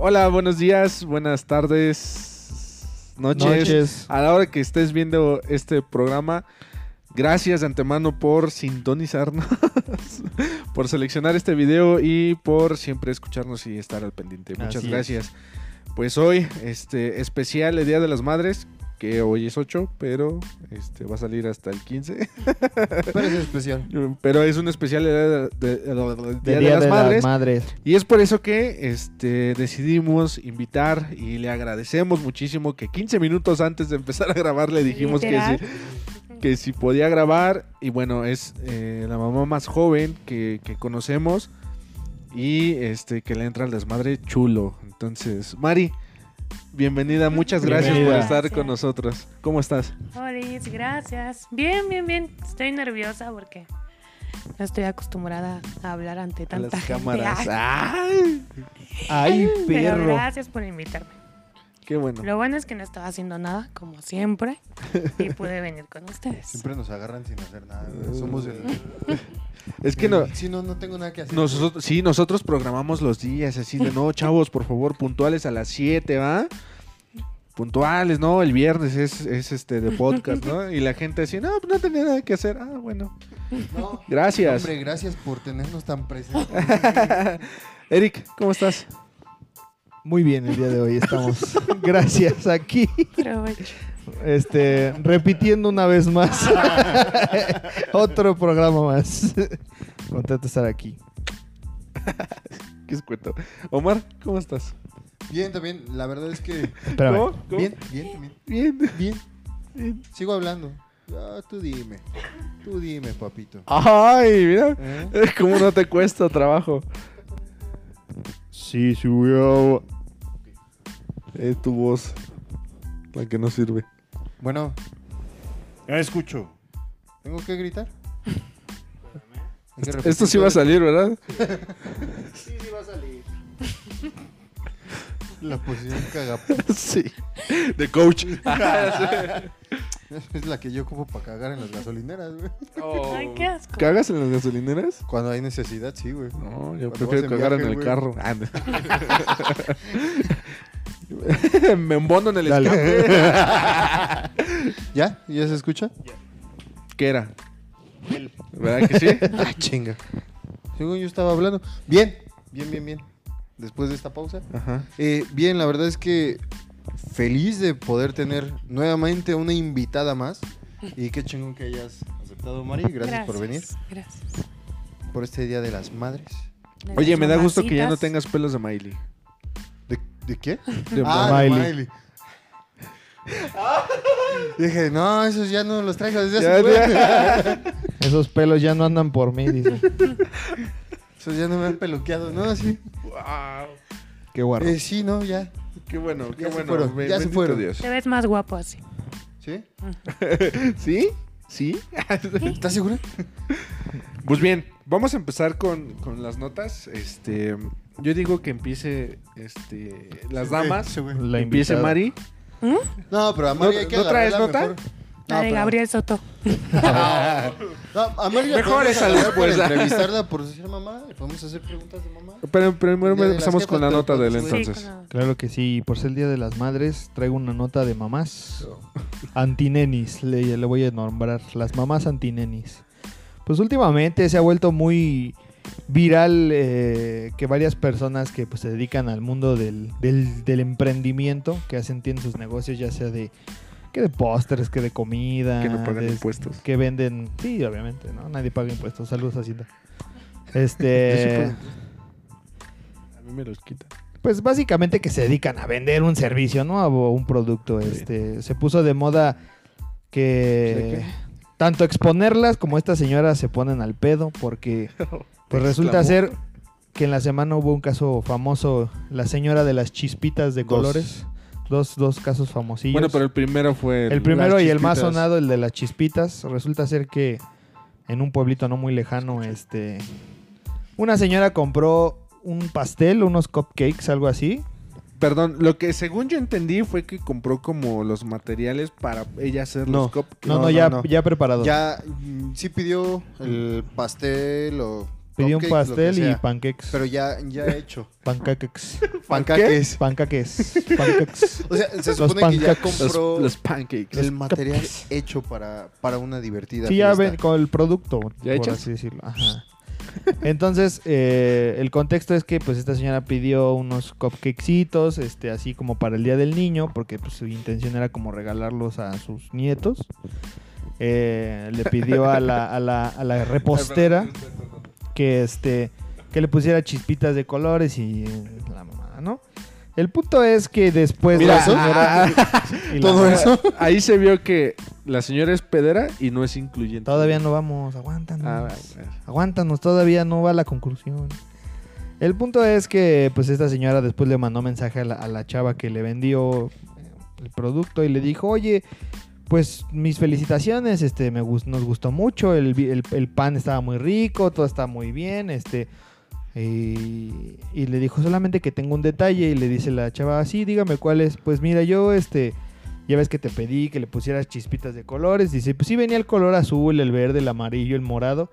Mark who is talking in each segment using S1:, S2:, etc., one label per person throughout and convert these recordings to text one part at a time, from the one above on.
S1: Hola, buenos días, buenas tardes, noches.
S2: Noches.
S1: A la hora que estés viendo este programa, gracias de antemano por sintonizarnos, por seleccionar este video y por siempre escucharnos y estar al pendiente. Muchas
S2: Así es.
S1: gracias. Pues hoy, este especial el Día de las Madres, que hoy es 8, pero este va a salir hasta el 15.
S2: Pero es especial.
S1: Pero es un especial de, de- de- Día
S2: De
S1: de,
S2: Día
S1: las Madres.
S2: madres.
S1: y es por eso que este, decidimos invitar y le agradecemos muchísimo que 15 minutos antes de empezar a grabar le dijimos que
S3: Literal.
S1: sí. Que si podía grabar, y bueno, es eh, la mamá más joven que, que conocemos y este que le entra al desmadre chulo. Entonces, Mari, bienvenida, muchas gracias por
S2: Bienvenida.
S1: estar
S3: Gracias.
S1: con nosotros. ¿Cómo estás?
S3: Olis, gracias. Bien, bien, bien. Estoy nerviosa porque no estoy acostumbrada a hablar ante
S1: A
S3: tanta
S1: las
S3: gente.
S1: cámaras. Ah,
S3: Ay,
S1: ¡Ay!
S2: Ay,
S3: pero
S2: perro.
S3: gracias por invitarme.
S1: Qué bueno.
S3: Lo bueno es que no estaba haciendo nada, como siempre, y pude venir con ustedes.
S4: Siempre nos agarran sin hacer nada. güey. Somos el.
S1: Eh, Es que no,
S4: Si no, no tengo nada que hacer.
S1: Nosotros, sí, nosotros programamos los días así de no, chavos, por favor, puntuales a las 7, ¿va? Puntuales, ¿no? El viernes es, es este de podcast, ¿no? Y la gente así, no, pues no tenía nada que hacer. Ah, bueno.
S4: No,
S1: Gracias.
S4: hombre, gracias por tenernos tan presentes.
S1: Eric, ¿cómo estás?
S2: Muy bien, el día de hoy estamos. Gracias, aquí.
S3: Provecho.
S2: Este, repitiendo una vez más. Otro programa más. Contento de estar aquí.
S1: Qué escueto. Omar, ¿cómo estás?
S4: Bien, también. La verdad es que.
S2: Espérame.
S1: ¿Cómo? ¿Cómo?
S4: Bien, bien, también.
S1: Bien.
S4: Bien. Sigo hablando. Ah, tú dime. Tú dime, papito.
S1: Ay, mira.
S4: ¿Eh?
S1: ¿Cómo no te cuesta trabajo?
S2: Sí, subió.
S1: Es Eh, tu voz. La que no sirve.
S4: Bueno,
S5: Ya escucho.
S4: tengo que gritar. Hay que repetir
S1: Esto sí va a
S4: todo.
S1: salir, ¿verdad?
S4: La posición caga.
S1: Sí. De coach.
S4: Es la que yo ocupo para cagar en las gasolineras, güey.
S3: Ay, qué asco.
S1: ¿Cagas en las gasolineras?
S4: Cuando hay necesidad, sí, güey.
S1: No, yo
S4: Cuando
S1: prefiero
S4: vas en
S1: cagar en
S4: viaje,
S1: el
S4: güey.
S1: carro. Ah, no. Me embono en el
S2: Dale.
S1: escape.
S4: ¿Ya? ¿Ya se escucha?
S1: ¿Qué era? ¿Verdad que sí?
S4: Ah, chinga. Según yo estaba hablando. Bien, bien, bien, bien. Después de esta pausa.
S1: Ajá.
S4: Eh, bien, la verdad es que feliz de poder tener nuevamente una invitada más. Y qué chingón que hayas aceptado, Mari. Gracias, por venir.
S3: Gracias.
S4: Por este Día de las Madres.
S1: Oye, me da gusto que ya no
S3: Mamacitas.
S1: tengas pelos de Miley.
S4: ¿De, de qué?
S1: De
S4: ah,
S2: Miley.
S4: de Miley. Dije, no, esos ya no los traigo desde hace
S1: Ya,
S4: güey.
S2: Esos pelos ya no andan por mí, dice.
S4: Esos ya no me han peluqueado, ¿no? Sí,
S1: Wow.
S2: Qué guarro.
S4: Eh, sí no, ya.
S1: Qué bueno, qué
S4: Ya se
S1: bueno.
S4: fueron,
S1: Be-
S4: ya se
S1: bendito
S4: fueron.
S1: Dios.
S3: Te ves más guapo así.
S4: ¿Sí?
S1: ¿Sí? ¿Sí?
S4: ¿Estás segura?
S1: Pues bien, vamos a empezar con, con las notas. Este, yo digo que empiece este, las
S4: Sí, güey,
S1: damas.
S4: sí, güey.
S2: La
S1: empiece
S2: invitada.
S1: Mari.
S4: No, pero a Mari
S1: ¿No-
S4: hay que
S1: no traes
S4: agarrarla
S1: nota?
S4: mejor.
S3: ¿Mm? La
S4: No,
S3: de
S4: pero-
S3: Gabriel Soto.
S4: No, a Mari la
S1: Mejor
S4: podemos
S1: esa
S4: agarrar
S1: después,
S4: Por
S1: ah.
S4: entrevistarla, por ser mamá. Le podemos hacer preguntas de mamá.
S1: Pero primero
S4: Ya de las
S1: empezamos
S4: jefas,
S1: con la
S4: pero
S1: nota de él
S4: puedes, güey.
S1: entonces.
S3: pues, Sí, con
S2: Claro que sí, por ser el Día de las Madres, traigo una nota de mamás antinenis, le, le voy a nombrar, las mamás antinenis. Pues últimamente se ha vuelto muy viral eh, que varias personas que pues, se dedican al mundo del, del- del emprendimiento, que hacen tienen sus negocios, ya sea de que de pósters, que de comida,
S1: que no pagan
S2: de-
S1: impuestos.
S2: que venden, sí, obviamente, ¿no? Nadie paga impuestos, saludos Hacienda. Este...
S1: Eh, A mí me los quitan.
S2: Pues básicamente que se dedican a vender un servicio, ¿no? O un producto. Este, se puso de moda que tanto exponerlas como estas señoras se ponen al pedo porque pues resulta ser que en la semana hubo un caso famoso, la señora de las chispitas de
S4: Dos.
S2: colores, dos, dos casos famosillos.
S1: Bueno, pero el primero fue
S2: El primero
S4: Las
S2: y el más
S4: chispitas.
S2: sonado, el de las chispitas, resulta ser que en un pueblito no muy lejano, este, una señora compró un pastel, unos cupcakes, algo así.
S1: Perdón, lo que según yo entendí fue que compró como los materiales para ella hacer
S4: No,
S1: los cupcakes.
S2: No, no, ya,
S4: no.
S2: ya preparado.
S4: Ya mm, sí pidió el pastel o
S2: Pedí un
S4: Cupcakes, lo
S2: pastel
S4: que sea.
S2: y panqueques.
S4: Pero ya, ya hecho.
S2: Pancaques.
S4: Pancaques.
S2: Pancaques. Pancaques.
S4: O sea, se
S2: Los
S4: supone que ya
S2: pancakes.
S1: Los,
S4: compró
S1: los pancakes.
S4: el material hecho para, para una divertida
S2: Sí, ya
S4: fiesta.
S2: ven con el producto,
S1: ¿Ya
S2: por
S1: hechas?
S2: así decirlo. Ajá. Entonces, eh, el contexto es que pues esta señora pidió unos cupcakesitos, este, así como para el Día del Niño, porque pues, su intención era como regalarlos a sus nietos. Eh, le pidió a la, a la- a la repostera que este que le pusiera chispitas de colores y eh, la mamada, ¿no? El punto es que después
S4: Mira, ah,
S2: la señora y la
S4: todo
S2: mamá-
S4: eso.
S1: Ahí se vio que la señora es pedera y no es incluyente.
S2: Todavía no vamos, aguántanos.
S1: Ah, bueno.
S2: Aguántanos, todavía no va la conclusión. El punto es que pues esta señora después le mandó mensaje a la, a la chava que le vendió eh, el producto y le dijo, oye, pues mis felicitaciones, este, me gus- nos gustó mucho, el, vi- el- el pan estaba muy rico, todo está muy bien, este... Y, y le dijo solamente que tengo un detalle y le dice la chava, "Ah, sí, dígame cuál es. Pues mira, yo este, ya ves que te pedí que le pusieras chispitas de colores. Dice, pues sí venía el color azul, el verde, el amarillo, el morado.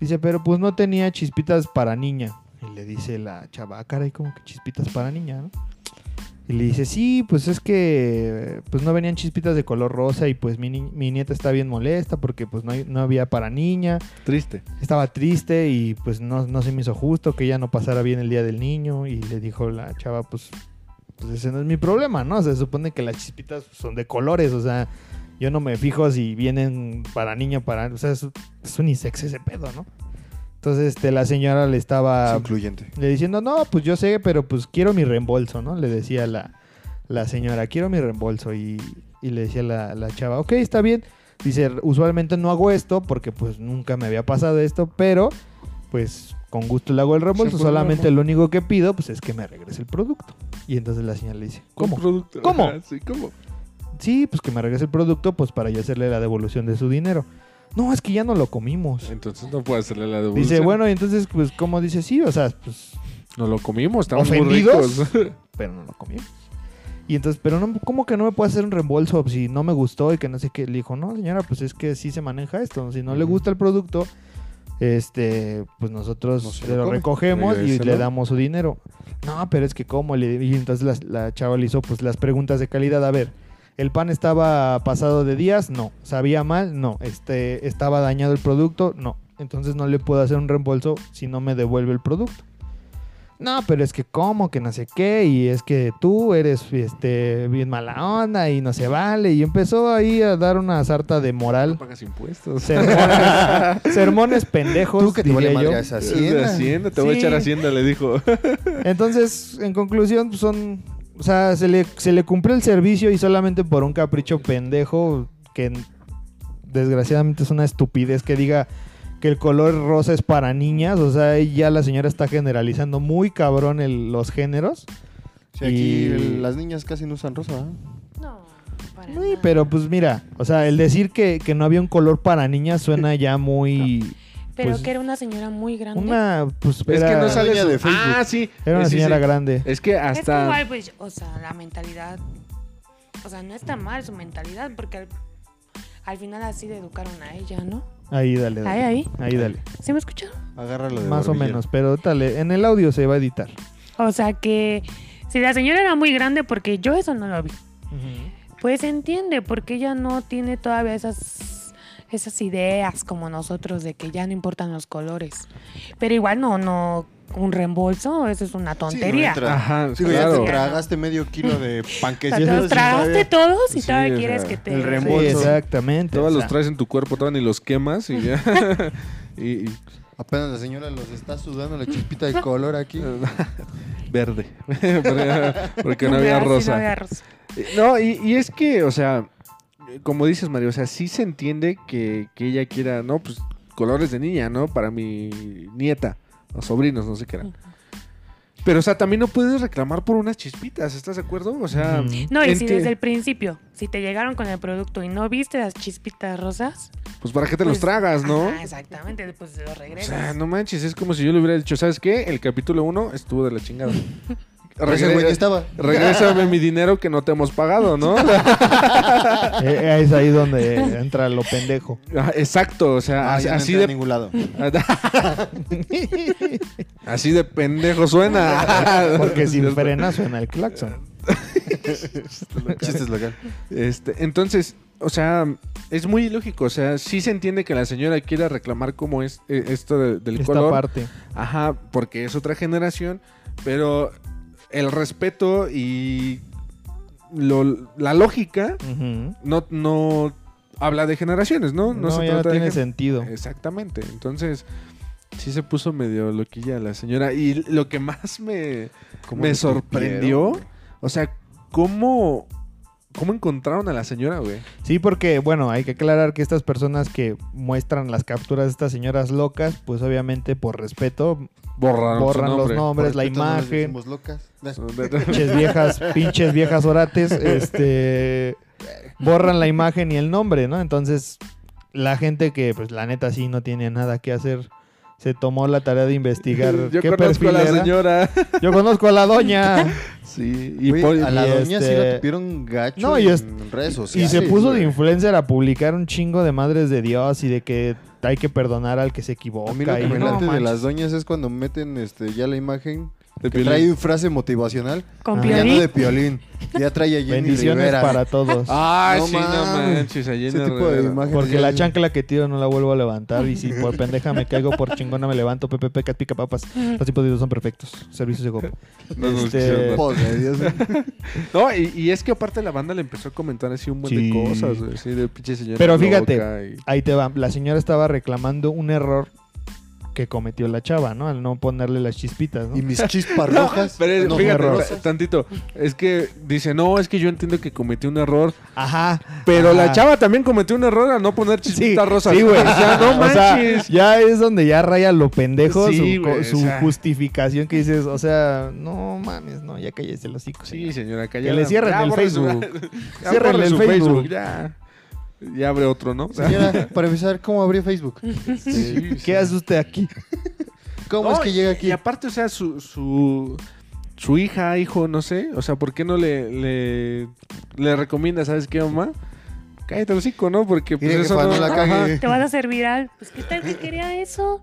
S2: Dice, pero pues no tenía chispitas para niña. Y le dice la chava, "Ah, caray, como que chispitas para niña, ¿no? Y le dice, sí, pues es que eh, pues no venían chispitas de color rosa y pues mi, ni- mi nieta está bien molesta porque pues no, hay- no había para niña.
S1: Triste.
S2: Estaba triste y pues no, no se me hizo justo que ella no pasara bien el día del niño. Y le dijo la chava, pues, pues ese no es mi problema, ¿no? Se supone que las chispitas son de colores, o sea, yo no me fijo si vienen para niño, para... O sea, es, es unisex ese pedo, ¿no? Entonces este, la señora le
S4: Es
S2: estaba
S4: incluyente.
S2: le diciendo, no, pues yo sé, pero pues quiero mi reembolso, ¿no? Le decía la, la señora, quiero mi reembolso. Y, y le decía la, la chava, ok, está bien. Dice, usualmente no hago esto porque pues nunca me había pasado esto, pero pues con gusto le hago el reembolso.
S4: puede
S2: Solamente
S4: reembolso.
S2: lo único que pido pues es que me regrese el producto. Y entonces la señora le dice, ¿cómo?
S1: producto.
S2: ¿Cómo?
S1: Ajá, sí, ¿cómo?
S2: Sí, pues que me regrese el producto pues para yo hacerle la devolución de su dinero. No, es que ya no lo comimos.
S1: Entonces no puede hacerle la devolución.
S2: Dice, bueno, y entonces pues como dice, sí, o sea, pues
S1: Nos lo comimos, estamos muy
S2: ¿Ofendidos?
S1: ricos.
S2: pero no lo comió. Y entonces, pero no, ¿cómo que no me puede hacer un reembolso si no me gustó y que no sé qué? Le dijo, no, señora, pues es que sí se maneja esto. Si no le
S1: Ujú.
S2: gusta el producto, este, pues nosotros
S4: No se
S2: le
S4: lo
S2: lo
S4: come.
S2: recogemos y
S1: Regréselo.
S2: le damos su dinero. No, pero es que cómo. Le, y entonces las- la, chava le hizo pues las preguntas de calidad. A ver, ¿el pan estaba pasado de días? No. ¿Sabía mal? No. Este, ¿Estaba dañado el producto? No. Entonces no le puedo hacer un reembolso si no me devuelve el producto. No, pero es que cómo, que no sé qué, y es que tú eres este, bien mala onda y no se vale. Y empezó ahí a dar una sarta de moral.
S1: pagas impuestos.
S2: Sermones, sermones pendejos,
S4: Tú que te vale
S2: diría yo.
S4: madre a esa hacienda.
S1: Hacienda, te voy a
S2: Sí.
S1: echar Hacienda, le dijo.
S2: Entonces, en conclusión, pues, son. O sea, se le, se le cumplió el servicio y solamente por un capricho pendejo que n- desgraciadamente es una estupidez que diga que el color rosa es para niñas. O sea, ahí ya la señora está generalizando muy cabrón el- los géneros.
S4: Sí, aquí
S2: Y-
S4: el- las niñas casi no usan rosa. ¿eh?
S3: No, para
S2: Sí,
S3: nada.
S2: pero pues mira, o sea, el decir que, que no había un color para niñas suena ya muy...
S3: Pero
S2: pues,
S3: que era una señora muy grande.
S2: Una... Pues,
S1: es que
S2: era-
S1: no sale
S4: Doña
S1: su-
S4: de Facebook.
S1: Ah, sí.
S2: Era una
S1: Sí, sí,
S2: señora
S1: sí. Eh.
S2: grande.
S1: Es que
S3: Es como,
S1: hasta
S3: ay, pues, o sea, la mentalidad. O sea, no está mal su mentalidad, porque al, al final así le educaron a ella, ¿no?
S2: Ahí dale, dale.
S3: Ahí, ahí.
S2: Ahí dale.
S3: ¿Sí me escucharon?
S4: Agárralo de
S2: Más o
S4: barbilla.
S2: menos, pero dale. En el audio se va a editar.
S3: O sea, que si la señora era muy grande, porque yo eso no lo vi. Pues se entiende, porque ella no tiene todavía esas esas ideas como nosotros de que ya no importan los colores. Pero igual no, no, un reembolso, eso es una
S4: Sí, no
S3: tontería.
S4: entra.
S1: Ajá,
S4: Digo, ya
S1: claro.
S4: te tragaste medio kilo de
S3: O
S4: panquecitos.
S3: sea, te los
S4: y
S3: tragaste
S4: todavía-
S3: todos y
S1: Sí,
S3: todavía
S1: o
S3: quieres
S1: sea,
S3: que te...
S4: el
S2: Sí,
S4: reembolso.
S2: exactamente.
S1: Todos
S2: o
S1: los
S2: sea,
S1: traes en tu cuerpo, todavía ni los quemas y ya. y, y-
S4: Apenas la señora los está sudando la chispita de color aquí.
S1: verde. Porque- Porque no había
S3: Ah, sí, no
S1: rosa.
S3: había rosa.
S1: Eh, No, y, y es que, o sea, eh, como dices, Mario, o sea, sí se entiende que, que ella quiera, no, pues colores de niña, ¿no? Para mi nieta o sobrinos, no sé qué era. Pero, o sea, también no puedes reclamar por unas chispitas, ¿estás de acuerdo? O sea,
S2: Ujú.
S3: No, y si
S1: ente-
S3: desde el principio, si te llegaron con el producto y no viste las chispitas rosas,
S1: pues para qué te los
S3: pues,
S1: tragas, ¿no?
S3: ajá, exactamente, pues los
S1: O
S3: regresas.
S1: sea, no manches, es como si yo le hubiera dicho, ¿sabes qué? El capítulo 1 estuvo de la chingada.
S4: Ese güey que
S1: Regresa,
S4: estaba.
S1: regrésame mi dinero que no te hemos pagado, ¿no?
S2: Eh, eh, es ahí donde entra lo pendejo.
S1: Ah, Exacto, o sea,
S4: Ah,
S1: así,
S4: ya no
S1: así
S4: entré a
S1: de Ah,
S4: ningún lado.
S1: así de pendejo suena.
S2: Porque sin
S1: Después-
S2: frena suena el claxon.
S4: Chistes local.
S1: Este, entonces, o sea, es muy ilógico. O sea, sí se entiende que la señora quiera reclamar como es eh, esto de- del
S2: Esta
S1: color.
S2: parte.
S1: Ajá, porque es otra generación. Pero el respeto y lo- la lógica
S2: Ujú.
S1: no, no habla de generaciones, ¿no?
S2: No, ya no
S1: de
S2: tiene
S1: gen-
S2: sentido.
S1: Exactamente. Entonces, sí se puso medio loquilla la señora. Y lo que más me,
S4: ¿Cómo
S1: me
S4: lo
S1: sorprendió, o sea, cómo, cómo encontraron a la señora, güey.
S2: Sí, porque, bueno, hay que aclarar que estas personas que muestran las capturas de estas señoras locas, pues obviamente por respeto,
S1: Borraron su
S2: borran los
S1: nombre.
S2: nombres, la
S4: Por respeto, no les
S2: imagen,
S4: decimos locas.
S2: pinches viejas, pinches viejas orates, este, borran la imagen y el nombre, ¿no? Entonces, la gente que, pues la neta sí no tiene nada que hacer, se tomó la tarea de investigar
S1: Yo
S2: qué
S1: conozco
S2: perfil
S1: a la
S2: era.
S1: señora.
S2: Yo conozco a la doña.
S1: Sí, y
S4: Y
S1: pon-
S4: a la
S2: y
S4: doña sí
S2: este-
S4: la tuvieron gacho
S2: No, y
S4: en
S2: es-
S4: redes
S2: Y
S4: sociales.
S2: se puso
S4: Pues güey.
S2: de influencer a publicar un chingo de madres de Dios y de que hay que perdonar al que se equivoca.
S4: A mí lo
S2: y
S4: que me
S2: no
S4: late de
S2: manches.
S4: las doñas es cuando meten este, ya la imagen
S1: de
S4: que
S1: Piolín.
S4: trae frase motivacional.
S3: Con
S2: Ah.
S4: Ya no
S3: Piolín.
S4: de Piolín. Ya trae a Jenny
S2: Bendiciones
S4: Rivera.
S2: para todos.
S1: Ay,
S4: No
S1: sí, no
S4: mames.
S1: manches. Allí
S4: Ese
S1: en
S4: tipo de
S1: Herrera.
S4: imagen.
S2: Porque la chancla Ah, que tiro no la vuelvo a levantar. Y si por pendeja me caigo, por chingona me levanto. Pepe, peca, pica papas. Los tipos de Dios son perfectos. Servicios de GOP.
S1: No, no,
S2: Este,
S1: sí,
S4: Joder, Dios mío.
S1: No, y, y es que aparte la banda le empezó a comentar así un buen
S2: Sí.
S1: de cosas, güey, así de pinche señora.
S2: Pero fíjate.
S1: loca y-
S2: Ahí te va. La señora estaba reclamando un error que cometió la chava, ¿no? Al no ponerle las chispitas, ¿no?
S4: Y mis chispas rojas.
S1: Pero es-
S4: No,
S1: fíjate,
S2: error.
S1: espera, tantito. Es que dice, no, es que yo entiendo que cometí un error.
S2: Ajá.
S1: Pero la
S2: ajá.
S1: chava también cometió un error al no poner chispita rosa.
S2: Sí, güey.
S1: O sea, no
S2: O sea,
S1: manches.
S2: ya es donde ya raya lo pendejo
S1: Sí,
S2: su,
S1: güey,
S2: co- su
S1: o sea.
S2: justificación que dices, o sea, no mames, no, ya cállese los hocico.
S1: sí, señora,
S2: que
S1: calla.
S2: le cierren el Facebook. Cierren el Facebook.
S1: Ya. Ya abre otro, ¿no? Este,
S4: Señora, para empezar, ¿cómo abrí Facebook?
S1: Sí, sí.
S2: ¿Qué hace usted aquí?
S4: ¿Cómo
S1: No,
S4: es que llega
S1: Y
S4: aquí?
S1: aparte, o sea, su, su, su hija, hijo, no sé. O sea, ¿por qué no le, le, le recomienda, sabes qué, mamá? Cállate el hocico, ¿no? Porque pues
S4: Mira que
S1: eso
S4: para no la
S1: Ajá.
S4: cague.
S3: Te vas a hacer viral. Pues, ¿qué tal que quería eso?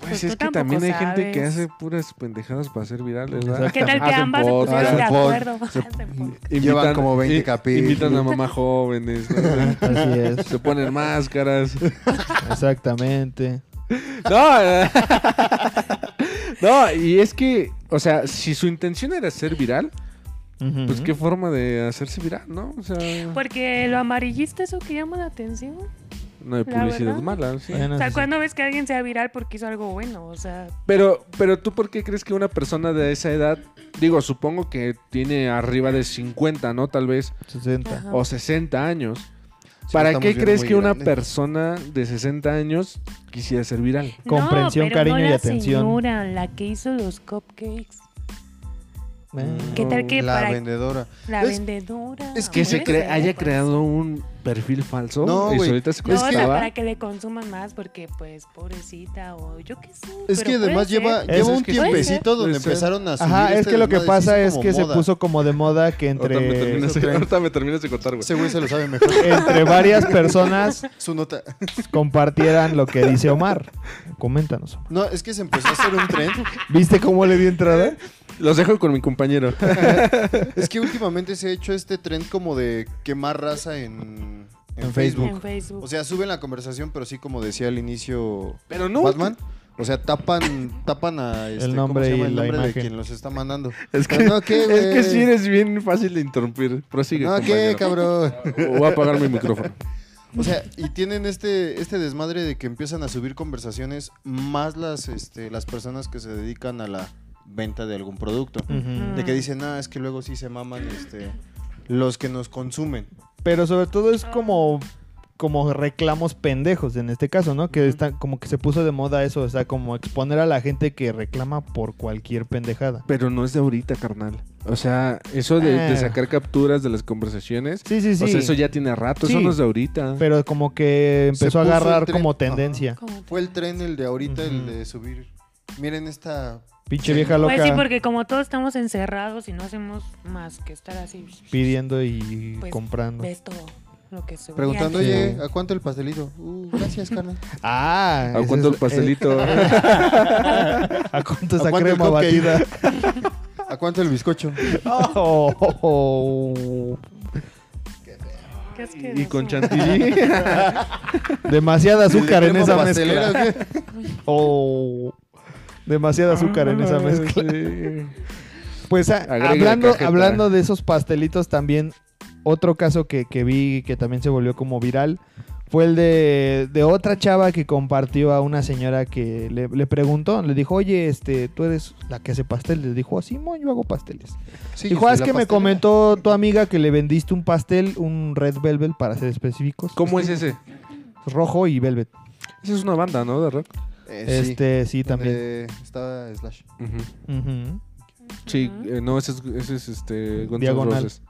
S1: Pues
S3: Pues
S1: es
S3: tú
S1: que
S3: tampoco
S1: también hay gente que
S3: sabes.
S1: hace puras pendejadas para ser virales, ¿verdad?
S3: ¿Qué tal que
S1: Hacen Mm.
S3: ambas se
S1: posts,
S3: pusieron de
S4: hacen post,
S3: acuerdo? Hacen post.
S1: invitan-
S4: Llevan como 20
S1: i-
S4: capítulos.
S1: Invitan a mamá jóvenes, ¿no?
S2: Así es,
S1: se ponen máscaras.
S2: exactamente.
S1: No, eh. no, y es que, o sea, si su intención era ser viral,
S2: Ujú.
S1: pues qué forma de hacerse viral, ¿no? O sea,
S3: Porque lo amarillista es lo que llama la atención.
S1: no hay
S3: la
S1: publicidad
S3: verdad.
S1: mala. sí.
S2: Bueno,
S3: O sea,
S2: sí, sí.
S3: ¿cuándo ves que alguien sea viral porque hizo algo bueno? O sea,
S1: Pero, pero tú, ¿por qué crees que una persona de esa edad, digo, supongo que tiene arriba de 50, ¿no? Tal vez,
S2: 60.
S3: Ajá.
S1: o 60 años.
S4: Sí,
S1: ¿Para
S4: estamos
S1: qué
S4: viendo
S1: crees
S4: muy
S1: que una
S4: grande.
S1: persona de 60 años quisiera ser viral?
S3: Ah,
S2: Comprensión,
S3: no, pero
S2: cariño
S3: no
S2: y
S3: la
S2: atención.
S3: Señora, la que hizo los cupcakes.
S2: Eh,
S3: ¿Qué tal que
S4: La
S3: para
S4: vendedora.
S3: la
S4: Es-
S3: vendedora?
S4: es
S1: Que se
S3: Muévese,
S1: cre- haya
S3: pues.
S1: creado un perfil falso
S4: No,
S1: y
S4: güey.
S1: ahorita se
S3: No, o sea,
S1: conectaba.
S3: para que le consuman más porque, pues, pobrecita o yo qué sé. pero
S4: Es que
S3: puede
S4: además
S3: ser.
S4: lleva,
S2: Eso
S4: lleva
S2: es
S4: un
S1: que
S3: sí.
S4: tiempecito donde
S1: Puede ser.
S4: empezaron a subir.
S2: Ajá, es
S4: este
S2: que lo que
S4: desmadre,
S2: pasa
S4: sí
S2: es
S4: como
S2: que se
S4: moda.
S2: puso como de moda que
S1: Ahorita me
S2: entre,
S1: terminas de-
S4: creen.
S1: ahorita me terminas de contar, güey.
S4: Ese güey se lo sabe mejor.
S2: entre varias personas
S4: Su nota.
S2: compartieran lo que dice Omar. Coméntanos. Omar.
S4: No, es que se empezó a hacer un tren.
S2: ¿Viste cómo le di entrada?
S1: Los dejo con mi compañero.
S4: Es que últimamente se ha hecho este tren como de quemar raza en, en,
S2: En
S4: Facebook.
S3: En Facebook.
S4: O sea, suben la conversación, pero sí como decía al inicio
S1: Pero no.
S4: Batman. O sea, tapan, tapan a este,
S2: El nombre
S4: ¿cómo se llama?
S2: y
S4: el
S2: la
S4: nombre de
S2: imagen.
S4: quien los está mandando.
S1: Es que,
S4: Pero no, ¿qué,
S1: es que
S4: güey?
S1: sí eres bien fácil de interrumpir. Prosigue,
S4: No, ¿qué,
S1: compañero.
S4: cabrón?
S1: Voy a apagar mi micrófono.
S4: O sea, y tienen este, este desmadre de que empiezan a subir conversaciones más las, este, las personas que se dedican a la venta de algún producto.
S2: Ujú.
S4: De que dicen, no, es que luego sí se maman este, los que nos consumen.
S2: Pero sobre todo es como como reclamos pendejos en este caso, ¿no? Que está como que se puso de moda eso, o sea, como exponer a la gente que reclama por cualquier pendejada.
S1: Pero no es de ahorita, carnal. O sea, eso de, de
S2: Ah.
S1: sacar capturas de las conversaciones.
S2: Sí, sí, sí.
S1: O sea, eso ya tiene rato. Eso
S2: Sí.
S1: no es de ahorita.
S2: Pero como que
S4: Se
S2: empezó a
S4: puso el
S2: agarrar
S4: tren.
S2: como
S4: Ajá.
S2: tendencia.
S3: Como-
S4: Fue el tren el de ahorita, el
S2: Ujú.
S4: de subir. Miren esta
S2: Pinche vieja loca
S3: Pues sí, porque como todos estamos encerrados y no hacemos más que estar así,
S2: pidiendo y
S3: Pues,
S2: comprando.
S3: ves todo lo que subían.
S4: Preguntando,
S2: Sí.
S4: oye, ¿a cuánto el pastelito? Uh, gracias, carnal.
S2: Ah,
S1: ¿A
S2: ese
S1: cuánto
S2: es-
S1: el pastelito?
S2: eh, ¿A cuánto esa
S4: ¿A cuánto el
S2: crema
S4: cupcake?
S2: batida?
S4: ¿A cuánto el bizcocho?
S2: Oh, oh, oh.
S3: Qué asqueroso.
S1: y con chantilly.
S2: Demasiada azúcar en
S4: ¿Crema
S2: esa
S4: pastelera
S2: mezcla.
S4: o qué?
S2: Oh. Demasiada azúcar en esa mezcla.
S1: Sí.
S2: Pues a-
S1: Agrégale
S2: hablando,
S1: cajeta.
S2: hablando de esos pastelitos también, otro caso que, que vi que también se volvió como viral fue el de, de otra chava que compartió a una señora que le, le preguntó, le dijo, oye, este, tú eres la que hace pasteles. Le dijo, así, yo hago pasteles.
S4: Sí,
S2: dijo, "Ah,
S4: soy
S2: es
S4: la
S2: que me
S4: pastelera".
S2: comentó tu amiga que le vendiste un pastel, un red velvet para ser específicos.
S1: ¿Cómo es ese?
S2: Rojo y velvet.
S1: Esa es una banda, ¿no? De rock.
S4: Eh, sí,
S2: Este, sí, también.
S4: donde Está Slash.
S2: Ujú.
S1: Sí,
S3: Ujú.
S1: eh, no, ese es, ese es este. Guns N'
S2: Diagonal.
S1: Roses.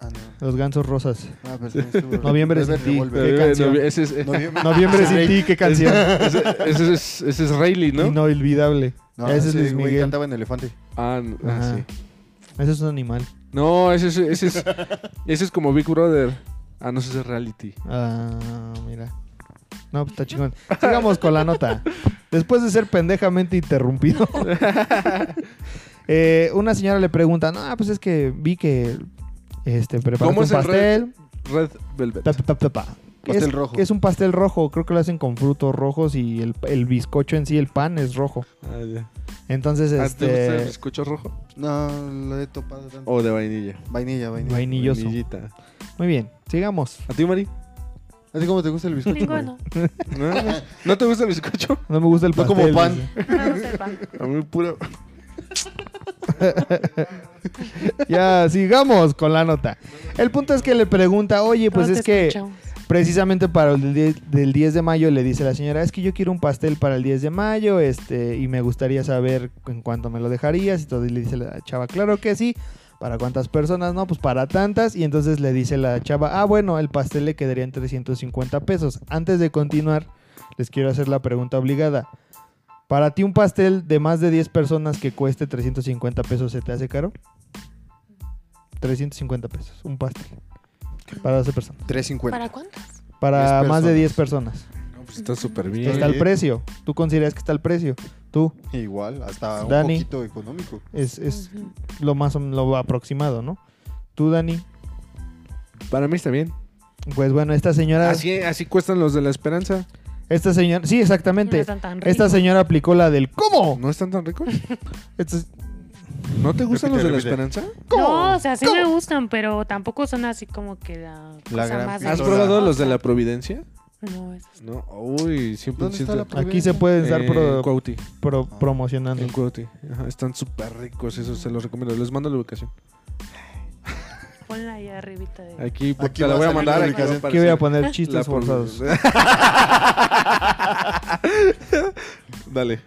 S4: Ah, no.
S2: Los gansos rosas.
S4: Ah, pero sí, estuvo-
S2: Noviembre
S4: Velvet
S2: sin ti.
S4: Revolver.
S2: ¿Qué
S1: Eh,
S2: canción?
S1: novie- Ese es, eh,
S4: Noviembre.
S2: Noviembre sin ti, qué canción.
S1: ese, ese es, ese es Rayleigh, ¿no?
S2: Inolvidable.
S4: No,
S2: ese es
S4: ese
S2: Luis
S4: güey
S2: Miguel.
S4: cantaba en Elefante.
S1: Ah, n- ah,
S2: Ajá.
S1: sí.
S2: Ese es un animal.
S1: No, ese es, ese es, ese es como Big Brother. Ah, no, ese es reality.
S2: Ah, mira. No, pues está chingón. Sigamos con la nota. Después de ser pendejamente interrumpido, eh, una señora le pregunta, no, pues es que vi que este, preparaste
S1: ¿Cómo
S2: un
S1: es el
S2: pastel.
S1: Red Velvet.
S2: Ta, ta, ta, ta, pa. Que
S4: Pastel
S2: es,
S4: rojo.
S2: que es un pastel rojo, creo que lo hacen con frutos rojos y el, el bizcocho en sí, el pan es rojo.
S1: Ah, ya.
S2: Entonces,
S1: Ah, ¿Te gusta el
S2: este,
S4: pues,
S1: bizcocho rojo?
S4: No, lo he topado tanto.
S2: Oh.
S1: O de vainilla.
S4: Vainilla, vainilla.
S2: vainilloso.
S1: Vainillita.
S2: Muy bien, sigamos.
S1: ¿A ti, Mari?
S4: ¿A ti cómo te gusta el bizcocho?
S3: Ninguno.
S1: ¿No? ¿No te gusta el bizcocho?
S2: No me gusta el
S4: No
S2: pastel.
S4: como pan.
S2: dice.
S3: No me gusta el pan.
S1: A mí pura.
S2: Ya, sigamos con la nota. El punto es que le pregunta, oye, pues
S3: No te
S2: es que
S3: escucho.
S2: precisamente para el die- del 10 de mayo le dice la señora, es que yo quiero un pastel para el 10 de mayo, este, y me gustaría saber en cuánto me lo dejarías y todo. Y le dice la chava, claro que sí. ¿Para cuántas personas? No, pues para tantas. Y entonces le dice la chava, ah, bueno, el pastel le quedaría en 350 pesos. Antes de continuar, les quiero hacer la pregunta obligada. ¿Para ti un pastel de más de 10 personas que cueste 350 pesos se te hace caro? 350 pesos, un pastel. Para 12 personas.
S4: 3.50.
S3: ¿Para cuántas?
S2: Para
S4: 10
S2: más de
S4: personas.
S2: 10 personas.
S1: No, pues está súper
S2: Que
S1: bien.
S2: está el precio. Tú consideras que está el precio. Tú
S4: Igual, hasta
S2: Dani.
S4: un poquito económico.
S2: es, es
S3: Ujú.
S2: lo más o- lo aproximado, ¿no? Tú, Dani.
S1: Para mí está bien.
S2: Pues bueno, esta señora.
S1: Así, así cuestan los de la esperanza.
S2: Esta señora. Sí,
S3: No
S2: exactamente.
S3: están tan
S2: Esta
S3: ricos.
S2: señora aplicó la del ¿Cómo?
S1: ¿No están tan ricos?
S2: Esta es-
S1: ¿No te gustan los de
S4: Repite,
S1: la
S4: repite.
S1: esperanza?
S3: No, o sea, sí me gustan, pero tampoco son así como que la,
S4: La gran pistola.
S1: ¿Has
S4: Sí,
S1: probado
S4: hola.
S1: los de la providencia?
S3: No, esos.
S1: No. Uy, siempre
S4: ¿Dónde está la
S2: aquí se pueden estar pro-
S1: Eh, en Cuauti.
S2: pro- promocionando.
S1: En Cuauti. Ajá, están súper ricos, esos se los recomiendo. Les mando la ubicación.
S3: Ponla ahí arribita de...
S1: Aquí, porque te
S4: Aquí
S1: la
S4: va
S1: voy a
S4: a salir
S1: mandar.
S4: la
S1: aquí va a
S4: ubicación.
S2: Aquí voy a
S1: aparecer.
S2: poner chistes
S1: La provi-
S2: forzados.
S1: Dale.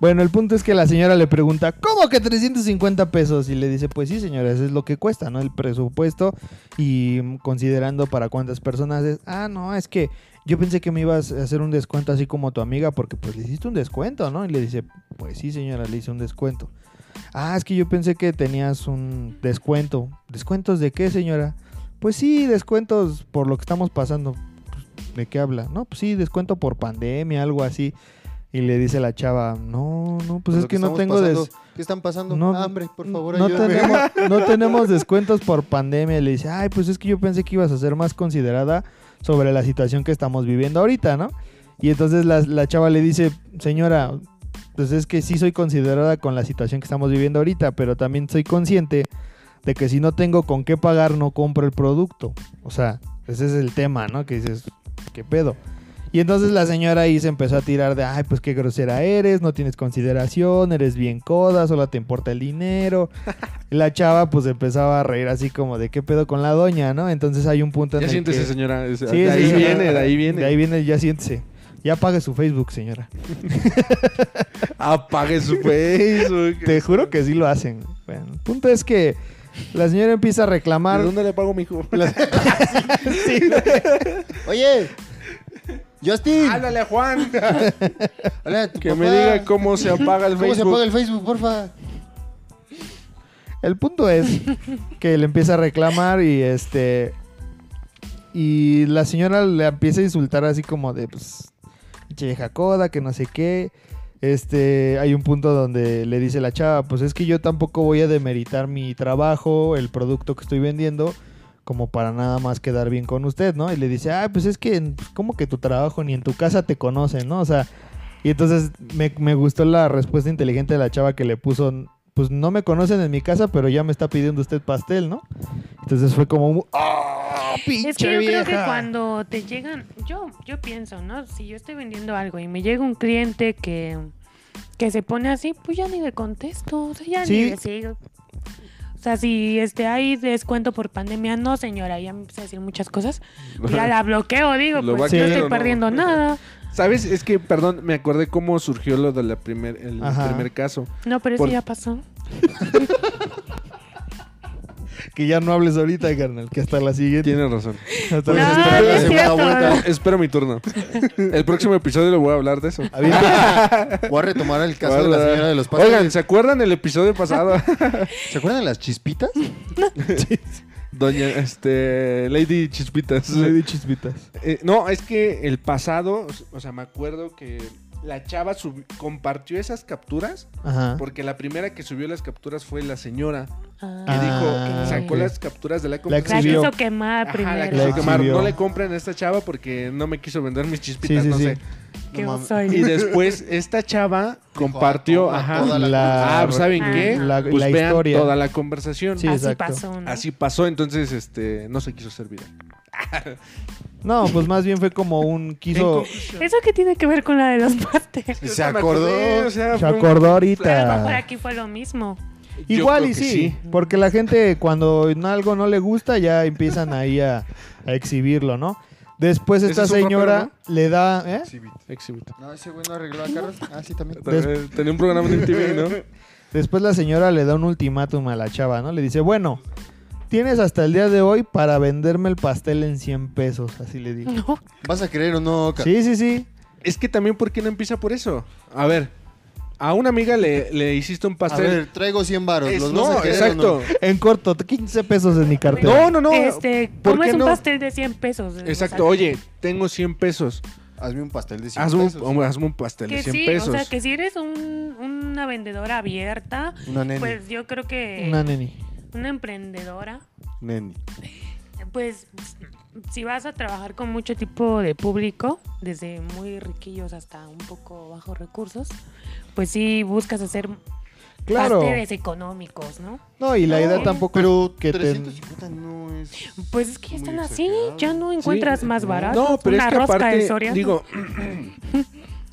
S2: Bueno, el punto es que la señora le pregunta, ¿cómo que 350 pesos? Y le dice, pues sí, señora, eso es lo que cuesta, ¿no? El presupuesto y mm, considerando para cuántas personas es. Ah, no, es que yo pensé que me ibas a hacer un descuento así como tu amiga, porque pues le hiciste un descuento, ¿no? Y le dice, pues sí, señora, le hice un descuento. Ah, es que yo pensé que tenías un descuento. ¿Descuentos de qué, señora? Pues sí, descuentos por lo que estamos pasando. Pues, ¿De qué habla? No, pues sí, descuento por pandemia, algo así. Y le dice la chava, no, no, pues
S4: Lo
S2: es que, no
S4: estamos
S2: tengo des-
S4: pasando- ¿Qué están pasando?
S2: no-
S4: Hambre, por favor,
S2: no
S4: ayúdame.
S2: tenemos, no tenemos descuentos por pandemia. Y Le dice, ay, pues es que yo pensé que ibas a ser más considerada sobre la situación que estamos viviendo ahorita, ¿no? Y entonces la, la chava le dice, señora, pues es que sí soy considerada con la situación que estamos viviendo ahorita, pero también soy consciente de que si no tengo con qué pagar, no compro el producto. O sea, ese es el tema, ¿no? Que dices, ¿qué pedo? Y entonces la señora ahí se empezó a tirar de, ay, pues qué grosera eres, no tienes consideración, eres bien coda, solo te importa el dinero. La chava pues empezaba a reír así como de qué pedo con la doña, ¿no? Entonces hay un punto en
S1: Ya
S2: el
S1: siéntese,
S2: que...
S1: señora. es-
S2: Sí,
S1: de
S2: sí,
S1: ahí
S2: sí.
S1: viene, de ahí viene.
S2: De ahí viene, el ya siéntese. Ya pague su Facebook, señora.
S1: Apague su Facebook.
S2: Te juro que sí lo hacen. Bueno, el punto es que la señora empieza a reclamar.
S1: ¿De dónde le pago mi hijo?
S2: Sí.
S4: Oye, Justin,
S1: Háblale a Juan.
S4: Hola, a tu
S1: Que
S4: papá.
S1: me diga cómo se apaga el
S4: ¿Cómo se
S1: Facebook.
S4: apaga el Facebook, porfa?
S2: El punto es que le empieza a reclamar y este. Y la señora le empieza a insultar así como de pues. Che vieja coda, que no sé qué. Este, hay un punto donde le dice la chava, pues es que yo tampoco voy a demeritar mi trabajo, el producto que estoy vendiendo, como para nada más quedar bien con usted, ¿no? Y le dice, ah, pues es que en- como que tu trabajo ni en tu casa te conocen, ¿no? O sea, y entonces me, me gustó la respuesta inteligente de la chava que le puso, pues no me conocen en mi casa, pero ya me está pidiendo usted pastel, ¿no? Entonces fue como un... ¡Ah, pinche
S3: Es que yo
S2: vieja!
S3: creo que cuando te llegan, yo, yo pienso, ¿no? Si yo estoy vendiendo algo y me llega un cliente que, que se pone así, pues ya ni le contesto, o sea, ya
S2: Sí.
S3: ni le sigo. O sea, si este, hay descuento por pandemia, no señora, ya me empieza a decir muchas cosas, ya la bloqueo, digo,
S1: Lo va a
S3: pues no
S2: querer
S3: estoy
S1: o no.
S3: perdiendo nada.
S1: ¿Sabes? Es que, perdón, me acordé cómo surgió lo del primer, el
S2: Ajá.
S1: primer caso.
S3: No, pero eso
S1: Por-
S3: ya pasó.
S2: Que ya no hables ahorita, carnal, que hasta la siguiente.
S1: Tienes razón.
S2: Hasta
S3: No,
S2: la siguiente.
S3: no es cierto.
S1: Espero mi turno. El próximo episodio le voy a hablar de eso.
S4: Voy a retomar el caso de la
S1: Guarda.
S4: señora de los pasteles.
S1: Oigan, ¿se acuerdan el episodio pasado?
S4: ¿se acuerdan de las chispitas?
S1: Doña, este, Lady Chispitas.
S2: Le di chispitas.
S1: Eh, no, es que el pasado, o sea, me acuerdo que la chava subi- compartió esas capturas
S4: Ah.
S2: Ajá.
S1: porque la primera que subió las capturas fue la señora que
S3: Ah,
S2: Ah,
S1: dijo, sacó
S2: ok.
S1: las capturas de la
S3: la
S2: exhibió.
S1: conversación.
S3: quiso quemar
S1: Ajá, la
S3: Ah, primero.
S1: quiso
S2: La
S1: quemar.
S2: exhibió.
S1: No le compren a esta chava porque no me quiso vender mis
S2: Sí,
S1: chispitas,
S2: sí,
S1: no
S2: sí.
S1: sé.
S3: Qué
S4: No
S3: oso
S4: mames.
S1: Y
S3: eres.
S1: después esta chava compartió,
S4: a
S1: ajá,
S4: toda la-
S2: La-
S1: ah, pues, ¿saben
S3: Ah.
S1: qué?
S2: La-
S1: pues
S2: la
S1: vean
S2: historia.
S1: toda la conversación.
S2: Sí.
S3: Así
S2: exacto.
S3: pasó, ¿no?
S1: Así pasó, entonces este no se quiso hacer viral.
S2: No, pues más bien fue como un
S1: En
S2: quiso.
S1: conclusión,
S3: ¿Eso qué tiene que ver con la de los pasteles?
S1: yo
S4: Se
S1: no me
S4: acordó.
S1: acordé, o sea,
S2: Se
S1: fue un-
S2: acordó
S3: Pero a lo mejor
S2: ahorita.
S3: aquí fue lo mismo.
S1: Yo
S2: Igual
S1: creo
S2: y
S1: que
S2: sí, Porque la gente cuando en algo no le gusta ya empiezan ahí a, a exhibirlo, ¿no? Después
S1: Ese
S2: esta
S1: es un
S2: señora
S1: rapero,
S2: le da. ¿eh?
S1: Exhibit.
S4: No, ese güey no arregló a Carlos. Ah, sí, también.
S2: Des-
S1: Tenía un programa en MTV, ¿no?
S2: Después la señora le da un ultimátum a la chava, ¿no? Le dice, bueno, tienes hasta el día de hoy para venderme el pastel en 100 pesos, así le dijo.
S3: No,
S4: ¿Vas a creer o no, Carlos?
S2: Sí, sí, sí.
S1: Es que también, ¿por qué no empieza por eso? A ver, a una amiga le, le hiciste un
S4: A
S1: pastel.
S4: ver, traigo 100 varos.
S1: Es-
S4: ¿Los vas a
S1: no,
S4: querer
S1: exacto.
S2: En corto, 15 pesos en mi cartera.
S1: No, no, no.
S3: este,
S1: ¿por
S3: ¿cómo
S1: qué
S3: es un
S1: no?
S3: pastel de 100 pesos?
S1: Exacto, oye, tengo 100 pesos.
S4: o no? Hazme un pastel de 100
S1: Hazme un,
S4: pesos.
S1: hazme un pastel de
S3: Que
S1: 100
S3: sí,
S1: pesos.
S3: o sea, que si eres un- una vendedora abierta,
S4: Una neni.
S3: pues yo creo que
S2: Una neni.
S3: una emprendedora,
S4: Neni.
S3: pues si vas a trabajar con mucho tipo de público, desde muy riquillos hasta un poco bajos recursos, pues sí buscas hacer
S2: Claro.
S3: pasteles económicos, ¿no?
S2: No, y la
S4: No,
S2: idea tampoco
S4: Pero
S2: es que te...
S4: 350 no es...
S3: Pues es que ya
S4: Muy
S3: están así,
S4: exagerado.
S3: ya no encuentras
S1: Sí.
S3: más barato.
S1: No, pero
S3: una
S1: es que
S3: rosca de
S1: aparte,
S3: Soriana.
S1: digo,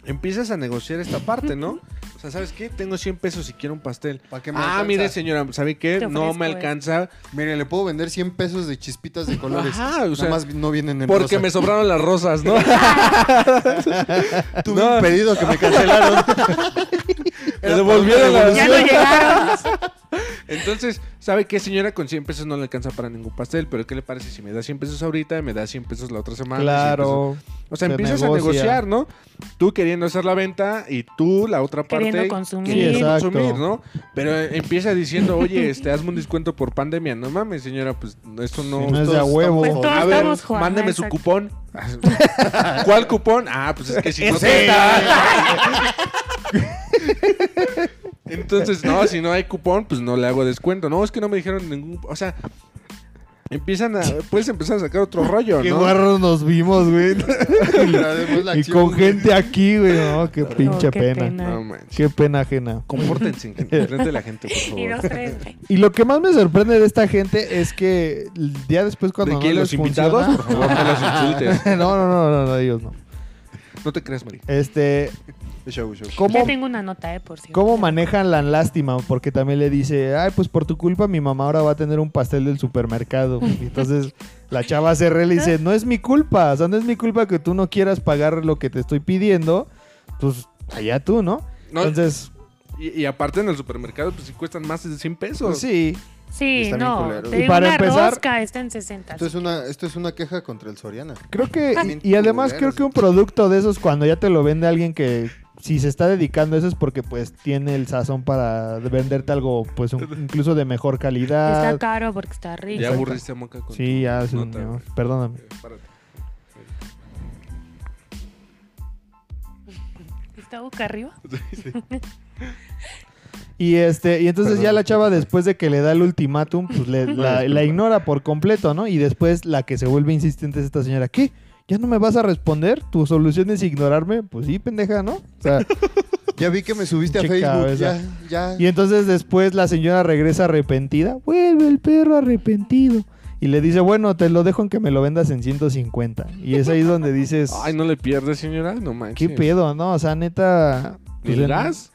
S1: empiezas a negociar esta parte, ¿no? O sea, ¿sabes qué? Tengo 100 pesos y quiero un pastel.
S4: ¿Para qué me
S1: Ah,
S4: alcanza?
S1: mire, señora, ¿sabe qué?
S3: Te
S1: No
S3: ofrezco
S1: me
S3: esto.
S1: alcanza
S4: Mire, le puedo vender 100 pesos de chispitas de colores.
S1: Ajá, o
S4: Nada
S1: sea,
S4: más no vienen en
S1: porque
S4: rosa.
S1: me sobraron las rosas, ¿no?
S4: Tuve
S1: No.
S4: un pedido que me cancelaron.
S1: Me devolvieron las
S3: ya no llegaron.
S1: Entonces, ¿sabe qué, señora? Con 100 pesos no le alcanza para ningún pastel, pero ¿qué le parece si me da 100 pesos ahorita y me da 100 pesos la otra semana? 100 pesos?
S2: Claro.
S1: O sea,
S2: Se
S1: empiezas
S2: negocia.
S1: a negociar, ¿no? Tú queriendo hacer la venta y tú la otra parte
S3: Queriendo consumir.
S1: queriendo
S2: Sí, exacto.
S1: consumir, ¿no? Pero eh, empieza diciendo, oye, este, hazme un descuento por pandemia. No mames, señora, pues eso no...
S2: Si no es de a huevo.
S3: Pues todos
S1: A ver,
S3: estamos jugando.
S1: mándeme su
S3: exacto.
S1: cupón. ¿Cuál cupón? Ah, pues es que si no te- Entonces, no, si no hay cupón, pues no le hago descuento. No, es que no me dijeron ningún... O sea, empiezan a... Puedes empezar a sacar otro rollo,
S2: Qué
S1: ¿no?
S2: guarros nos vimos, güey. y con gente aquí, güey. No, qué pinche
S3: qué
S2: pena.
S3: pena.
S1: No manches.
S2: Qué pena ajena.
S1: Compórtense enfrente de la gente, por favor.
S3: Y dos, tres.
S2: Y lo que más me sorprende de esta gente es que el día después cuando
S1: ¿De
S2: no
S1: quién?
S2: les
S1: ¿Los invitados?
S2: funciona-
S1: Por favor, no los insultes.
S2: no, no, no, no, no, ellos no.
S1: No te creas, Mari.
S2: Este,
S4: Show, show.
S2: ¿cómo,
S3: Ya tengo una nota, eh, por cierto.
S2: ¿cómo manejan la lástima? Porque también le dice, ay, pues por tu culpa mi mamá ahora va a tener un pastel del supermercado. Y entonces la chava se re y dice, no es mi culpa, o sea, no es mi culpa que tú no quieras pagar lo que te estoy pidiendo, pues allá tú, ¿no?
S1: No,
S2: Entonces,
S1: Y, y aparte en el supermercado, pues sí cuestan más de 100 pesos.
S2: Pues sí.
S3: Sí,
S4: Está bien
S3: no.
S4: culero.
S3: te
S2: Y
S3: digo,
S2: para
S3: una
S2: empezar-
S3: rosca está en 60.
S4: Esto es, una, esto es una queja contra el Soriana.
S2: Creo que,
S4: Bien
S2: y, y además creo
S4: culeros.
S2: que un producto de esos, cuando ya te lo vende alguien que si se está dedicando a eso es porque pues tiene el sazón para venderte algo pues un- incluso de mejor
S3: Está
S2: calidad.
S3: caro porque está rico.
S1: Ya aburriste a Moca con
S2: Sí,
S1: tu
S2: ya,
S1: nota,
S2: señor.
S1: güey.
S2: Perdóname.
S1: Eh, párate.
S3: Está boca arriba.
S2: Y este, y entonces
S4: Perdón.
S2: ya la chava después de que le da el ultimátum, pues le- la, la ignora por completo, ¿no? Y después la que se vuelve insistente es esta señora, ¿qué? ¿Ya no me vas a responder? ¿Tu solución es ignorarme? Pues sí, pendeja, ¿no? O sea,
S4: Ya vi que me subiste a
S2: Pinche
S4: Facebook.
S2: cabeza.
S4: Ya, ya.
S2: y este entonces después la señora regresa arrepentida, vuelve el perro arrepentido. Y le dice, bueno, te lo dejo en que me lo vendas en 150. Y es ahí donde dices,
S1: Ay, no le pierdes, señora. No manches.
S2: ¿qué pedo, no? O sea, neta...
S1: ¿Ni
S2: pues,
S1: el
S2: en-
S1: gas?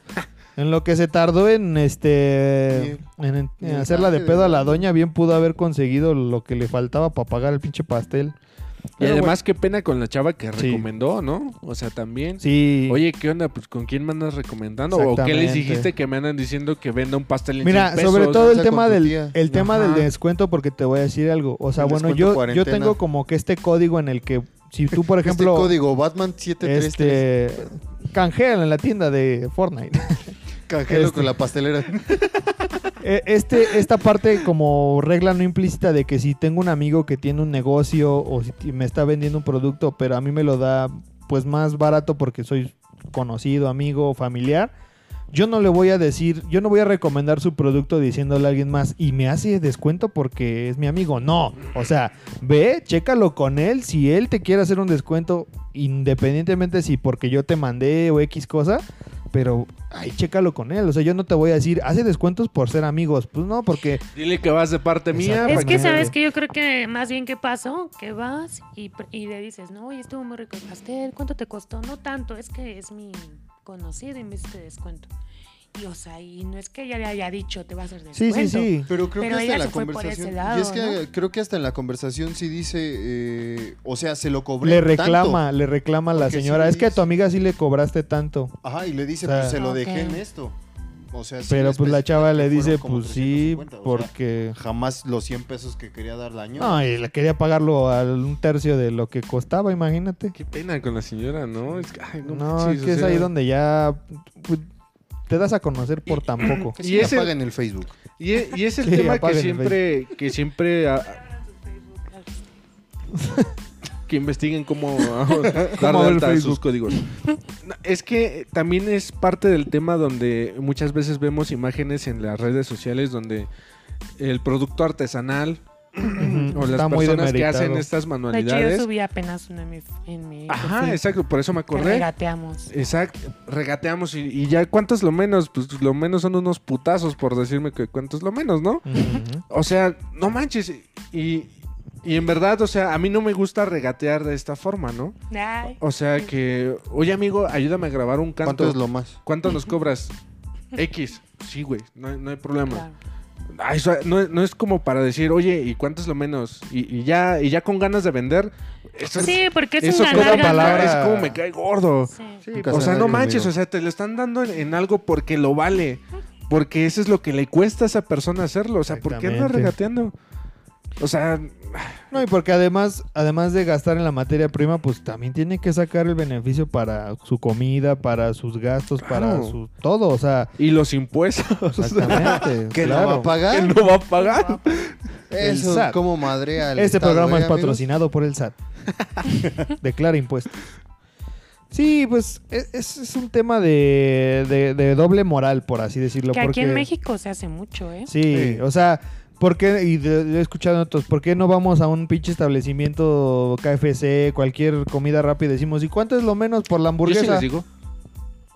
S2: En lo que se tardó en este en, en
S4: ni el
S2: hacerla de
S4: cambio de
S2: pedo a la
S4: mando.
S2: doña, bien pudo haber conseguido lo que le faltaba para pagar el pinche pastel.
S1: Y
S2: Pero
S1: además, qué pena con la chava que
S2: Sí.
S1: recomendó, ¿no? O sea, también.
S2: bueno, sí.
S1: Oye, ¿qué onda? Pues ¿con quién me andas recomendando? ¿O qué les
S2: Exactamente.
S1: dijiste que me andan diciendo que venda un pastel en
S2: mira,
S1: 100 pesos?
S2: sobre todo el
S4: sea, con
S2: tema
S4: tu
S2: del
S4: tía.
S2: el tema del
S1: Ajá.
S2: descuento porque te voy a decir algo, o sea,
S4: El
S2: bueno,
S4: descuento
S2: yo yo
S4: cuarentena.
S2: tengo como que este código en el que si tú, por
S4: Este
S2: ejemplo,
S4: código Batman 733
S2: este canjean en la tienda de Fortnite.
S4: canjelo
S2: este.
S4: con la pastelera.
S2: Eh, este, esta parte como regla no implícita de que si tengo un amigo que tiene un negocio o si ti- me está vendiendo un producto, pero a mí me lo da pues más barato porque soy conocido, amigo, familiar, yo no le voy a decir, yo no voy a recomendar su producto diciéndole a alguien más y me hace descuento porque es mi amigo. No, o sea, ve, chécalo con él, si él te quiere hacer un descuento, independientemente si porque yo te mandé o X cosa, pero ahí chécalo con él. O sea, yo no te voy a decir, hace descuentos por ser amigos. Pues no, porque
S1: Dile que vas de parte mía.
S2: Exacto.
S1: para
S3: Es que
S1: me-
S3: sabes que yo creo que más bien qué pasó, que vas y, pr- y le dices, no, oye, estuvo muy rico el pastel, ¿cuánto te costó? No tanto, es que es mi conocido y me hizo este descuento. Y o sea, y no es que ella le haya dicho, te va a hacer
S2: sí,
S3: descuento.
S2: sí, sí.
S4: Pero creo
S3: Pero
S4: que hasta
S3: ella
S4: en la
S3: se fue por ese
S4: conversación.
S3: lado,
S4: y es que creo que hasta en la conversación sí dice. eh, o sea, se lo cobré.
S2: Le
S4: tanto.
S2: reclama, le reclama a la
S4: Porque sí
S2: señora.
S4: le
S2: es que a
S4: dice.
S2: tu amiga sí le cobraste tanto.
S4: Ajá, y le dice,
S2: O sea,
S4: pues se lo
S3: Ok.
S4: dejé en esto. O sea, sí
S2: Pero
S4: le
S2: pues la
S4: especifica
S2: chava
S4: que
S2: le
S4: fueron
S2: dice,
S4: como
S2: pues sí,
S4: 350, o sea,
S2: porque...
S4: jamás los 100 pesos que quería darle año.
S2: No, y le quería pagarlo a un tercio de lo que costaba, imagínate.
S1: Qué pena con la señora, ¿no? Es que, ay, no,
S2: No,
S1: manches,
S2: es
S1: o
S2: que es
S1: sea,
S2: ahí donde ya pues, te das a conocer por tampoco.
S4: Que
S1: y
S4: sí la
S1: ese-
S4: paga en el Facebook.
S1: Y, e- y es el
S2: Sí,
S1: tema que
S2: apaguen el
S1: siempre, que siempre ah, que investiguen cómo ah, dar
S2: abre
S1: de
S2: el
S1: alta sus
S2: Facebook.
S1: códigos. No, Es que también es parte del tema donde muchas veces vemos imágenes en las redes sociales donde el producto artesanal
S2: Ujú,
S1: o las
S2: está muy
S1: personas que
S2: demeritado.
S1: hacen estas
S3: De hecho, yo
S1: manualidades.
S3: subí apenas uno en mi... En mi
S1: Ajá,
S3: perfil,
S1: exacto, por eso me
S3: que
S1: acordé.
S3: regateamos.
S1: Exacto, regateamos y, y ya cuántos lo menos, pues lo menos son unos putazos por decirme que cuántos lo menos, ¿no?
S2: Ujú.
S1: O sea, no manches. Y, y en verdad, o sea, a mí no me gusta regatear de esta forma, ¿no?
S2: Eh,
S3: Ay.
S2: oh,
S1: O sea que, oye amigo, ayúdame a grabar un canto.
S4: ¿Cuánto es lo más?
S1: ¿Cuánto nos cobras? X. Sí, güey, no, hay- no hay problema.
S3: Claro.
S1: Ay, o sea, no, no es como para decir, oye, ¿y cuánto es lo menos? Y, y ya y ya con ganas de vender. Eso, es-
S3: Sí, porque es
S1: eso
S3: un
S1: como
S3: ganar, ganar.
S2: palabra.
S1: es como me cae gordo.
S3: Sí.
S4: Nunca
S1: pues, O sea,
S4: sabe,
S1: no
S4: amigo.
S1: manches, o sea, te lo están dando en, en algo porque lo vale. Porque eso es lo que le cuesta a esa persona hacerlo. O sea, ¿por qué anda
S2: Exactamente.
S1: regateando? O sea,
S2: No, y porque además, además de gastar en la materia prima, pues también tiene que sacar el beneficio para su comida, para sus gastos, para
S1: Claro.
S2: su todo, o sea,
S1: y los impuestos.
S2: exactamente.
S4: ¿Que
S2: claro.
S4: la va a
S1: que
S4: pagar?
S1: no va a pagar.
S2: El
S4: Eso,
S2: SAT.
S4: como madrea al
S2: Este
S4: Estado,
S2: programa
S4: ¿eh,
S2: es
S4: amigos?
S2: patrocinado por el SAT. Declara impuestos. Sí, pues es, es- es un tema de, de- de doble moral, por así decirlo.
S3: Que aquí en
S2: porque-
S3: México se hace mucho, ¿eh?
S2: Sí, o sea, ¿por qué? Y de- lo he escuchado en otros, ¿por qué no vamos a un pinche establecimiento KFC, cualquier comida rápida y decimos, ¿y cuánto es lo menos por la
S1: Yo
S2: hamburguesa?
S1: sí les digo.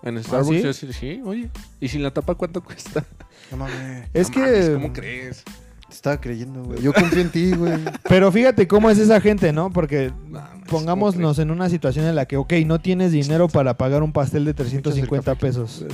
S1: En Starbucks
S2: sí?
S1: yo sí, sí, oye. ¿Y sin la tapa cuánto cuesta?
S4: No mames,
S2: es
S1: No
S2: que...
S1: mames, ¿Cómo crees?
S4: te estaba creyendo, güey. Yo confío en ti, güey.
S2: Pero fíjate cómo es esa gente, ¿no? Porque
S1: No mames,
S2: pongámonos en una situación en la que, ok, no tienes dinero para pagar un pastel de
S4: Muchas
S2: 350
S4: del café.
S2: pesos.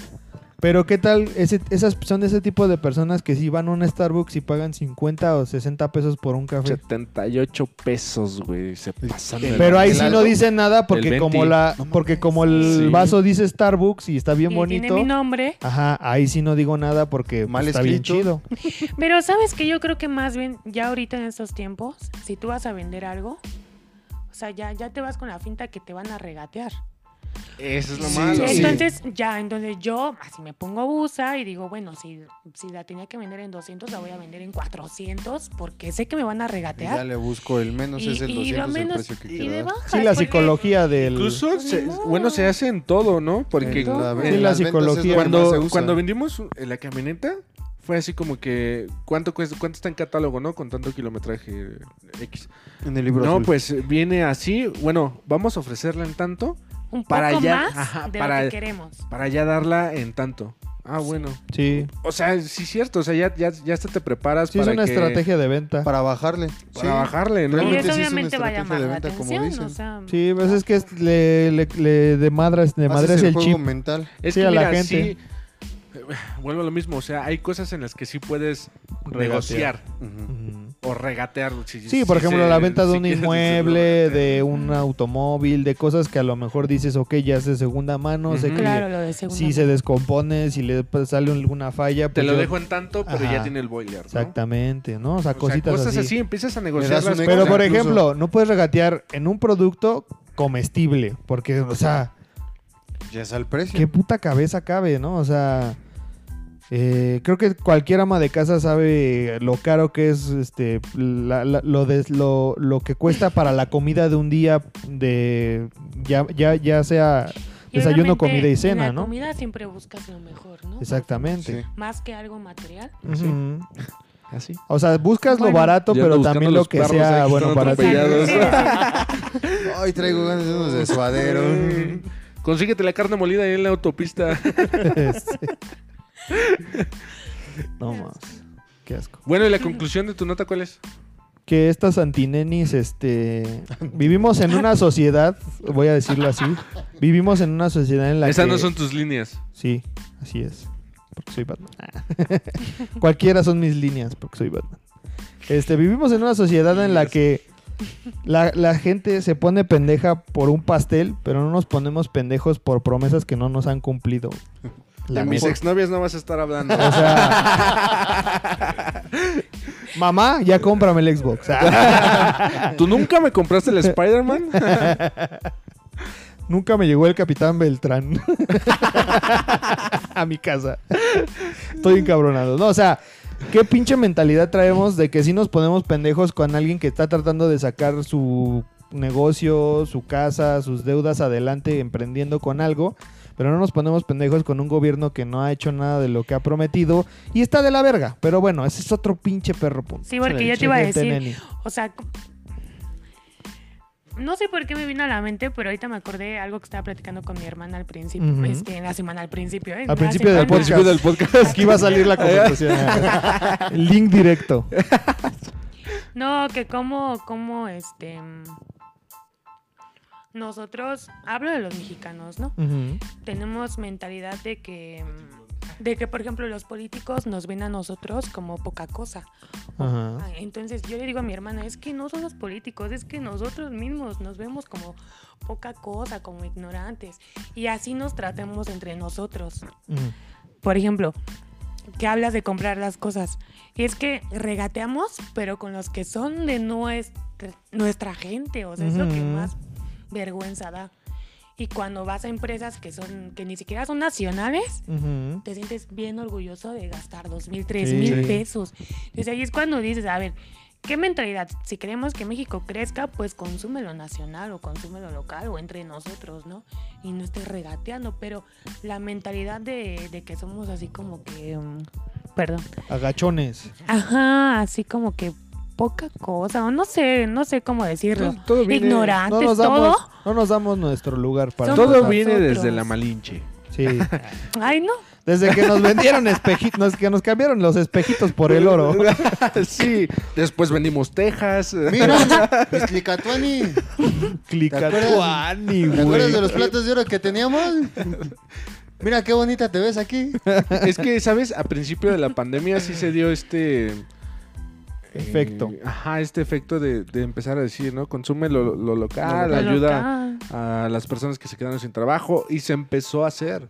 S2: Pero qué tal, ese- esas son ese tipo de personas que si van a un Starbucks y pagan 50 o 60 pesos por un café.
S1: 78 pesos, güey. Se pasan de
S2: Pero
S1: la-
S2: ahí
S4: El
S2: sí
S4: algo-
S2: no dicen nada porque
S1: el
S2: como
S1: 20.
S2: la
S1: No mames.
S2: porque como el
S1: Sí.
S2: vaso dice Starbucks y está bien
S3: Y
S2: bonito.
S3: Tiene mi nombre.
S2: Ajá, ahí sí no digo nada porque pues,
S4: Mal
S2: está bien chido.
S4: escrito.
S3: Pero sabes que yo creo que más bien ya ahorita en estos tiempos, si tú vas a vender algo, o sea, ya, ya te vas con la finta que te van a regatear.
S1: Eso es lo
S4: Ah, Sí,
S1: malo.
S4: sí.
S3: Entonces, ya, entonces yo así me pongo busa y digo, bueno, si, si la tenía que vender en 200, la voy a vender en 400 porque sé que me van a
S4: Y ya
S3: regatear.
S4: le busco el menos
S3: Y-
S4: es el
S3: y
S4: 200
S3: lo menos-
S4: el precio que
S3: y
S4: quiero
S3: de
S4: dar.
S3: baja,
S2: Sí, la
S3: porque-
S2: psicología del
S1: Incluso,
S3: Pues
S1: se-
S3: ni modo.
S1: bueno, se hace en todo, ¿no? Porque
S4: En la-
S1: en-
S4: en
S2: Sí, la
S4: las ventas es lo que
S2: psicología.
S4: más se
S1: cuando,
S4: usa.
S1: cuando vendimos eh, la camioneta, fue así como que, ¿cuánto, cuesta, ¿cuánto está en catálogo, no? Con tanto kilometraje eh, X.
S4: en el libro
S1: No,
S4: azul.
S1: pues eh, viene así, bueno, vamos a ofrecerla en tanto,
S3: Un poco
S1: Para ya-
S3: más
S1: ajá,
S3: de
S1: para-
S3: lo que queremos.
S1: para ya darla en tanto. Ah, bueno.
S2: Sí,
S1: O sea, sí es cierto, o sea, ya, ya, ya hasta te preparas
S2: sí es
S1: para
S2: una
S1: que-
S2: estrategia de venta.
S4: Ah, para bajarle.
S1: para
S4: Sí.
S1: bajarle, ¿no?
S3: Y
S4: Realmente
S3: eso
S4: sí es una
S3: obviamente va a
S4: estrategia
S3: llamar
S4: de
S3: la
S4: venta, como
S3: atención,
S4: dicen.
S3: o sea,
S2: Sí, pues es que es- le, le, le de madras, de
S4: Haces
S2: madras el,
S4: juego
S2: chip.
S4: mental.
S1: Es
S2: Sí,
S1: que
S2: a la
S1: mira,
S2: gente.
S1: sí, eh, vuelvo a lo mismo, o sea, hay cosas en las que sí puedes negociar
S2: Regatear.
S4: Ujú.
S2: Ujú.
S1: o regatear. si-
S2: Sí,
S1: si
S2: por ejemplo,
S1: se-
S2: la venta de
S1: si
S2: un
S1: quieres
S2: inmueble,
S1: decirlo.
S2: de un automóvil, de cosas que a lo mejor dices, ok, ya es de segunda mano, sé
S1: Ujú.
S2: que
S3: claro, lo de segunda.
S2: si se descompone, si le pues, sale alguna falla.
S1: Te
S2: pues
S1: lo
S2: yo-
S1: dejo en tanto, pero ya
S2: Ajá.
S1: tiene el boiler, ¿no?
S2: Exactamente, ¿no? O sea,
S1: O sea,
S2: cositas
S1: cosas así.
S2: así.
S1: empiezas a
S4: das
S1: negociar
S4: un
S1: las
S4: extra.
S2: Pero
S1: cosas.
S2: por
S4: incluso.
S2: ejemplo, no puedes regatear en un producto comestible, porque, o sea,
S4: Ya es al precio.
S2: qué puta cabeza cabe, ¿no? O sea, eh, creo que cualquier ama de casa sabe lo caro que es este la- la- lo, des- lo, lo que cuesta para la comida de un día de ya ya ya sea
S3: Y
S2: desayuno,
S3: obviamente,
S2: comida y
S3: en
S2: cena,
S3: la
S2: ¿no?
S3: comida siempre buscas lo mejor, ¿no?
S2: Exactamente.
S4: Sí.
S3: Más que algo material.
S2: Ujú.
S1: Así.
S2: O sea, buscas
S3: Bueno.
S2: lo barato,
S1: Ya
S2: pero
S1: ando
S2: también
S1: buscando
S2: lo
S1: los
S2: que
S1: perros ahí
S2: sea
S1: que
S2: bueno
S1: están
S2: para ti.
S1: atropellados.
S4: Ay, traigo ganas de unos de suadero.
S1: Consíguete la carne molida ahí en la autopista.
S2: Sí. No más. Qué asco.
S1: bueno, ¿y la conclusión de tu nota cuál es?
S2: que estas antinenis, este, vivimos en una sociedad, voy a decirlo así, vivimos en una sociedad en la
S1: Esas
S2: que...
S1: no son tus líneas.
S2: Sí, así es, porque soy Batman. Cualquiera son mis líneas, porque soy Batman. Este, vivimos en una sociedad en la que la, la gente se pone pendeja por un pastel, pero no nos ponemos pendejos por promesas que no nos han cumplido. La
S1: De mis
S2: neta.
S1: exnovias no vas a estar hablando.
S2: O sea, mamá, ya cómprame el Xbox.
S1: ¿Tú nunca me compraste el Spider-Man?
S2: Nunca me llegó el capitán Beltrán a mi casa. Estoy encabronado. No, o sea, qué pinche mentalidad traemos de que si nos ponemos pendejos con alguien que está tratando de sacar su negocio, su casa, sus deudas adelante, emprendiendo con algo. Pero no nos ponemos pendejos con un gobierno que no ha hecho nada de lo que ha prometido y está de la verga. Pero bueno, ese es otro pinche perro punto.
S3: Sí, porque yo te iba a decir, O sea, co- no sé por qué me vino a la mente, pero ahorita me acordé de algo que estaba platicando con mi hermana al principio.
S2: Ujú.
S3: Este, en la semana al principio. ¿eh?
S2: Al
S3: En la
S2: principio del
S3: semana.
S2: podcast.
S1: del
S2: podcast que iba a salir la conversación. Link directo.
S3: No, que cómo, cómo, este. mm, Nosotros, hablo de los mexicanos, ¿no? Tenemos mentalidad de que. mm, De que, por ejemplo, los políticos nos ven a nosotros como poca cosa.
S2: Ajá.
S3: Ah, Entonces yo le digo a mi hermana, es que no son los políticos, es que nosotros mismos nos vemos como poca cosa, como ignorantes. Y así nos tratamos entre nosotros.
S2: Ujú.
S3: Por ejemplo, que hablas de comprar las cosas. Y es que regateamos, pero con los que son de nuestra, nuestra gente. O sea, es lo que
S2: Ujú.
S3: más vergüenza da. Y cuando vas a empresas que son que ni siquiera son nacionales,
S2: Ujú.
S3: te sientes bien orgulloso de gastar dos mil, tres
S2: Sí.
S3: mil pesos. Entonces ahí es cuando dices, a ver, ¿qué mentalidad? Si queremos que México crezca, pues consume lo nacional o consume lo local o entre nosotros, ¿no? Y no estés regateando, pero la mentalidad de, de que somos así como que, mm, perdón,
S2: Agachones.
S3: ajá, así como que poca cosa, o no sé, no sé cómo decirlo.
S1: Todo- todo viene-
S2: No
S3: Ignorantes,
S2: nos,
S3: todo.
S2: damos, no nos damos nuestro lugar para
S3: Somos
S1: Todo
S2: nosotros.
S1: viene
S3: nosotros.
S1: desde la Malinche.
S2: Sí.
S3: Ay, no.
S2: Desde que nos vendieron espejitos, que nos cambiaron los espejitos por el oro.
S1: sí, después vendimos Texas.
S4: Mira, mis Clicatuani. ¿Te acuerdas?
S2: Clicatuani,
S4: ¿Te acuerdas de
S2: güey.
S4: los platos de oro que teníamos? Mira qué bonita te ves aquí.
S1: Es que, ¿sabes? A principio de la pandemia sí se dio este... eh,
S2: Efecto.
S1: ajá, este efecto de, de empezar a decir, ¿no? Consume lo, lo local,
S3: Pero
S1: ah,
S3: ah,
S1: ayuda
S3: acá,
S1: a las personas que se quedaron sin trabajo y se empezó a hacer.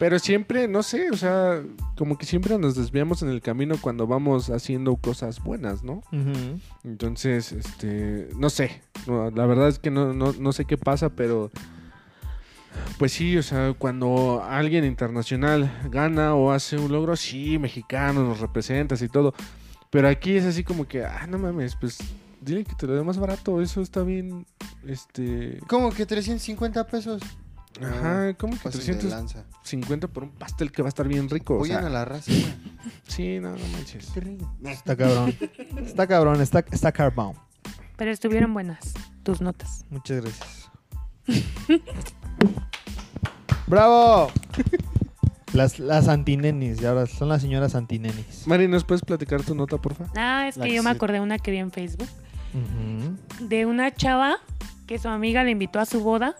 S1: Pero siempre, no sé, o sea, como que siempre nos desviamos en el camino cuando vamos haciendo cosas buenas, ¿no?
S2: Ujú.
S1: Entonces, este, no sé, No, la verdad es que no, no, no sé qué pasa, pero pues sí, o sea, cuando alguien internacional gana o hace un logro, sí, mexicano, nos representas y todo, pero aquí es así como que, ah, no mames, pues dile que te lo dé más barato, eso está bien, este,
S4: ¿Cómo que 350 pesos?
S1: ajá, ¿cómo que
S4: Pasen Ah, de
S1: 350
S4: lanza.
S1: por un pastel que va a estar bien rico? O
S4: Apoyen
S1: sea,
S4: a la raza.
S1: Sí, no, no manches.
S2: Está cabrón. Está cabrón, está, está carbón.
S3: Pero estuvieron buenas tus notas.
S2: Muchas gracias. ¡Bravo! Las, las antinenis, ya ahora son las señoras antinenis.
S1: Mari, ¿nos puedes platicar tu nota, porfa?
S3: Ah, es
S4: La
S3: que
S4: que
S3: yo me
S4: sí.
S3: acordé una que vi en Facebook
S2: Ujú.
S3: de una chava que su amiga le invitó a su boda.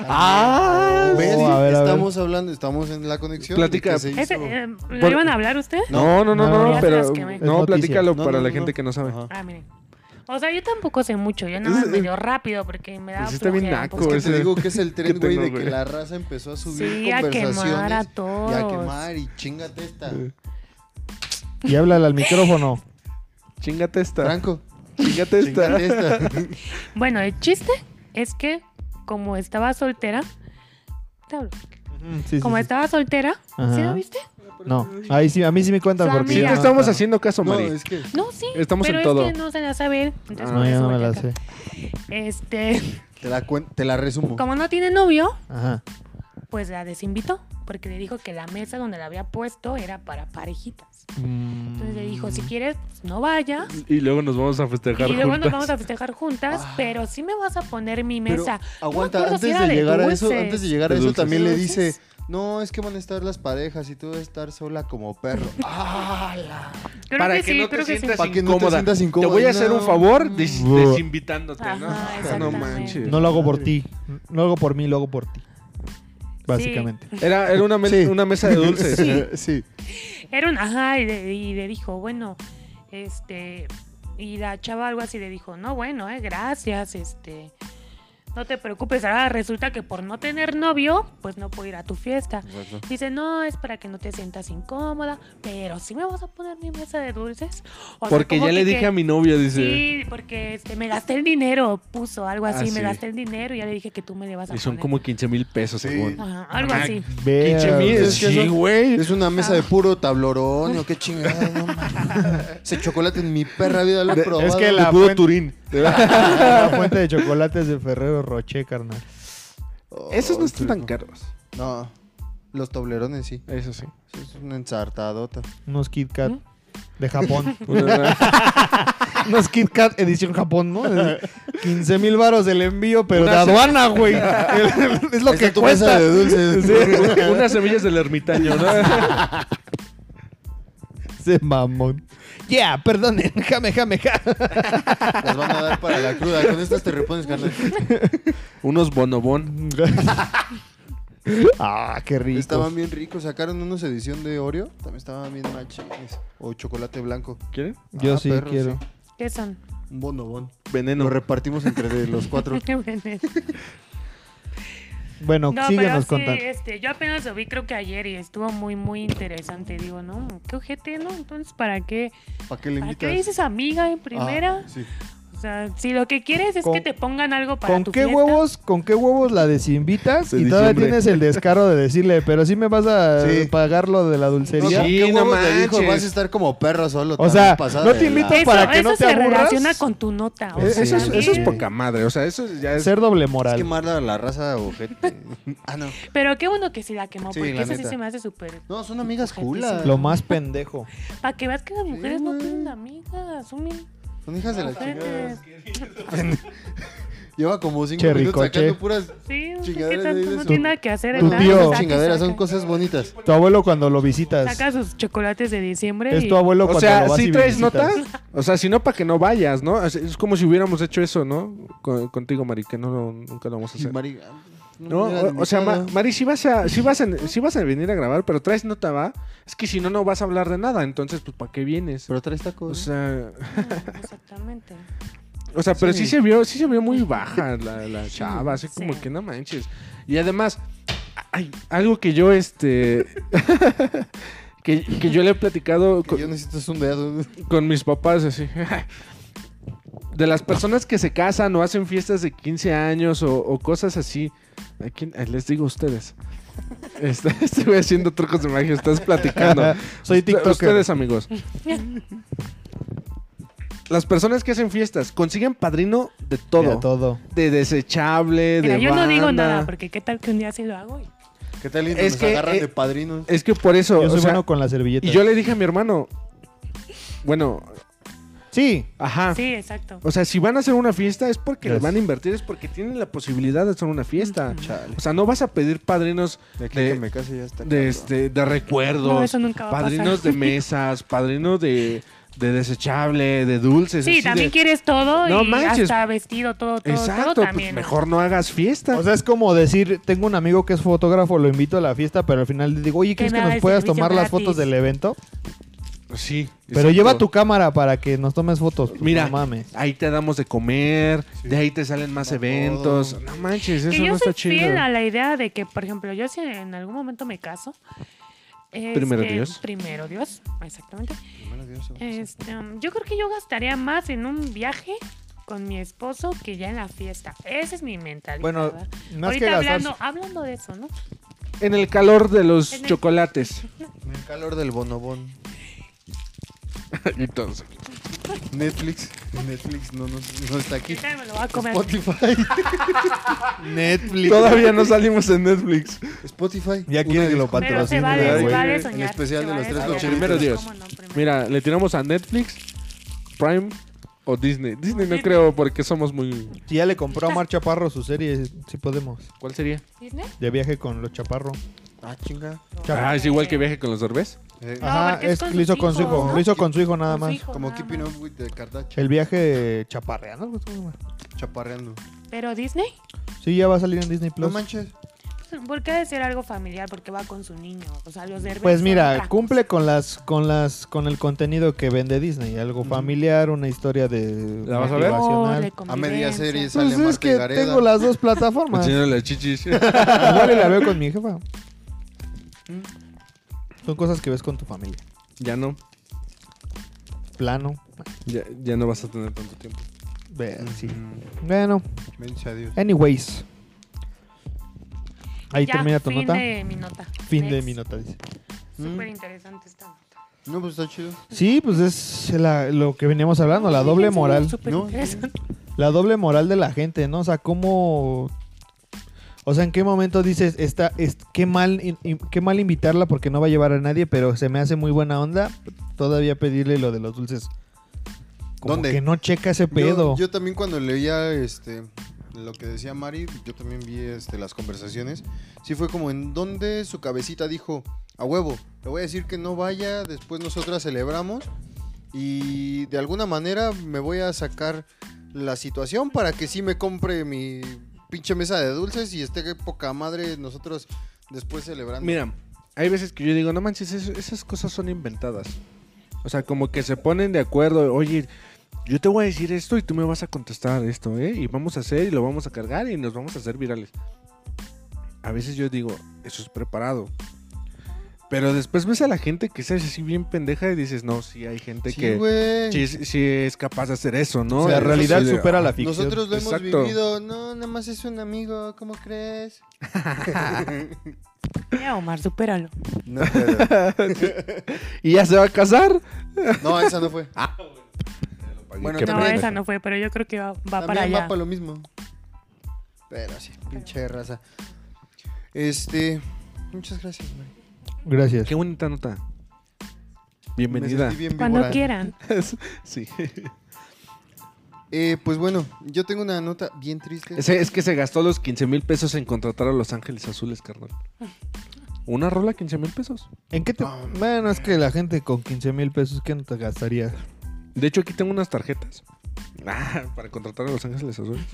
S4: Ah, ¿Ves?
S2: Oh, a ver, a ver.
S4: estamos hablando, estamos en la conexión.
S1: Platica.
S4: ¿Qué se hizo?
S3: Ese, eh, ¿Lo
S1: Por-
S3: iban a hablar usted?
S1: No, no, no,
S2: No,
S1: no,
S2: ya
S3: se las
S1: pero
S3: quemé.
S2: Es
S1: no,
S2: noticia.
S1: platícalo
S4: No,
S1: para
S4: no,
S1: la
S4: no,
S1: gente
S4: no.
S1: que no sabe.
S4: Ajá.
S3: Ah, miren. O sea, yo tampoco sé mucho, yo nada más
S1: Es- eh,
S3: me dio rápido porque me daba
S1: Pues sí está bien
S3: flojera un
S1: naco,
S4: Es
S3: poco.
S4: que
S1: Ese-
S4: te digo que es el tren,
S1: que
S4: güey,
S1: tengo,
S4: de
S1: güey.
S4: que la raza empezó a subir
S3: Sí, a
S4: conversaciones.
S3: quemar a
S4: Y a
S3: todos.
S4: quemar, y chingate esta.
S2: Y háblale al micrófono.
S1: Chingate esta.
S4: Franco,
S1: Chingate esta.
S4: chingate esta.
S3: Bueno, el chiste es que como estaba soltera, te hablo.
S2: Sí, sí,
S3: como
S2: sí.
S3: estaba soltera, ¿sí
S2: Ajá.
S3: lo viste?
S2: No, ahí sí, a mí sí me cuentan Ah,
S3: Su
S2: porque.
S1: Sí,
S3: amiga.
S1: te
S2: no-
S1: estamos
S2: no,
S1: haciendo caso,
S4: No,
S1: Mari.
S4: es que
S3: No, sí.
S1: Estamos
S3: pero
S1: en
S3: es
S1: todo.
S3: que no se la sabe él. entonces por
S2: ah. No, ya
S3: eso
S2: no me
S3: volteé
S2: la
S3: acá.
S2: sé.
S3: Este,
S4: te la, cuen- te la resumo.
S3: como no tiene novio,
S2: Ajá.
S3: pues la desinvitó, porque le dijo que la mesa donde la había puesto era para parejitas. Entonces le dijo,
S2: Mm.
S3: si quieres, pues, no vayas.
S1: Y luego nos vamos a festejar
S3: Y luego nos
S1: juntas.
S3: vamos a festejar juntas, pero sí me vas a poner mi
S4: Ah. Pero,
S3: mesa.
S4: aguanta,
S3: acuerdo
S4: antes
S3: si
S4: de,
S3: era de
S4: llegar a eso,
S3: dulces.
S4: antes de llegar a
S1: De
S4: eso
S1: dulces.
S4: también
S3: ¿De
S4: le
S3: dulces?
S4: dice, no, es que van a estar las parejas y tú vas a estar sola como perro. ¡Hala!
S3: Creo
S1: Para
S3: que,
S1: que,
S3: sí,
S1: no te
S3: creo que sí.
S1: sientas
S4: Para que no te
S1: incómoda.
S4: sientas incómoda.
S1: voy a hacer un
S4: No.
S1: favor des-
S2: Buah.
S1: desinvitándote, ¿no?
S3: Ajá,
S1: Ah, no
S3: exactamente.
S1: manches.
S2: Mm, No lo hago por ti. No lo hago por mí, lo hago por ti. Básicamente.
S1: Era, era una, men-
S4: Sí.
S1: una mesa de dulces.
S4: sí.
S3: Era un ajá, y le, y le dijo, bueno, este. Y la chava algo así le dijo, no, bueno, eh, gracias, este. No te preocupes, ahora resulta que por no tener novio, pues no puedo ir a tu fiesta. Dice, no, es para que no te sientas incómoda, pero sí me vas a poner mi mesa de dulces. O sea,
S1: Porque
S3: como
S1: ya le
S3: que-
S1: dije
S3: que-
S1: a mi novia, dice.
S3: Sí, porque este, me gasté el dinero, puso algo así,
S1: Ah,
S3: me
S1: sí.
S3: gasté el dinero y ya le dije que tú me le vas a
S1: y son
S3: poner.
S1: como 15 mil pesos,
S4: Sí.
S1: según.
S3: Ajá, algo
S1: Ah,
S3: así.
S2: Vea,
S1: 15 mil,
S4: Es que
S1: sí,
S4: eso-
S1: güey.
S4: Es una mesa de puro tablorón, o qué chingada, no mames. Ese chocolate en mi perra vida lo he probado.
S2: es que
S1: De
S2: la
S1: puro
S2: fuente,
S1: Turín.
S2: la fuente de chocolates de Ferrero Rocher, carnal.
S4: Oh,
S1: Esos no están tan
S4: rico.
S1: caros.
S4: No, los tablerones sí.
S1: Eso sí.
S4: Eso es una ensartadota.
S2: Unos Kit Kat
S3: ¿Mm?
S2: de Japón.
S1: Una,
S2: Unos Kit Kat edición Japón, ¿no? 15 mil varos del envío, pero
S1: Una
S2: de
S1: se-
S2: aduana, güey. es lo
S4: Esta
S2: que
S4: es tu mesa
S2: cuesta.
S4: de dulces.
S1: unas semillas del ermitaño, ¿no?
S2: Ese mamón. Yeah, perdonen. Jame, jame, ja.
S4: Las van a dar para la cruda. Con estas te repones, carnal.
S1: unos bonobón.
S2: ah, qué rico.
S4: Estaban bien ricos. Sacaron unos edición de Oreo. También estaban bien machines. O chocolate blanco.
S1: ¿Quieren?
S2: Yo
S4: Ah,
S2: sí
S4: perro,
S2: quiero.
S3: ¿Qué son?
S4: Un bonobón. Lo
S1: Veneno.
S4: repartimos entre de los cuatro.
S2: Bueno,
S3: No, pero
S2: síguenos
S3: sí,
S2: contando.
S3: este, yo apenas lo vi creo que ayer y estuvo muy, muy interesante. Digo, no, qué ojete, ¿no? Entonces, ¿para qué?
S4: ¿Para qué le
S3: ¿Para
S4: invitas?
S3: qué dices amiga en
S4: Ah,
S3: primera?
S4: sí.
S3: O sea, si lo que quieres es
S2: Con-
S3: que te pongan algo para
S2: ¿Con
S3: tu
S2: qué
S3: fiesta,
S2: huevos, con qué huevos la desinvitas?
S1: De
S2: y todavía
S1: diciembre.
S2: tienes el descaro de decirle, pero sí me vas a
S4: Sí.
S2: pagar lo de la dulcería.
S1: No, sí.
S4: ¿Qué
S1: no
S4: huevos le dijo?
S1: manches.
S4: Vas a estar como perro solo.
S2: O sea,
S4: también pasada
S2: no te
S4: de
S2: invito
S4: la-
S3: Eso,
S2: para que
S3: eso
S2: no te
S3: se
S2: aburras.
S3: relaciona con tu nota. o
S1: Eh,
S3: sea,
S1: Eso es, eso es
S3: bien.
S1: poca madre, o sea, eso ya es...
S2: Ah, Ser doble
S4: Es
S2: moral.
S4: quemarla a la raza ojete. ah, no.
S3: Pero qué bueno que sí la quemó,
S4: Sí,
S3: porque
S4: la
S3: eso sí
S4: neta.
S3: se me hace súper.
S4: No, son amigas
S3: Ojetísimo.
S4: culas.
S2: Lo más pendejo.
S3: Para que veas que las mujeres no
S4: güey.
S3: tienen amigas, son bien
S4: Son hijas de la chingada.
S3: ojetes.
S4: Lleva como cinco
S2: Cherry
S4: minutos
S2: coche.
S4: sacando puras
S3: Sí, no sé qué
S4: Chingaderas,
S3: tanto,
S4: dices
S3: no
S4: tú.
S3: tiene nada que hacer.
S2: Tu
S3: en nada,
S2: tío.
S3: saca y
S4: chingaderas. Son
S3: saca.
S4: cosas bonitas.
S2: Tu abuelo cuando lo visitas.
S3: Saca sus chocolates de diciembre
S2: Es
S3: y...
S2: tu abuelo
S1: O
S2: cuando
S1: sea,
S2: lo vas
S1: si
S2: y
S1: traes nota,
S2: visitas.
S1: o sea, si no, para que no vayas, ¿no? O sea, Es como si hubiéramos hecho eso, ¿no? Con- contigo, Mari, que no, lo- nunca lo vamos a hacer.
S4: Mari- ah,
S1: No,
S4: era
S1: o, o sea, Ma-
S4: invitada.
S1: Mari, si vas, a, si, vas a, si vas a venir a grabar, pero traes nota, va. Es que si no, no vas a hablar de nada. Entonces, pues, ¿para qué vienes?
S4: Pero traes tacos.
S1: o sea,
S3: Ah, exactamente.
S1: o sea pero sí.
S4: Sí.
S1: se vio sí se vio muy baja la, la chava. Así
S3: Sí.
S1: como que no manches. Y además, ay, algo que yo, este. que, que yo le he platicado.
S4: Que
S1: con-
S4: yo necesito un dedo.
S1: con mis papás, así. De las personas que se casan o hacen fiestas de 15 años o, o cosas así. ¿A quién? Ay, Les digo a ustedes. Está- Estoy haciendo trucos de magia, estás platicando.
S2: Soy
S1: Usted-
S2: TikToker.
S1: Ah, Ustedes, amigos. Las personas que hacen fiestas consiguen padrino de todo.
S2: Mira,
S1: De,
S2: todo.
S1: desechable,
S3: Mira,
S1: de
S3: yo no digo
S1: banda.
S3: nada, porque qué tal que un día sí lo hago. y-
S4: ¿Qué tal? lindo,
S1: Es
S4: nos
S1: que,
S4: agarran
S1: eh,
S4: de padrinos.
S1: Es que por eso.
S2: Yo soy
S1: o sea,
S2: bueno con las servilletas.
S1: y yo le dije a mi hermano. Bueno,
S2: Sí.
S1: ajá.
S3: Sí, exacto.
S1: O sea, si van a hacer una fiesta es porque le
S2: Gracias.
S1: van a invertir, es porque tienen la posibilidad de hacer una fiesta.
S3: Ujú.
S4: Chale.
S1: O sea, no vas a pedir padrinos
S4: De aquí
S1: de-
S4: que me case ya está.
S1: de,
S4: cabrón.
S1: este, de recuerdos,
S3: No, eso nunca va a
S1: padrinos
S3: pasar.
S1: de mesas, padrinos de, de desechable, de dulces.
S3: Sí,
S1: así
S3: también
S1: de-
S3: quieres todo
S1: No
S3: y
S1: manches.
S3: hasta vestido, todo, todo,
S1: Exacto,
S3: todo
S1: pues
S3: también. ¿no?
S1: mejor no hagas fiesta.
S2: O sea, es como decir, tengo un amigo que es fotógrafo, lo invito a la fiesta, pero al final le digo, oye,
S3: Que
S2: ¿crees
S3: me
S2: que
S3: haga
S2: nos
S3: el
S2: puedas
S3: servicio
S2: tomar las
S3: gratis".
S2: fotos del evento?
S1: sí.
S2: Pero
S1: exacto.
S2: lleva tu cámara para que nos tomes fotos. Pues,
S1: Mira,
S2: no mames.
S1: ahí te damos de comer, de ahí te salen más
S4: Para
S1: eventos.
S4: todo.
S1: No manches,
S3: Que
S1: pues eso
S3: yo
S1: no
S3: soy
S1: está chido.
S3: fiel a la idea de que, por ejemplo, yo si en algún momento me caso. este,
S1: Primero Dios.
S3: Primero Dios, exactamente.
S4: Primero Dios, ahora sí.
S3: Este, um, yo creo que yo gastaría más en un viaje con mi esposo que ya en la fiesta. Esa es mi mentalidad.
S2: Bueno,
S3: ¿verdad?
S2: más
S3: ahorita
S2: que
S3: hablando,
S2: gastar.
S3: hablando de eso, ¿no?
S1: En el calor de los
S3: En el-
S1: chocolates.
S4: En el calor del bonobón.
S1: Entonces,
S4: Netflix. Netflix no, no, no está aquí.
S3: Ahorita me lo voy a comer.
S4: Spotify.
S2: Netflix.
S1: todavía no salimos en Netflix.
S4: Spotify.
S2: Ya quiere
S4: Una
S2: que lo
S4: disculpa.
S3: Pero
S2: patrocine,
S3: se vale, se
S1: güey.
S3: vale
S4: El
S3: soñar.
S4: especial
S3: se
S4: de los
S3: vale
S4: tres
S3: soñar.
S4: cochinitos.
S1: Primero Dios.
S3: ¿Cómo no? Primero
S1: Mira, le tiramos a Netflix, Prime o Disney. Disney no
S3: Disney.
S1: creo porque somos muy...
S2: Si ya le compró a Mar Chaparro su serie, sí podemos.
S1: ¿Cuál sería?
S3: ¿Disney?
S2: De viaje con los Chaparro.
S4: Ah, chinga.
S1: Ah, es igual que viaje con los Derbez.
S4: Eh,
S3: No,
S2: Ajá,
S3: porque es
S2: es-
S3: con
S2: lo hizo
S3: sus
S2: con su
S3: hijos,
S2: hijo.
S3: ¿no?
S2: Lo hizo con su hijo nada
S3: Con su
S2: más.
S3: hijo,
S4: Como
S3: nada
S4: Keeping
S3: más.
S4: Up with the Kardashians.
S2: El viaje chaparreando.
S4: Chaparreando.
S3: Pero Disney,
S2: Sí, ya va a salir en Disney
S4: No
S2: Plus.
S4: manches.
S3: pues, porque ha de ser algo familiar, porque va con su niño. O sea, los derbes.
S2: Pues
S3: son
S2: mira,
S3: otra
S2: cumple con las con las con el contenido que vende Disney, algo familiar, una historia de
S1: ¿La vas a ver?
S3: cosa.
S2: motivacional.
S3: Ole,
S4: A media
S3: convivencia.
S4: serie sale
S2: Pues
S4: Marta
S2: es
S4: y
S2: que
S4: Gareda.
S2: tengo las dos plataformas. Igual
S1: las chichis.
S2: y la veo con mi jefa. Son cosas que ves con tu familia.
S1: ya no.
S2: Plano.
S1: Ya, ya no vas a tener tanto tiempo.
S2: Ver, sí.
S4: Mm,
S2: Bueno,
S4: bendice a Dios.
S2: anyways. Ahí
S3: Ya,
S2: termina tu
S3: fin
S2: nota.
S3: de mi nota.
S2: Fin de
S3: Next.
S2: mi nota, dice.
S3: Súper
S4: Mm.
S3: interesante esta nota.
S4: No, pues está chido.
S2: Sí, pues es la- lo que veníamos hablando, la doble moral.
S3: Súper
S4: No.
S3: interesante.
S2: La doble moral de la gente, ¿no? O sea, cómo... O sea, ¿en qué momento dices, está, es, qué, mal, in- in- qué mal invitarla porque no va a llevar a nadie, pero se me hace muy buena onda todavía pedirle lo de los dulces? Como
S4: ¿Dónde?
S2: que no checa ese
S4: Yo-
S2: pedo.
S4: Yo, también cuando leía este lo que decía Mari, yo también vi este, las conversaciones. Sí fue como en donde su cabecita dijo, a huevo, le voy a decir que no vaya, después nosotras celebramos y de alguna manera me voy a sacar la situación para que sí me compre mi pinche mesa de dulces y esté poca madre nosotros después celebrando.
S1: Mira, hay veces que yo digo, no manches, eso- esas cosas son inventadas. O sea, como que se ponen de acuerdo. Oye, yo te voy a decir esto y tú me vas a contestar esto, ¿eh? Y vamos a hacer y lo vamos a cargar y nos vamos a hacer virales. A veces yo digo, eso es preparado. Pero después ves a la gente que se hace así bien pendeja y dices, no, sí hay gente
S4: Sí,
S1: que
S4: güey.
S1: sí, es- sí es capaz de hacer eso, ¿no?
S2: o sea, la
S1: Eso
S2: realidad
S1: sí de-
S2: supera la ficción.
S4: ah, Nosotros lo
S1: Exacto.
S4: hemos vivido, no, nada más es un amigo, ¿cómo crees?
S3: Ya, Omar, supéralo.
S4: No, pero-
S1: "Ah, ¿Y ya se va a casar?
S4: No, esa no fue.
S1: Qué
S3: No,
S1: pendeja.
S3: esa no fue, pero yo creo que va, va para
S4: También
S3: allá.
S4: va para lo mismo. Pero sí, pinche raza. Este. Muchas gracias, Mari.
S2: Gracias.
S1: Qué bonita nota.
S4: Me
S1: Bienvenida.
S4: sentí bien
S3: Cuando
S4: víbora.
S3: quieran.
S1: sí.
S4: Eh, pues bueno, yo tengo una nota bien triste.
S1: Es, es que se gastó los 15 mil pesos en contratar a Los Ángeles Azules, carnal. Una rola 15 mil pesos.
S2: ¿En qué te... Bueno, es que la gente con 15 mil pesos, ¿qué no te gastaría?
S1: De hecho, aquí tengo unas tarjetas Ah, para contratar a Los Ángeles Azules.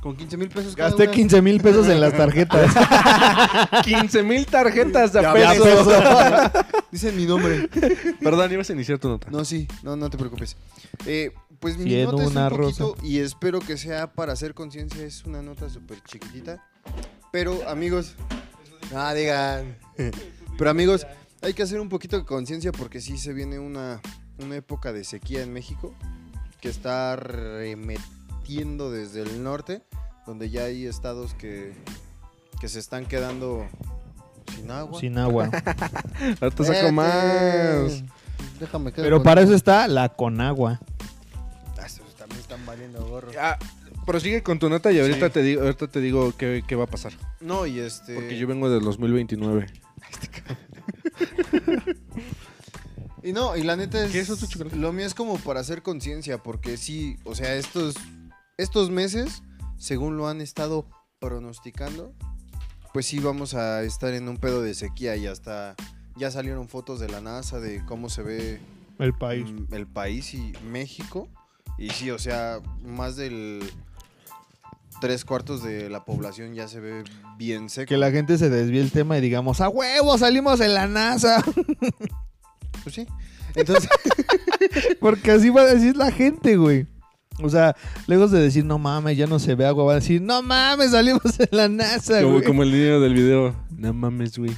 S4: Con 15 mil pesos cada
S2: Gasté
S4: una.
S2: 15 mil pesos en las tarjetas.
S1: 15 mil tarjetas de
S4: Ya
S1: a
S4: ves,
S1: pesos.
S4: Dicen mi nombre.
S1: Perdón, ibas a iniciar tu nota.
S4: No, sí, no, no te preocupes. Eh, pues mi
S2: Siendo
S4: nota es
S2: una
S4: un poquito,
S2: rosa.
S4: y espero que sea para hacer conciencia, es una nota súper chiquitita. Pero, amigos, ah, digan. Pero, amigos, hay que hacer un poquito de conciencia porque sí se viene una, una época de sequía en México que está remetiendo desde el norte, donde ya hay estados que, que se están quedando sin agua.
S2: Sin agua.
S1: Ahorita
S4: Eh,
S1: saco más.
S4: Déjame quedo
S2: Pero
S4: con-
S2: para eso está la Conagua.
S4: Ah, estos también están valiendo gorro.
S1: Ah, prosigue con tu nota y ahorita
S4: Sí.
S1: te digo, ahorita te digo qué, qué va a pasar.
S4: No, y este.
S1: Porque yo vengo del 2029.
S4: Y no, y la neta es.
S1: ¿Qué es otro chocolate?
S4: Lo mío es como para hacer conciencia, porque sí, o sea, estos, estos meses, según lo han estado pronosticando, pues sí vamos a estar en un pedo de sequía y hasta. Ya salieron fotos de la NASA de cómo se ve
S2: El país.
S4: mm, el país y México. Y sí, o sea, más del tres cuartos de la población ya se ve bien seco.
S2: Que la gente se desvíe el tema y digamos, ¡a huevo! ¡Salimos en la NASA!
S4: Pues sí. Entonces,
S2: Porque así va a decir la gente, güey. O sea, lejos de decir, no mames, ya no se ve agua, va a decir, no mames, salimos en la NASA,
S1: Como,
S2: güey.
S1: como el niño del video. No mames, güey.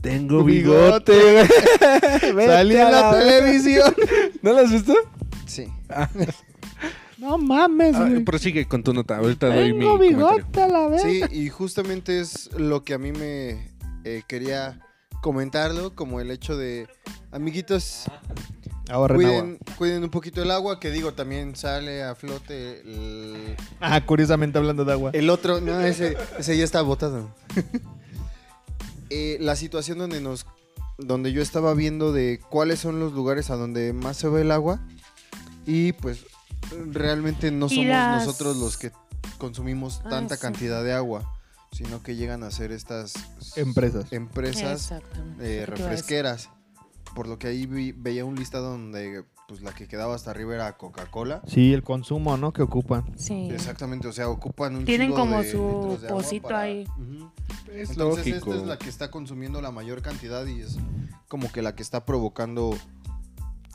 S1: Tengo
S2: Bigote,
S1: bigote, güey. Vete
S2: Salí
S1: a
S2: en la
S1: la verga.
S2: televisión.
S1: ¿No lo has visto?
S4: sí.
S2: No mames,
S1: Ah,
S2: güey.
S1: prosigue con tu nota. Ahorita doy mi.
S2: Tengo
S1: comentario.
S2: bigote a la vez.
S4: Sí, y justamente es lo que a mí me eh, quería comentarlo, como el hecho de, amiguitos,
S2: Ahorren agua.
S4: cuiden, cuiden un poquito el agua, que digo, también sale a flote el,
S2: Ah, curiosamente hablando de agua.
S4: el otro, no, ese, ese ya está botado. Eh, la situación donde nos, donde yo estaba viendo de cuáles son los lugares a donde más se ve el agua y pues realmente no
S3: Y
S4: somos
S3: las-
S4: nosotros los que consumimos
S3: Ah,
S4: tanta
S3: sí.
S4: cantidad de agua, sino que llegan a ser estas
S2: Empresas.
S1: em-
S4: empresas
S3: Exactamente.
S4: eh,
S3: Eso te iba a decir.
S4: refresqueras. Por lo que ahí vi- veía un listado donde pues la que quedaba hasta arriba era Coca-Cola.
S2: Sí, el consumo, ¿no? Que ocupan.
S3: Sí.
S4: Exactamente, o sea, ocupan un
S3: Tienen
S4: chingo
S3: como
S4: de
S3: su
S4: litros de agua
S3: pocito
S4: para-
S3: ahí.
S4: Ujú.
S1: Es
S4: Entonces
S1: lógico.
S4: esta es la que está consumiendo la mayor cantidad y es como que la que está provocando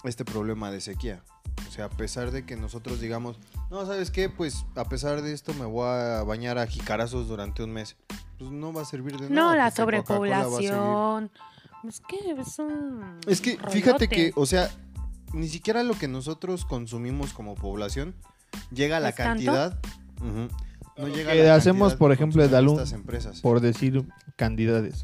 S4: este problema de sequía. O sea, a pesar de que nosotros digamos, no, ¿sabes qué? Pues a pesar de esto me voy a bañar a jicarazos durante un mes. Pues no va a servir de nada.
S3: No, la
S4: porque Coca-Cola va a seguir-
S3: sobrepoblación. Es que es un.
S4: Es que fíjate
S3: rolote.
S4: que, o sea, ni siquiera lo que nosotros consumimos como población llega a la
S3: ¿Es tanto?
S4: cantidad. Ujú. No llega
S2: que hacemos,
S4: cantidad
S2: por
S4: que
S2: ejemplo, de
S4: consumen
S2: Dalum,
S4: estas empresas.
S2: por decir cantidades.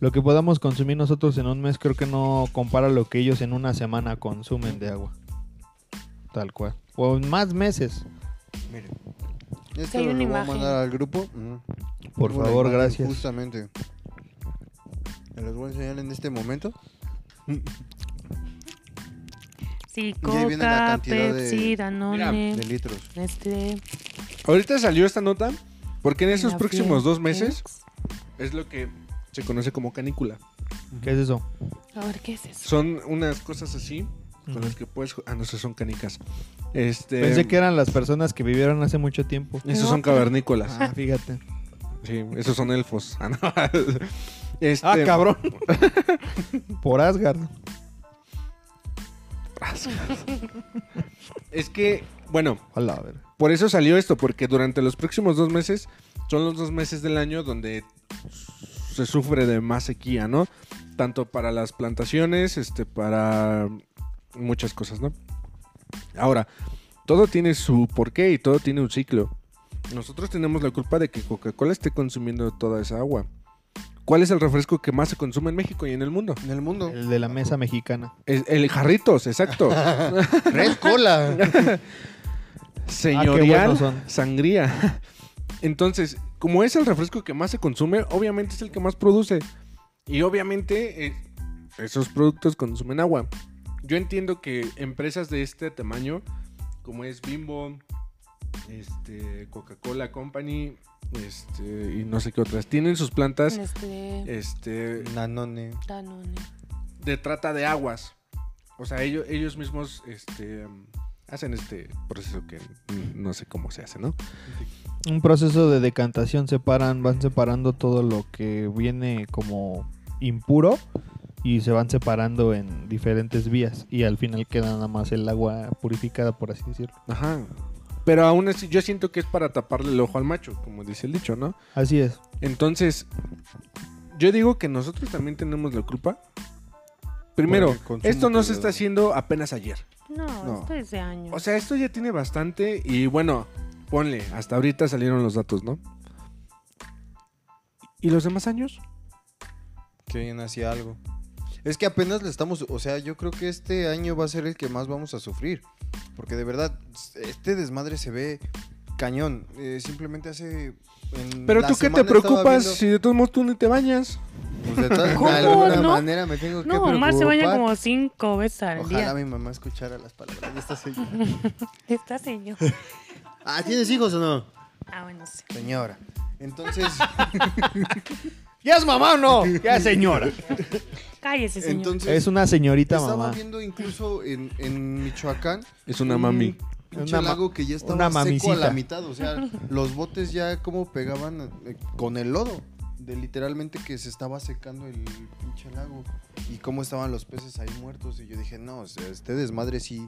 S2: Lo que podamos consumir nosotros en un mes creo que no compara lo que ellos en una semana consumen de agua. Tal cual. O en más meses.
S4: Miren.
S3: Sí,
S4: Esto
S3: hay
S4: lo
S3: una
S4: voy a
S3: imagen.
S4: mandar al grupo. Ujú.
S2: Por
S4: Tengo la
S2: favor,
S4: imagen
S2: gracias.
S4: Justamente. Me los voy a enseñar en este momento.
S3: Sí,
S4: Y ahí viene la
S3: Coca,
S4: cantidad de-
S3: Pepsi, Danone,
S4: De litros.
S3: Nestlé.
S1: Ahorita salió esta nota porque en esos
S3: la
S1: próximos
S2: ¿eh?
S1: dos
S3: Fields.
S1: meses es lo que se conoce como canícula.
S2: ¿Qué es eso?
S3: A ver, ¿qué es eso?
S1: Son unas cosas así con
S2: Ujú.
S1: las que puedes. ju- Ah, no, esas son canicas. Este,
S2: Pensé que eran las personas que vivieron hace mucho tiempo.
S1: Esos
S3: No,
S1: son
S3: pero-
S1: cavernícolas.
S2: Ah, fíjate.
S1: Sí, esos son elfos. Ah, no. Este,
S2: Ah, cabrón. Por Asgard.
S1: Es que, bueno,
S2: Hola, a ver.
S1: por eso salió esto, porque durante los próximos dos meses son los dos meses del año donde se sufre de más sequía, ¿no? Tanto para las plantaciones, este, para muchas cosas, ¿no? Ahora, todo tiene su porqué y todo tiene un ciclo. Nosotros tenemos la culpa de que Coca-Cola esté consumiendo toda esa agua. ¿Cuál es el refresco que más se consume en México y en el mundo?
S4: En el mundo.
S2: El de la mesa mexicana.
S1: Es- el jarritos, exacto.
S4: Red cola.
S1: Señorial
S2: buenos son.
S1: sangría. Entonces, como es el refresco que más se consume, obviamente es el que más produce. Y obviamente eh, esos productos consumen agua. Yo entiendo que empresas de este tamaño, como es Bimbo, este, Coca-Cola Company, este, y no sé qué otras, tienen sus plantas
S3: Nestlé,
S1: este,
S4: Eh, Nanone.
S3: Danone.
S1: de trata de aguas. O sea, ellos, ellos mismos este, Hacen este proceso que mm, no sé cómo se hace, ¿no?
S2: un proceso de decantación separan, van separando todo lo que viene como impuro y se van separando en diferentes vías y al final queda nada más el agua purificada por así decirlo.
S1: Ajá. Pero aún así, yo siento que es para taparle el ojo al macho, como dice el dicho, ¿no?
S2: Así es.
S1: Entonces, yo digo que nosotros también tenemos la culpa. Primero,
S4: Por el consumo
S1: esto no
S4: que
S1: se
S4: le
S1: está
S4: damos.
S1: haciendo apenas ayer.
S3: No,
S1: No.
S3: esto es de años.
S1: O sea, esto ya tiene bastante y bueno, ponle, hasta ahorita salieron los datos, ¿no? ¿Y los demás años?
S4: Que alguien hacía algo. Es que apenas le estamos, o sea, yo creo que este año va a ser el que más vamos a sufrir. Porque de verdad, este desmadre se ve cañón. Eh, simplemente hace... en
S1: Pero
S4: la
S1: tú qué
S4: semana
S1: te
S4: estaba
S1: preocupas
S4: viendo-
S1: si de todos modos tú ni te bañas.
S4: Pues de, tal- de
S3: ¿Cómo?
S4: alguna
S3: No.
S4: manera me tengo que
S3: no,
S4: preocupar.
S3: Omar se baña como cinco veces al día.
S4: Ojalá mi mamá escuchara las palabras de esta señora.
S3: Está señor.
S4: ah, ¿tienes hijos o no?
S3: Ah, bueno, sí.
S4: Señora. Entonces,
S2: ¿Ya es mamá o no? Ya es señora.
S3: Cállese, señor.
S4: entonces
S2: es una señorita
S4: estaba
S2: mamá.
S4: viendo incluso en, en Michoacán
S1: Es
S4: Mm.
S1: una mami.
S4: Pinche
S2: Una ma-
S4: lago que ya estaba
S2: una
S4: seco a
S2: mamicita.
S4: la mitad, o sea, los botes ya como pegaban eh, con el lodo, de literalmente que se estaba secando el pinche lago y cómo estaban los peces ahí muertos y yo dije, "No, o sea, este desmadre sí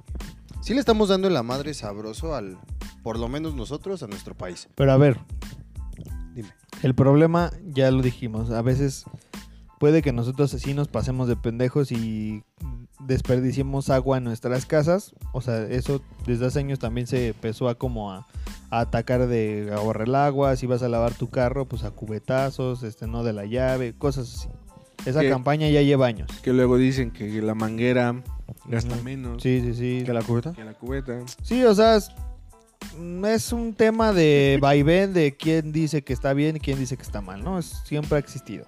S4: sí le estamos dando la madre sabroso al por lo menos nosotros a nuestro país."
S2: Pero a ver,
S4: Dime.
S2: El problema, ya lo dijimos, a veces puede que nosotros así nos pasemos de pendejos y desperdiciemos agua en nuestras casas. O sea, eso desde hace años también se empezó a como a, a atacar de ahorrar el agua, si vas a lavar tu carro, pues a cubetazos, este no de la llave, cosas así. Esa
S1: Que-
S2: campaña ya lleva años.
S1: Que luego dicen que la manguera gasta
S2: Ujú.
S1: menos
S2: Sí, sí, sí.
S1: la cubeta. Que la cubeta.
S2: Sí, o sea, es, mm, es un tema de vaivén de quién dice que está bien y quién dice que está mal, ¿no? Es- siempre ha existido.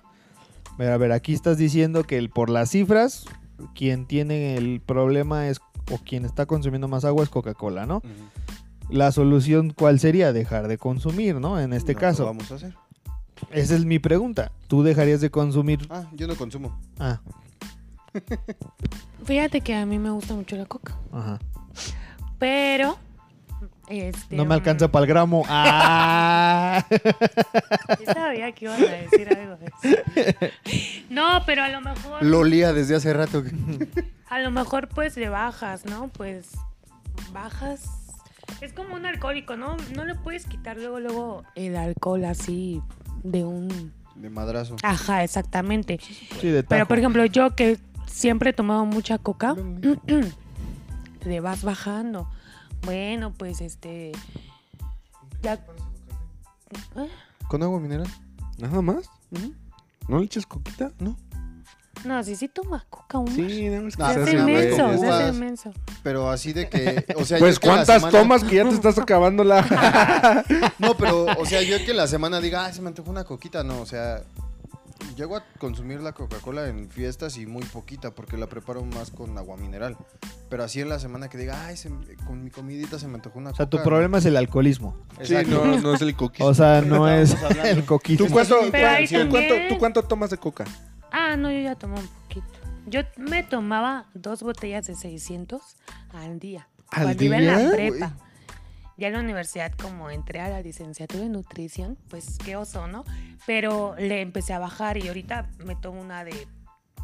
S2: Pero a ver, aquí estás diciendo que el- por las cifras, quien tiene el problema es, o quien está consumiendo más agua es Coca-Cola, ¿no? La solución, ¿cuál sería? Dejar de consumir, ¿no? En este
S4: No lo
S2: caso.
S4: vamos a hacer.
S2: Esa es mi pregunta. ¿Tú dejarías de consumir?
S4: Ah, yo no consumo.
S2: Ah,
S3: Fíjate que a mí me gusta mucho la coca.
S2: ajá.
S3: Pero. Este,
S2: No me alcanza
S3: mm,
S2: para el gramo. ¡Ah!
S3: sí sabía que ibas a decir algo de eso. No, pero a lo mejor.
S4: Lo olía desde hace rato.
S3: A lo mejor pues le bajas, ¿no? Pues bajas. Es como un alcohólico, ¿no? No le puedes quitar luego, luego el alcohol así de un...
S4: De madrazo.
S3: Ajá, exactamente.
S2: Sí, de
S3: Pero
S2: tajo.
S3: por ejemplo, yo que siempre he tomado mucha coca, le vas bajando. Bueno, pues este... la-
S4: ¿Con agua mineral?
S1: ¿Nada más? ¿No le echas coquita? No.
S3: No, sí, sí toma coca, un...
S1: Sí, nada más que se
S4: Ah,
S3: se hace
S1: hace, güey.
S3: inmenso,
S4: güey,
S3: se hace
S4: uvas.
S3: inmenso.
S4: Pero así de que, o sea,
S1: Pues
S4: yo que la
S1: cuántas
S4: semana-
S1: tomas que ya te estás acabando la...
S4: No, pero, o sea, yo que la semana diga, ah, se me antojó una coquita, no, o sea, llego a consumir la Coca-Cola en fiestas y muy poquita, porque la preparo más con agua mineral. Pero así en la semana que diga, ay, se me- con mi comidita se me antojó una
S2: O sea, tu
S4: coca",
S2: problema es el alcoholismo.
S4: ¿no?
S1: sí,
S4: Exacto. Ah,
S1: no, no es el coquita.
S2: O sea, no es el coquito.
S1: ¿Tú cuánto,
S3: Pero
S1: cuán-
S3: ahí
S1: tú cuánto,
S3: también.
S1: tú cuánto tomas de coca?
S3: Ah, no, yo ya tomé un poquito. Yo me tomaba dos botellas de 600 al día.
S1: ¿Al
S3: cuando iba en la
S1: día?
S3: prepa. Ya en la universidad, como entré a la licenciatura en nutrición, pues qué oso, ¿no? Pero le empecé a bajar y ahorita me tomo una de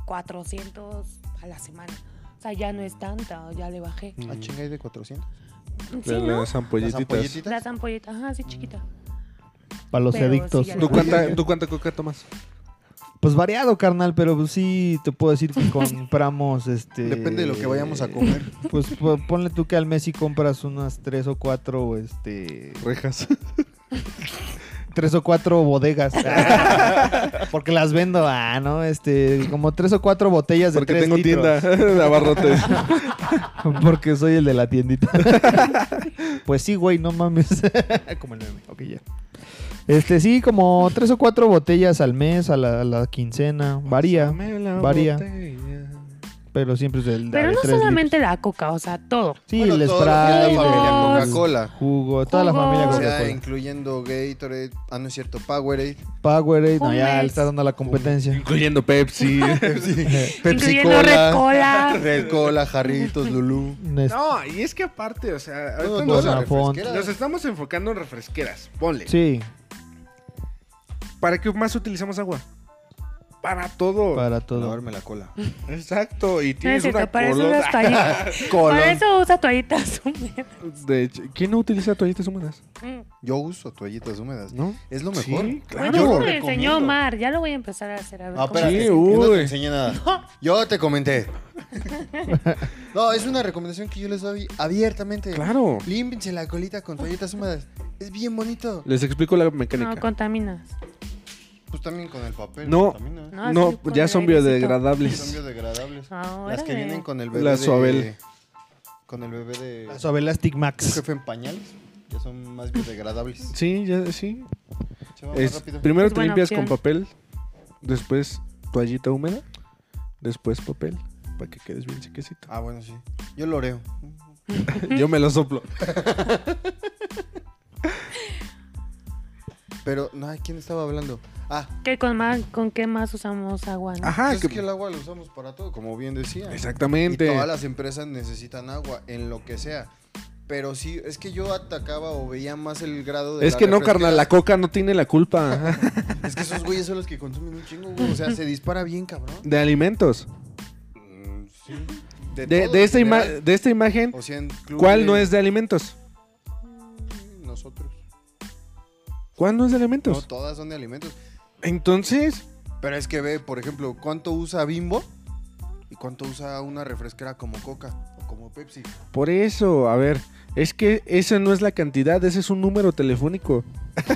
S3: 400 a la semana. O sea, ya no es tanta, ya le bajé.
S4: Ah, chinga, hay de 400.
S3: Sí, ¿no?
S1: Mm, Las ampolletitas.
S4: Las ampolletitas.
S3: Las ampolletas, ajá, sí, chiquita.
S1: Mm,
S2: Para los
S3: Pero
S2: adictos.
S3: sí, ya
S1: ¿Tú cuánta, ¿Tú cuánta coca tomas?
S2: Pues variado, carnal, pero pues sí te puedo decir que compramos este.
S4: Depende de lo que vayamos a comer.
S2: Pues po- ponle tú que al mes sí compras unas tres o cuatro, este.
S1: Rejas.
S2: Tres o cuatro bodegas. Porque las vendo, ah, ¿no? Este, como tres o cuatro botellas de
S1: Porque
S2: tres
S1: tengo
S2: litros.
S1: tienda de abarrotes.
S2: Porque soy el de la tiendita. pues sí, güey, no mames. como el meme. Ok, ya. Este, sí, como tres o cuatro
S4: Pues,
S2: botellas al mes, a la, a la quincena. Varía. Varía. pero siempre es el
S3: Pero
S2: de
S3: no
S2: tres
S3: solamente la coca, o sea, todo.
S2: litros. Sí,
S4: Bueno,
S2: el
S4: todo lo que da
S2: Sprite,
S4: la
S3: familia
S2: el
S4: Coca-Cola.
S2: Jugo, toda la familia
S4: O
S3: Jugos.
S2: Coca-Cola.
S4: sea, incluyendo Gatorade, ah, no es cierto, Powerade,
S2: Powerade, no, ya
S3: Jumex.
S2: le está dando la competencia.
S1: Incluyendo Pepsi.
S4: Pepsi
S3: Incluyendo Red
S4: Cola,
S3: Cola.
S4: Red Cola, Jarritos, Lulú.
S2: Nes-
S1: no, y es que aparte, o sea, ahorita
S4: Todo,
S1: nos-
S4: todo, la
S2: Bonafont.
S4: refresquera.
S1: nos estamos enfocando en refresqueras. Ponle.
S2: Sí,
S1: ¿Para qué más utilizamos agua? Para todo.
S2: para todo.
S4: Lavarme la cola.
S1: Exacto, y
S3: No es
S1: tienes
S3: cierto,
S1: una
S3: para eso
S1: colota.
S3: usas toallitas. Para eso usa toallitas húmedas.
S1: De hecho, ¿quién no utiliza toallitas húmedas?
S3: Mm.
S4: Yo uso toallitas húmedas.
S1: ¿No?
S4: Es lo
S1: Sí,
S4: mejor.
S1: claro.
S4: Ah,
S3: Bueno,
S4: Yo
S3: Pues,
S4: lo
S3: me enseñó
S4: recomiendo.
S3: Omar, ya lo voy a empezar a hacer. A ver
S4: Ah,
S3: cómo-
S4: espérate,
S1: Sí,
S4: yo no
S1: uy.
S4: te enseñé nada. Yo te comenté. No, es una recomendación que yo les doy abiertamente.
S1: Claro.
S4: Límpense la colita con toallitas húmedas. Es bien bonito.
S1: Les explico la
S3: No,
S1: mecánica.
S3: contaminas.
S4: Pues también con el papel.
S1: No.
S4: también, ¿eh?
S3: No,
S1: No,
S3: sí, con
S1: ya
S3: el
S1: son
S3: airecito.
S4: Son
S1: biodegradables.
S4: biodegradables.
S3: Ah,
S4: Las que
S3: órale.
S4: vienen con el bebé
S1: La
S4: de-
S1: Suabel.
S4: Con el bebé de...
S2: La Suavelastic
S4: Un
S2: Max.
S4: jefe en pañales. Ya son más biodegradables.
S1: Sí, ya sí.
S4: Se va más
S1: Es-
S4: rápido.
S1: primero
S3: Es
S1: te
S3: buena
S1: limpias
S3: opción.
S1: con papel, después toallita húmeda, después papel, para que quedes bien sequecito.
S4: Ah, bueno, sí. Yo lo oreo.
S1: Yo me lo soplo.
S4: Pero, no, ay, ¿quién estaba hablando? Ah,
S3: ¿Qué con, más, ¿Con qué más usamos agua? no?
S1: Ajá,
S4: Pues es
S1: Ah, que-
S4: que... el agua lo usamos para todo, como bien decía. Y
S1: exactamente.
S4: todas las empresas necesitan agua, en lo que sea. Pero sí, es que yo atacaba o veía más el grado de.
S1: Es
S4: la
S1: que no,
S4: refresquera.
S1: carnal, la coca no tiene la culpa
S4: Es que esos güeyes son los que consumen un chingo, güey. O sea, se dispara bien, cabrón.
S1: de alimentos.
S4: Mm, sí. De,
S1: De,
S4: todo,
S1: de esta
S4: en
S1: ima-
S4: general.
S1: de esta imagen,
S4: O sea, en clubes,
S1: ¿cuál no es de alimentos?
S4: Nosotros.
S1: ¿Cuál no es de
S4: No,
S1: alimentos?
S4: todas son de alimentos.
S1: Entonces,
S4: Pero es que ve, por ejemplo, cuánto usa Bimbo y cuánto usa una refresquera como Coca o como Pepsi.
S1: por eso, a ver, es que esa no es la cantidad, ese es un número telefónico.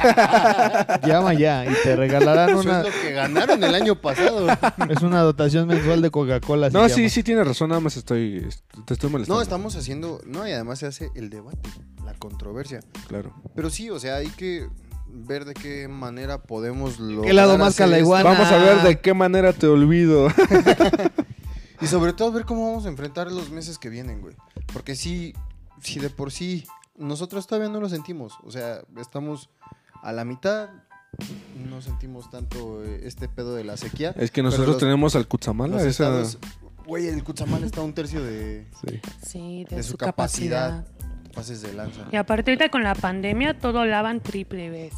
S2: Llama ya y te regalarán
S4: Eso
S2: una.
S4: es lo que ganaron el año pasado.
S2: Es una dotación mensual de Coca-Cola. se
S1: No,
S2: llama.
S1: sí, sí tienes razón, nada más estoy, est- te estoy molestando.
S4: No, estamos haciendo. No, y además se hace el debate, la controversia.
S1: Claro.
S4: Pero sí, o sea, hay que ver de qué manera podemos lograr.
S2: ¿Qué lado más
S4: hacer
S2: calaiguana?
S1: Vamos a ver de qué manera te olvido.
S4: esto. Y sobre todo ver cómo vamos a enfrentar los meses que vienen, güey. Porque sí, si de por sí nosotros todavía no lo sentimos. O sea, estamos a la mitad. No sentimos tanto eh, este pedo de la sequía.
S1: es que
S4: Pero
S1: nosotros
S4: los-
S1: tenemos al
S4: los
S1: Cutzamala, esa...
S4: estados- Güey, el Cuchamal está a un tercio de
S1: sí.
S3: Sí, de,
S4: de
S3: su,
S4: su
S3: capacidad.
S4: capacidad. pases de lanza.
S3: Y aparte ahorita con la pandemia todo lavan triple vez.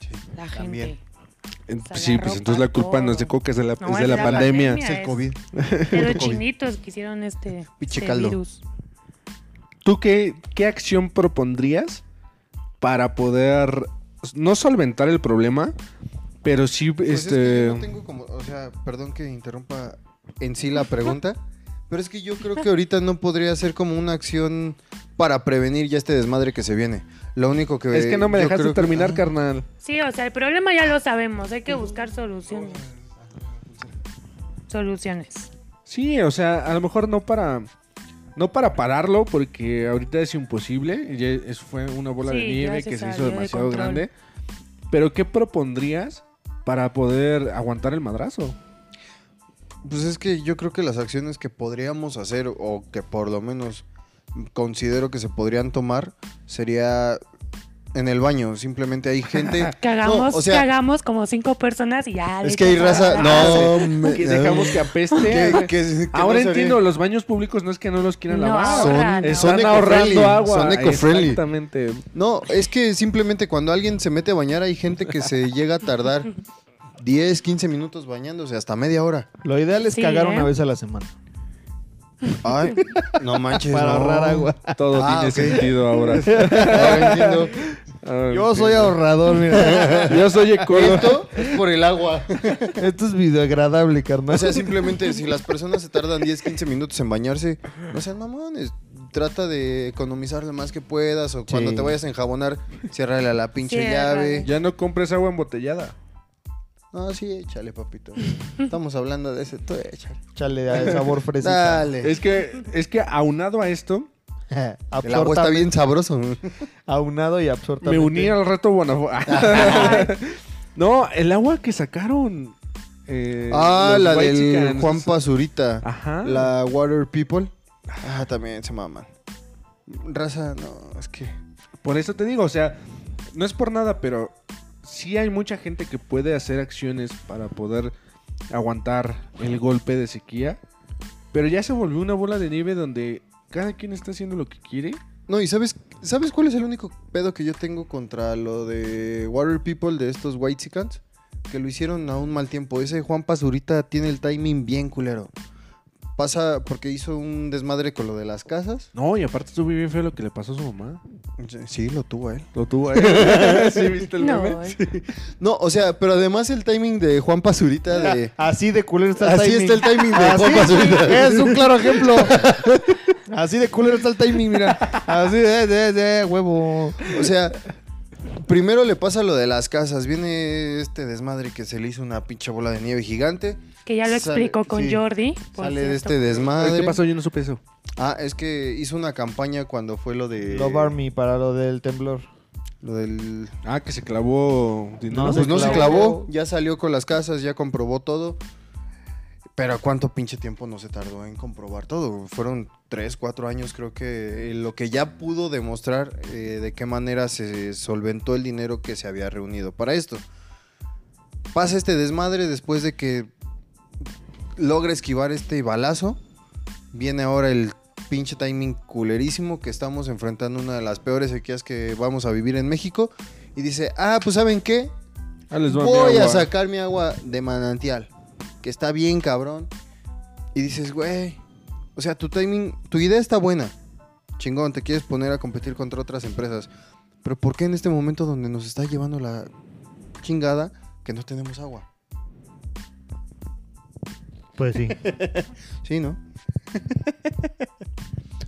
S4: Sí,
S3: La
S4: también.
S3: gente.
S1: En-
S3: sea,
S1: sí,
S3: la
S1: pues
S3: ropa,
S1: entonces la culpa no es de
S3: todo.
S1: Coca, es de la,
S3: No,
S1: es de la, pandemia.
S4: Es el
S3: es-
S4: COVID.
S3: De los chinitos que hicieron este,
S4: Pinche
S3: este
S4: caldo.
S3: virus.
S1: ¿Tú qué, qué acción propondrías para poder no solventar el problema, pero sí
S4: Pues es que
S1: este
S4: yo no tengo como, o sea, perdón que interrumpa en sí la pregunta, pero es que yo creo que ahorita no podría ser como una acción para prevenir ya este desmadre que se viene. Lo único que
S1: Es que no me
S4: yo
S1: dejaste
S4: creo que-
S1: terminar,
S4: Ah,
S1: carnal.
S3: Sí, o sea, el problema ya lo sabemos. Hay que buscar soluciones. Soluciones.
S1: Sí, o sea, a lo mejor no para no para pararlo porque ahorita es imposible, y ya es- fue una bola de
S3: Sí, ya
S1: nieve
S3: se
S1: que se
S3: salió
S1: hizo
S3: de
S1: demasiado
S3: control.
S1: grande. Pero ¿qué propondrías para poder aguantar el madrazo?
S4: Pues es que yo creo que las acciones que podríamos hacer o que por lo menos considero que se podrían tomar sería en el baño. Simplemente hay gente.
S3: Que
S4: No,
S3: hagamos,
S4: o sea,
S3: que hagamos como cinco personas y ya.
S4: es
S3: le
S4: que hay
S3: echamos
S4: raza.
S3: la-
S4: No, me-
S1: Ah, Que dejamos que apeste.
S4: que- que- que
S1: Ahora
S4: no se
S1: entiendo,
S4: ríe.
S1: los baños públicos no es que no los quieran
S3: No,
S1: lavar.
S3: son- ahorran,
S1: Están
S4: son eco-friendly,
S1: ahorrando agua.
S4: Son eco-friendly.
S1: Exactamente.
S4: No, es que simplemente cuando alguien se mete a bañar hay gente que se llega a tardar 10, 15 minutos bañándose, hasta media hora.
S2: Lo ideal es
S3: Sí,
S2: cagar
S3: ¿eh?
S2: una vez a la semana.
S4: Ay, no manches.
S2: Para
S4: no.
S2: ahorrar agua.
S1: Todo
S4: Ah,
S1: tiene
S4: ok.
S1: sentido ahora.
S4: Ahora entiendo.
S1: Ahora
S2: Yo soy
S1: entiendo.
S2: ahorrador, mira.
S1: Yo soy ecólogo.
S4: Esto es por el agua.
S2: Esto es videoagradable, carnal.
S4: O sea, simplemente si las personas se tardan 10, 15 minutos en bañarse, no sean mamones. Trata de economizar lo más que puedas o cuando
S2: Sí.
S4: te vayas a enjabonar, ciérrale a la pinche
S3: Ciérrale.
S4: llave.
S1: Ya no compres agua embotellada.
S4: No, sí, échale, papito. Estamos hablando de ese. Tú échale.
S2: Chale, de sabor fresita.
S4: Dale.
S1: Es que, es que aunado a esto,
S4: El agua está
S2: Absorta,
S4: bien sabroso.
S2: aunado y absorta.
S1: me uní al reto Bonafo. no, el agua que sacaron eh,
S4: Ah,
S1: los
S4: la
S1: White
S4: del
S1: Chickens.
S4: Juan Pazurita.
S1: Ajá.
S4: La Water People. Ah, también se maman. Raza, no, es que.
S1: Por eso te digo, o sea, no es por nada, pero sí hay mucha gente que puede hacer acciones para poder aguantar el golpe de sequía. Pero ya se volvió una bola de nieve donde cada quien está haciendo lo que quiere.
S4: No, y sabes, ¿sabes cuál es el único pedo que yo tengo contra lo de Water People de estos White Sicans? Que lo hicieron a un mal tiempo. Ese Juan Pazurita tiene el timing bien culero. Pasa porque hizo un desmadre con lo de las casas.
S1: No, y aparte estuvo bien feo lo que le pasó a su mamá.
S4: Sí, lo tuvo a él.
S1: Lo tuvo ahí. ¿Sí viste el
S3: No,
S1: meme?
S4: No, o sea, pero además el timing de Juan Pazurita de.
S2: Así de culero está el
S4: Así
S2: timing.
S4: está el timing de
S2: Así
S4: Juan Pazurita.
S2: es un claro ejemplo. Así de culero está el timing, mira. Así de, de, de, huevo.
S4: O sea, primero le pasa lo de las casas. Viene este desmadre que se le hizo una pinche bola de nieve gigante.
S3: que ya lo
S4: Sale-
S3: explicó con
S4: sí.
S3: Jordi. por
S4: sale de
S3: cierto.
S4: este desmadre.
S1: ¿Qué pasó? Yo no supe eso.
S4: Ah, es que hizo una campaña cuando fue lo de.
S2: Love Army para lo del temblor.
S4: Lo del.
S1: Ah, que se clavó dinero.
S2: No,
S4: pues no se
S2: clavó.
S4: clavó, ya salió con las casas, ya comprobó todo. Pero ¿cuánto pinche tiempo no se tardó en comprobar todo? Fueron 3, 4 años creo que eh, lo que ya pudo demostrar eh, de qué manera se solventó el dinero que se había reunido para esto. Pasa este desmadre después de que logra esquivar este balazo. Viene ahora el pinche timing culerísimo que estamos enfrentando una de las peores sequías que vamos a vivir en México. Y dice, ah, pues ¿saben qué?
S1: Ah, les va mi
S4: voy a
S1: agua.
S4: sacar mi agua de manantial, que está bien cabrón. Y dices, güey, o sea, tu timing, tu idea está buena. Chingón, te quieres poner a competir contra otras empresas. Pero ¿por qué en este momento donde nos está llevando la chingada que no tenemos agua?
S2: Pues sí.
S4: Sí, ¿no?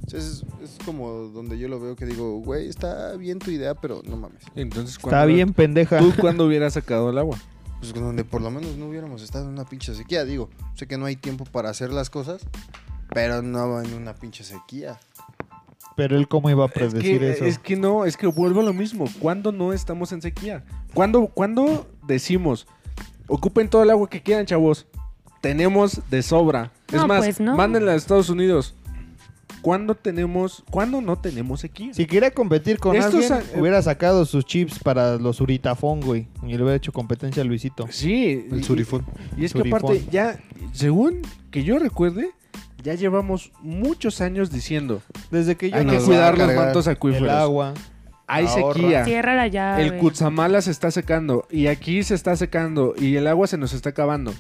S4: O sea, es, es como donde yo lo veo que digo, güey, está bien tu idea, pero no mames.
S1: Entonces,
S2: Está
S1: ¿cuándo-
S2: bien pendeja.
S1: ¿Tú cuándo hubieras sacado el agua?
S4: Pues donde por lo menos no hubiéramos estado en una pinche sequía, digo. Sé que no hay tiempo para hacer las cosas, pero no en una pinche sequía.
S2: Pero él cómo iba a
S1: Es
S2: predecir
S1: que,
S2: eso.
S1: es que no, es que vuelvo a lo mismo. ¿Cuándo no estamos en sequía? ¿Cuándo, cuándo decimos, ocupen todo el agua que quieran, chavos? Tenemos de sobra. es
S3: No,
S1: más,
S3: pues no.
S1: mándenla a Estados Unidos. ¿Cuándo tenemos, cuándo no tenemos sequía?
S2: Si quería competir con
S1: Esto
S2: alguien,
S1: sa-
S2: hubiera sacado sus chips para los Uritafón, güey. Y le hubiera hecho competencia a Luisito.
S1: Sí, y- Y es que
S2: Surifón.
S1: aparte, ya, según que yo recuerde, ya llevamos muchos años diciendo,
S2: Desde que yo
S1: hay que
S4: nos
S2: nací,
S4: va a
S1: cuidar los
S4: cargar
S1: mantos
S2: el
S1: acuíferos.
S2: agua.
S1: Hay
S2: Ahorra.
S1: sequía.
S3: Ciérrala ya.
S1: este El
S3: güey.
S1: Kutsamala se está secando y aquí se está secando y el agua se nos está acabando.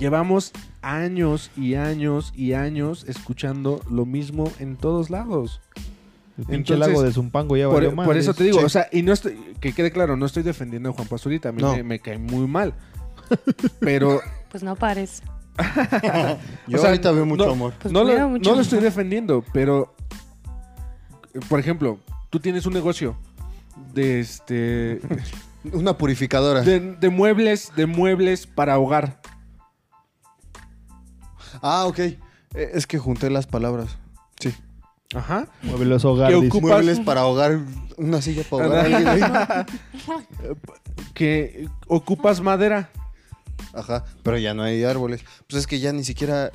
S1: Llevamos años y años y años escuchando lo mismo en todos lados.
S2: El pinche
S1: Entonces,
S2: lago de Zumpango ya valió
S1: Por, por
S2: madres.
S1: eso te digo,
S4: Sí.
S1: o sea, y no estoy, que quede claro, no estoy defendiendo a Juan Pazurita, a mí
S4: No.
S1: me, me cae muy mal. Pero
S3: Pues no pares.
S4: Yo
S1: O sea,
S4: ahorita veo mucho
S1: no-
S4: amor.
S3: Pues
S1: no,
S3: me da
S1: lo,
S3: mucho
S1: no lo
S3: gusto.
S1: estoy defendiendo, pero por ejemplo, tú tienes un negocio de este
S4: Una purificadora.
S1: de, de muebles, de muebles para hogar.
S4: Ah, ok. Eh, Es que junté las palabras. Sí.
S1: Ajá.
S2: Mueve los hogares.
S1: Que ocupa- Ocupas-
S4: Muebles para ahogar, una silla para ahogar a alguien ahí.
S1: que ocupas madera.
S4: Ajá, pero ya no hay árboles. Pues es que ya ni siquiera...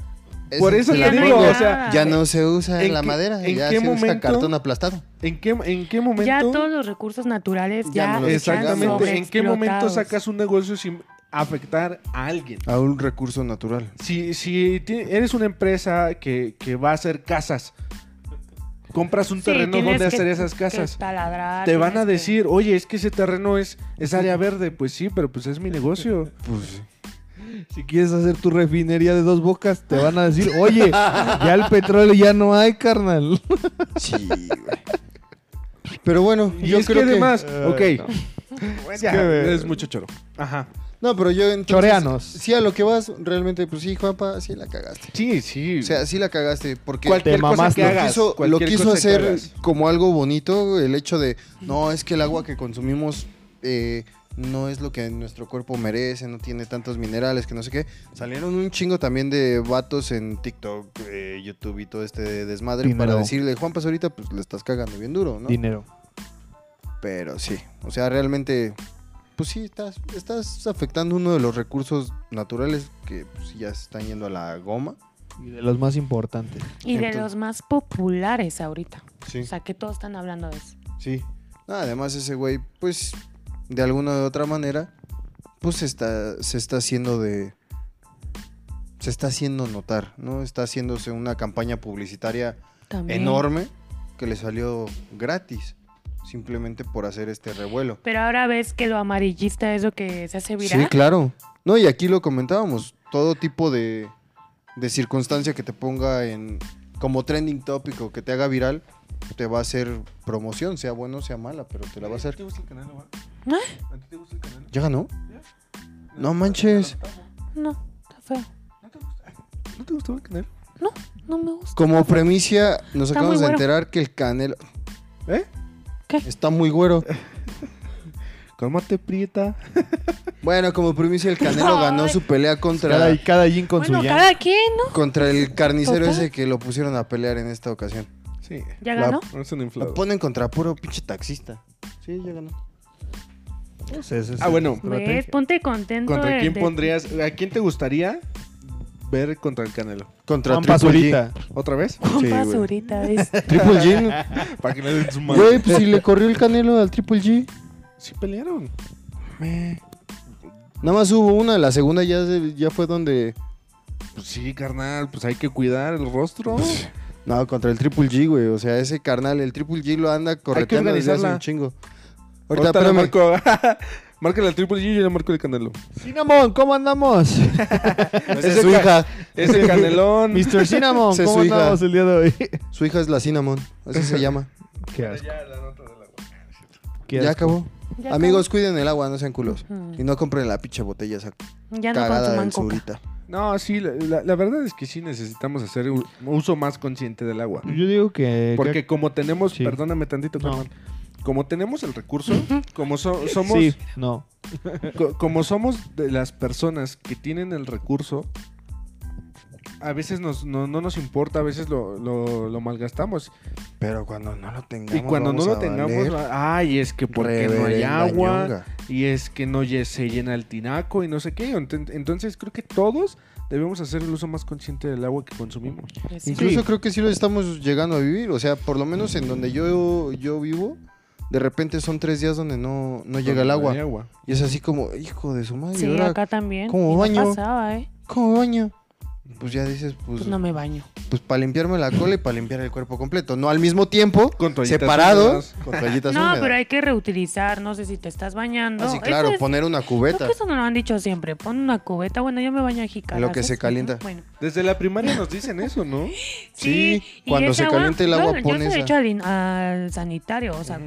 S4: es
S1: Por eso
S4: el
S1: te
S3: Ya no hay
S1: digo,
S4: acuerdo.
S1: o
S3: nada.
S1: sea,
S4: Ya no se usa
S1: ¿En
S4: la
S1: qué-
S4: madera,
S1: en
S4: ya
S1: qué
S4: se usa
S1: momento?
S4: cartón aplastado.
S1: ¿en qué, en qué momento?
S3: Ya todos los recursos naturales
S4: Ya
S3: ya,
S4: no los
S3: están
S1: exactamente, ¿en qué momento
S3: sobreexplotados.
S1: sacas un negocio sin afectar a alguien?
S4: A un recurso natural.
S1: Si, si ti- eres una empresa que, que va a hacer casas, compras un
S3: Sí,
S1: terreno
S3: tienes
S1: donde
S3: que- este.
S1: hacer esas
S3: que
S1: casas.
S3: taladrar,
S1: Te van
S3: tienes
S1: a
S3: que-
S1: decir, oye, es que ese terreno es, es área verde. Pues sí, pero pues es mi negocio.
S4: Pues
S2: Si quieres hacer tu refinería de dos bocas, te van a decir, oye, ya el petróleo ya no hay, carnal.
S4: sí, güey. Pero bueno,
S1: Y
S4: yo
S1: es
S4: creo
S1: que
S4: que... eh,
S1: además,
S2: Ay,
S1: ok. Ya,
S2: que-
S1: es mucho choro. Ajá.
S4: No, pero yo entonces...
S2: Choreanos.
S4: Sí, a lo que vas, realmente, pues sí, Juanpa, sí la cagaste.
S1: Sí, sí.
S4: O sea, sí la cagaste porque
S1: cualquier
S2: Te
S1: cosa
S2: mamaste.
S1: que
S4: lo
S1: hagas,
S4: quiso, lo
S1: cualquier
S4: quiso
S1: cosa que
S4: hacer
S1: hagas.
S4: como algo bonito, el hecho de, no, es que el agua que consumimos eh, no es lo que nuestro cuerpo merece, no tiene tantos minerales, que no sé qué. Salieron un chingo también de vatos en TikTok, eh, YouTube y todo este desmadre para
S2: Dinero.
S4: decirle, Juan, pues ahorita pues le estás cagando bien duro, ¿no?
S2: Dinero.
S4: Pero sí, o sea, realmente pues sí, estás, estás afectando uno de los recursos naturales que pues, ya se están yendo a la goma.
S2: Y de los más importantes.
S3: Y de
S4: Entonces-
S3: los más populares ahorita.
S4: Sí.
S3: O sea, que todos están hablando de eso.
S4: Sí. No, además ese güey, pues, de alguna u otra manera, pues está, se está haciendo de... Se está haciendo notar, ¿no? Está haciéndose una campaña publicitaria
S3: También.
S4: enorme que le salió gratis, simplemente por hacer este revuelo.
S3: Pero ahora ves que lo amarillista es lo que se hace viral.
S4: Sí, claro. No, y aquí lo comentábamos, todo tipo de, de circunstancia que te ponga en como trending topic o que te haga viral, te va a hacer promoción, sea bueno o sea mala, pero te la va a hacer.
S5: ¿A ti te gusta el canelo, va?
S3: ¿Eh?
S5: ¿A ti te gusta el canelo?
S4: ¿Ya ganó?
S5: ¿Ya?
S4: No manches.
S3: No, está feo.
S5: ¿No te gusta? ¿No te gustó el canelo?
S3: No me gusta.
S4: Como premicia, nos
S3: Está muy
S4: acabamos de
S3: güero.
S4: enterar que el Canelo
S5: ¿Eh?
S3: ¿Qué?
S4: está muy güero.
S1: Cálmate, Prieta.
S4: Bueno, como premicia, el Canelo ganó
S3: Ay.
S4: su pelea contra,
S2: Cada, cada jean con
S3: Bueno,
S2: su yang.
S3: cada quien, ¿no?
S4: contra el carnicero
S3: Total.
S4: ese que lo pusieron a pelear en esta ocasión.
S1: Sí.
S3: Ya
S4: La-
S3: ganó.
S1: Es un
S4: Lo
S1: inflado.
S4: ponen contra puro pinche taxista. Sí, ya ganó.
S2: Pues esa es
S1: Ah, bueno.
S2: la estrategia.
S3: Ves, ponte contento.
S1: ¿Contra
S3: de-
S1: quién
S3: de-
S1: pondrías? ¿A quién te gustaría ver contra el Canelo?
S4: Contra
S2: Juan
S4: Triple
S2: Pazurita.
S1: ¿Otra vez?
S3: Con
S4: Sí, güey.
S3: basurita, ¿ves?
S4: G. Triple G.
S1: Para que le den su madre.
S4: Güey, pues si le corrió el Canelo al Triple G.
S1: Sí pelearon.
S4: Nada más hubo una, la segunda ya, se- ya fue donde...
S1: Pues sí, carnal, pues hay que cuidar el rostro.
S4: No, contra el Triple G, güey. O sea, ese carnal, el Triple G lo anda correteando desde hace
S1: organizarla.
S4: un chingo. Ahorita,
S1: Ahorita, le
S4: espérame.
S1: marco. Márcale al triple G y yo le marco el Canelo.
S3: pues.
S2: Cinnamon, ¿cómo andamos?
S4: Esa Pues es
S1: Ese
S4: su
S1: ca-
S4: hija.
S1: Es el Canelón.
S2: Mr. Cinnamon,
S4: Esa es
S2: ¿cómo
S4: su hija.
S2: andamos el día de hoy?
S4: Su hija es la Cinnamon. Así se llama.
S2: Qué asco. Qué
S4: Ya
S2: asco.
S4: acabó.
S3: Ya
S4: Amigos, cuiden el agua, no sean culos.
S3: Ujú.
S4: Y no compren la pinche botella esa
S3: con- Ya no
S4: cagada
S3: consuman
S4: del
S3: coca.
S4: surita.
S1: No, sí, la, la- la verdad es que sí necesitamos hacer un uso más consciente del agua.
S2: Yo digo que...
S1: Porque como tenemos,
S2: Sí.
S1: perdóname tantito,
S2: No.
S1: carnal. como tenemos el recurso, como so-
S2: que-
S1: somos,
S2: Sí, no.
S1: co- como somos de las personas que tienen el recurso, a veces nos- no, no nos importa, a veces lo, lo- lo malgastamos.
S4: Pero cuando no lo tengamos.
S1: y cuando no lo tengamos, va- ay, es que porque no hay agua. y es que no ye- se llena el tinaco y no sé qué. Ent- Entonces creo que todos debemos hacer el uso más consciente del agua que consumimos.
S3: Pues sí.
S4: Incluso
S2: Sí.
S4: creo que sí lo estamos llegando a vivir. O sea, por lo menos en donde yo, yo vivo, de repente son tres días donde no, no llega el
S1: Hay
S4: agua. Y es así como, hijo de su madre,
S3: Sí,
S4: ahora,
S3: acá también.
S4: como
S3: Y no
S4: baño.
S3: pasaba, ¿eh?
S4: ¿cómo baño? Pues ya dices, pues,
S3: Pues no me baño.
S4: pues para limpiarme la cola y para limpiar el cuerpo completo. No al mismo tiempo,
S1: Con toallitas
S4: separado,
S1: húmedas.
S4: con toallitas
S3: No,
S4: húmedas.
S3: pero hay que reutilizar. No sé si te estás bañando.
S4: Ah, sí,
S3: Eso
S4: claro,
S3: es-
S4: poner una
S3: Creo
S4: cubeta.
S3: que eso nos lo han dicho siempre. Pon una cubeta. Bueno, yo me baño a jicarazos,
S4: En lo que se calienta.
S3: ¿no? Bueno,
S1: Desde la primaria nos dicen eso, ¿no?
S4: Sí,
S3: sí. y
S4: cuando
S3: esa
S4: se caliente el agua,
S3: yo,
S4: pon
S3: Yo se
S4: esa.
S3: lo echo al, in- al sanitario. O sea,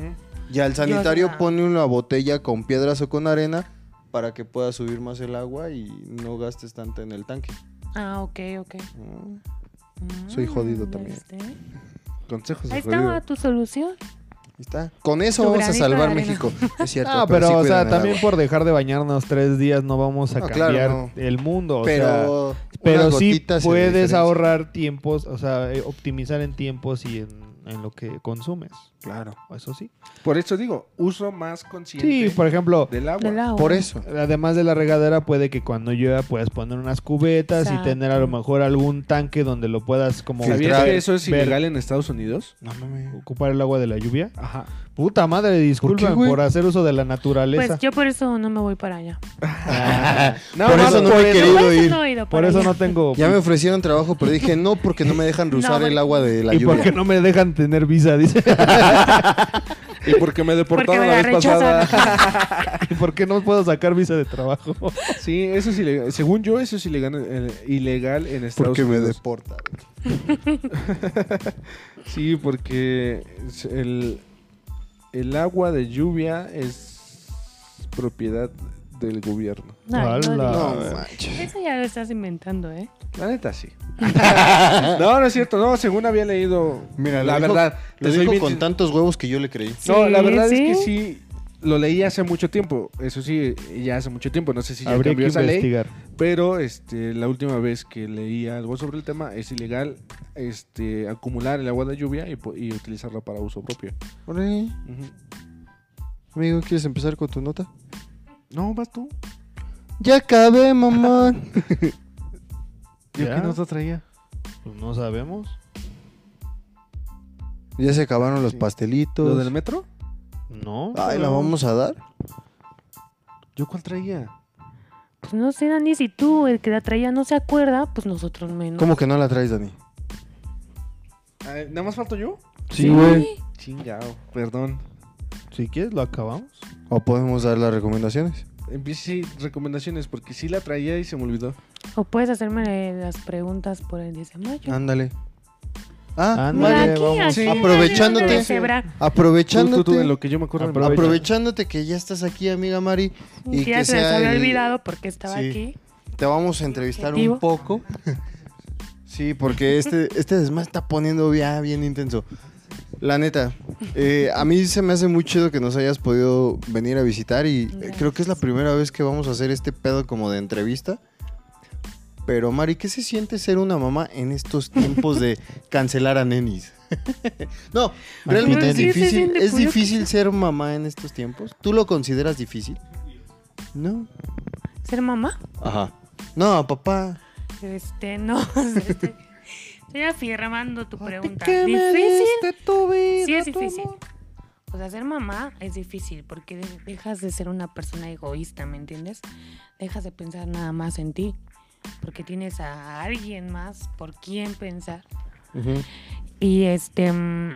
S4: Y al sanitario
S3: Dios,
S4: pone una botella con piedras o con arena para que pueda subir más el agua y no gastes tanto en el tanque.
S3: ah, ok, ok.
S4: Mm.
S3: Mm,
S4: Soy jodido
S3: ya
S4: también.
S3: viste.
S1: Consejos de
S3: Ahí
S1: jodido.
S3: estaba tu solución.
S4: Ahí está. Con eso
S3: Tu
S4: vamos
S3: granito
S4: a
S3: de
S4: salvar
S3: arena.
S4: México. Es cierto.
S2: No, pero,
S4: sí
S2: o
S4: cuidan
S2: sea,
S4: el
S2: también
S4: agua.
S2: por dejar de bañarnos tres días no vamos a
S4: No, claro,
S2: cambiar
S4: no.
S2: el mundo. o sea,
S4: pero,
S2: pero
S4: unas
S2: sí
S4: gotitas de
S2: puedes
S4: diferencia.
S2: ahorrar tiempos, o sea, eh, optimizar en tiempos y en, en lo que consumes.
S1: Claro.
S2: Eso sí.
S1: Por eso digo, uso más consciente
S2: Sí, por ejemplo,
S1: del agua.
S3: Del agua.
S4: Por eso.
S2: Además de la regadera, puede que cuando llueva puedas poner unas cubetas y
S3: Exacto.
S2: tener a lo mejor algún tanque donde lo puedas como
S1: ¿Sabías
S4: Filtrar,
S1: que eso es
S2: ver-
S1: ilegal en Estados Unidos?
S4: No mames.
S2: ocupar el agua de la lluvia.
S1: Ajá.
S2: Puta madre, disculpen por,
S4: güey?
S2: hacer uso de la naturaleza. Ah.
S3: Pues yo por eso no me voy para allá.
S1: No,
S4: por
S1: no,
S4: eso no
S1: por
S4: he
S1: eso-
S4: querido
S3: por eso
S4: ir.
S3: Pues, no he ido
S2: por
S3: para
S2: eso
S3: allá.
S2: no tengo
S4: Ya me ofrecieron trabajo, pero dije no porque no me dejan
S3: No,
S4: usar el
S3: porque-
S4: agua de la
S2: y porque
S4: lluvia.
S2: no me dejan tener visa, dice.
S1: Y porque me deportaron
S3: me
S1: la
S3: la
S1: vez pasada.
S2: ¿Y por qué no puedo sacar visa de trabajo?
S1: Sí, eso es ilegal. Según yo, eso es ilegal, en- ilegal en Estados
S4: Porque me
S1: Unidos.
S4: deportan.
S1: Sí, porque es el, el agua de lluvia es propiedad del gobierno.
S3: Ay, no
S2: Ala.
S4: No
S2: A ver.
S3: digas.
S4: manches.
S3: Eso ya lo estás inventando, ¿eh?
S1: La neta sí. no, no es cierto. No, según había leído.
S4: Mira,
S1: la
S4: lo dijo-
S1: verdad.
S4: Lo
S1: te soy
S4: dijo
S1: bien
S4: con
S1: sin-
S4: tantos huevos que yo le creí.
S1: No, la
S3: Sí,
S1: verdad
S3: sí.
S1: es que sí. Lo leí hace mucho tiempo. Eso sí, ya hace mucho tiempo. No sé si ya
S2: Habría que
S1: cambió esa ley.
S2: investigar.
S1: Pero este, la última vez que leí algo sobre el tema es ilegal este, acumular el agua de lluvia y, po- y utilizarla para uso propio.
S4: Órale,
S1: Ujú.
S4: Amigo, ¿quieres empezar con tu nota?
S1: No, vas tú.
S4: Ya acabé, mamá.
S1: Yo
S2: Ya.
S1: que nos traía.
S2: Pues no sabemos.
S4: ya se acabaron los
S1: Sí.
S4: pastelitos.
S1: ¿Lo del metro?
S2: No.
S4: Ay, ¿la vamos a dar?
S1: ¿Yo cuál traía?
S3: Pues no sé, Dani, si tú, el que la traía, no se acuerda, pues nosotros menos.
S4: ¿Cómo que no la traes, Dani?
S1: Ah, ¿Nada más falto yo?
S4: Sí, güey.
S1: Chingao, perdón.
S2: Si quieres, lo acabamos.
S4: ¿O podemos dar las recomendaciones?
S1: Empecé recomendaciones porque sí la traía y se me olvidó.
S3: O puedes hacerme las preguntas por el 10 de mayo.
S4: Ándale. Ah,
S2: Ándale.
S4: vale.
S2: Mira, vamos.
S1: Sí.
S4: Aprovechándote.
S3: de deshebrar.
S1: Tú,
S4: Aprovechándote,
S1: tú, tú, en lo que yo me acuerdo.
S2: Aprovecha.
S4: aprovechándote que ya estás aquí, amiga Mari, y
S3: Que ya
S4: que
S3: se les
S4: sea
S3: había
S4: el-
S3: olvidado porque estaba
S4: Sí.
S3: aquí.
S4: te vamos a entrevistar
S3: Objetivo.
S4: un poco. Sí, porque este, este desmadre está poniendo ya bien intenso. La neta, eh, a mí se me hace muy chido que nos hayas podido venir a visitar y eh, creo que es la primera vez que vamos a hacer este pedo como de entrevista. Pero Mari, ¿qué se siente ser una mamá en estos tiempos de cancelar a nenis? no, realmente es
S3: Antinenis. Sí, se
S4: difícil,
S3: siente
S4: es
S3: culero.
S4: difícil ser mamá en estos tiempos. ¿Tú lo consideras difícil? No.
S3: ¿Ser mamá?
S4: Ajá. No, papá.
S3: Este, no. este, estoy afirmando tu pregunta.
S2: ¿Qué me
S3: ¿Difícil?
S2: diste tu vida,
S3: Sí, es
S2: tu
S3: difícil.
S2: amor?
S3: O sea, ser mamá es difícil porque de- dejas de ser una persona egoísta, ¿me entiendes? Dejas de pensar nada más en ti porque tienes a alguien más por quien pensar. Y este. mm,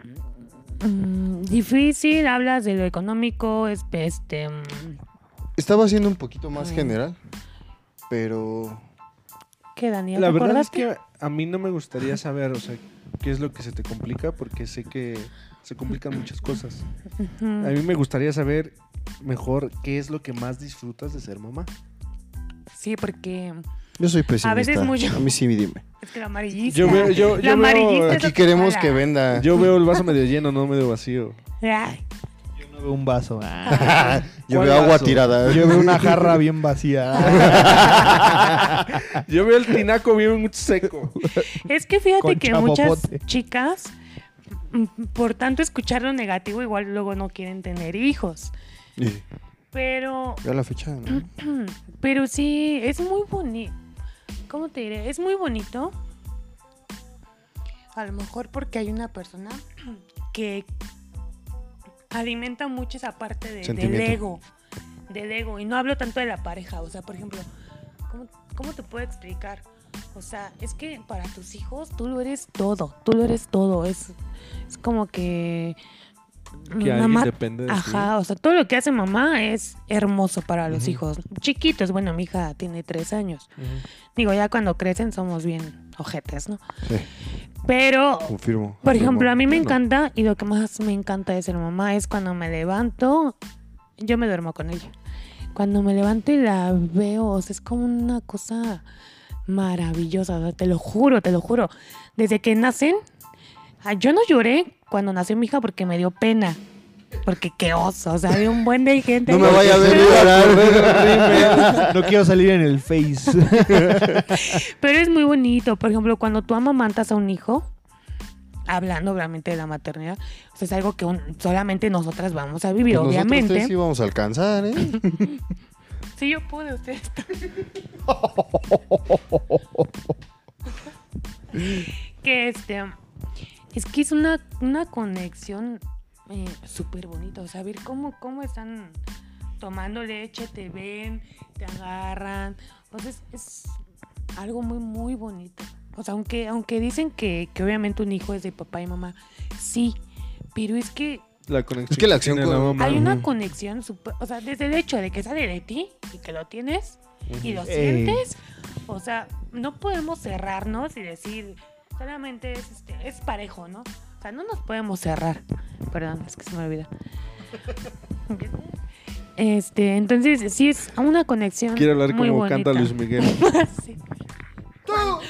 S3: mm, difícil, hablas de lo económico, es- este. mm,
S4: Estaba haciendo un poquito más
S3: Ay.
S4: general, pero
S3: ¿Qué, Daniel?
S1: La
S3: ¿Te
S1: verdad es
S3: acordaste?
S1: que a mí no me gustaría saber, o sea, qué es lo que se te complica porque sé que se complican muchas cosas.
S3: Ujú.
S1: A mí me gustaría saber mejor qué es lo que más disfrutas de ser mamá.
S3: Sí, porque
S4: yo soy pesimista.
S3: veces mucho.
S4: A mí sí, dime.
S3: es que la amarillista.
S1: Yo veo- yo- yo
S3: la
S1: veo- eh,
S3: amarillista es
S4: Aquí
S3: otra
S4: queremos
S3: cosa.
S4: que venda.
S1: Yo veo el vaso medio lleno, no medio vacío.
S3: Ay,
S2: Yo no veo un vaso. Ah,
S4: Yo
S1: ¿Cuál
S4: veo agua
S1: vaso?
S4: tirada.
S2: Yo veo una jarra bien vacía.
S1: Yo veo el tinaco bien seco.
S3: Es que fíjate
S2: Con
S3: que
S2: chapopote.
S3: muchas chicas, mm, por tanto escuchar lo negativo, igual luego no quieren tener hijos.
S4: Y
S3: Pero,
S4: veo la fecha.
S3: Pues,
S4: ¿no? Pues
S3: pero sí, es muy bonito. ¿Cómo te diré? Es muy bonito. A lo mejor porque hay una persona que alimenta mucho esa parte de, del
S4: Sentimiento.
S3: ego. Del ego. Y no hablo tanto de la pareja. O sea, por ejemplo, ¿cómo, cómo te puedo explicar? O sea, es que para tus hijos tú lo eres todo. Tú lo eres todo. Es, es como que.
S1: Que alguien
S3: mamá-
S1: depende de ti.
S3: Ajá, o sea, todo lo que hace mamá es hermoso para los hijos. Chiquitos, bueno, mi hija tiene tres años. Digo, ya cuando crecen somos bien ojetes, ¿no?
S4: Sí.
S3: Pero,
S4: Confirmo.
S3: por ejemplo, a mí me
S4: Bueno,
S3: encanta y lo que más me encanta de ser mamá es cuando me levanto, yo me duermo con ella. Cuando me levanto y la veo, o sea, es como una cosa maravillosa, o sea, te lo juro, te lo juro. Desde que nacen, ah, yo no lloré cuando nació mi hija porque me dio pena. Porque qué oso, o sea, hay un buen de gente.
S4: No me vaya a ver llorar.
S2: no quiero salir en el face.
S3: Pero es muy bonito. Por ejemplo, cuando tú amamantas a un hijo, hablando obviamente de la maternidad, o sea, es algo que un- solamente nosotras vamos a vivir,
S4: Pues Nosotros
S3: obviamente.
S4: tres sí vamos a alcanzar, ¿eh?
S3: Sí, yo pude, ustedes también. que este. Es que es una, una conexión eh, súper bonita. O sea, ver cómo, cómo están tomando leche, te ven, te agarran. Entonces, es algo muy, muy bonito. O sea, aunque, aunque dicen que, que obviamente un hijo es de papá y mamá, sí, pero es que
S1: La conexión
S4: Es que la acción
S1: tiene
S4: con-
S1: mamá.
S3: hay una conexión, súper- o sea, desde el hecho de que sale de ti y que lo tienes y lo
S2: Ey.
S3: sientes, o sea, no podemos cerrarnos y decir, solamente es, este, es parejo, ¿no? O sea, no nos podemos cerrar. Perdón, es que se me olvida. Este, entonces, sí es una conexión.
S1: Quiero hablar
S3: muy
S1: como
S3: bonita.
S1: canta Luis Miguel.
S3: Sí.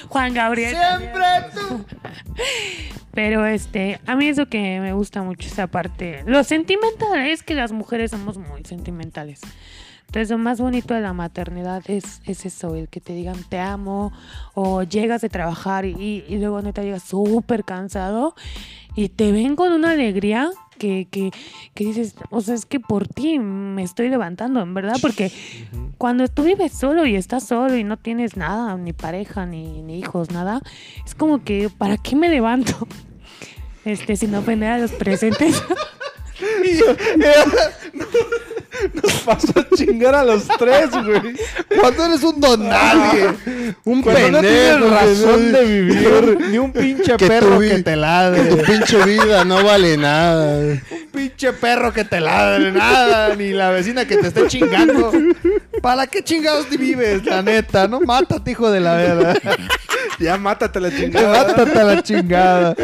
S3: Juan Gabriel.
S4: tú.
S3: Pero este, a mí eso que me gusta mucho esa parte. Lo sentimental es que las mujeres somos muy sentimentales. Entonces lo más bonito de la maternidad es, es eso, el que te digan te amo o llegas de trabajar y, y luego neta llegas súper cansado y te ven con una alegría que, que, que dices, o sea, es que por ti me estoy levantando, en verdad, porque cuando tú vives solo y estás solo y no tienes nada, ni pareja, ni, ni hijos, nada, es como que, ¿para qué me levanto? Este, sin ofender a los presentes.
S1: Pasó a chingar a los tres, güey.
S2: Cuando eres un don nadie, un
S1: Cuando no tienes
S2: pendejo,
S1: razón de vivir.
S2: ni un pinche
S4: Que
S2: perro
S4: tu vi-
S2: que te ladre,
S4: Tu pinche vida no vale nada.
S2: un pinche perro que te ladre, nada, ni la vecina que te esté chingando. ¿Para qué chingados te vives, la neta? No mátate, hijo de la verga.
S1: Ya mátate la chingada.
S2: Mátate a la chingada.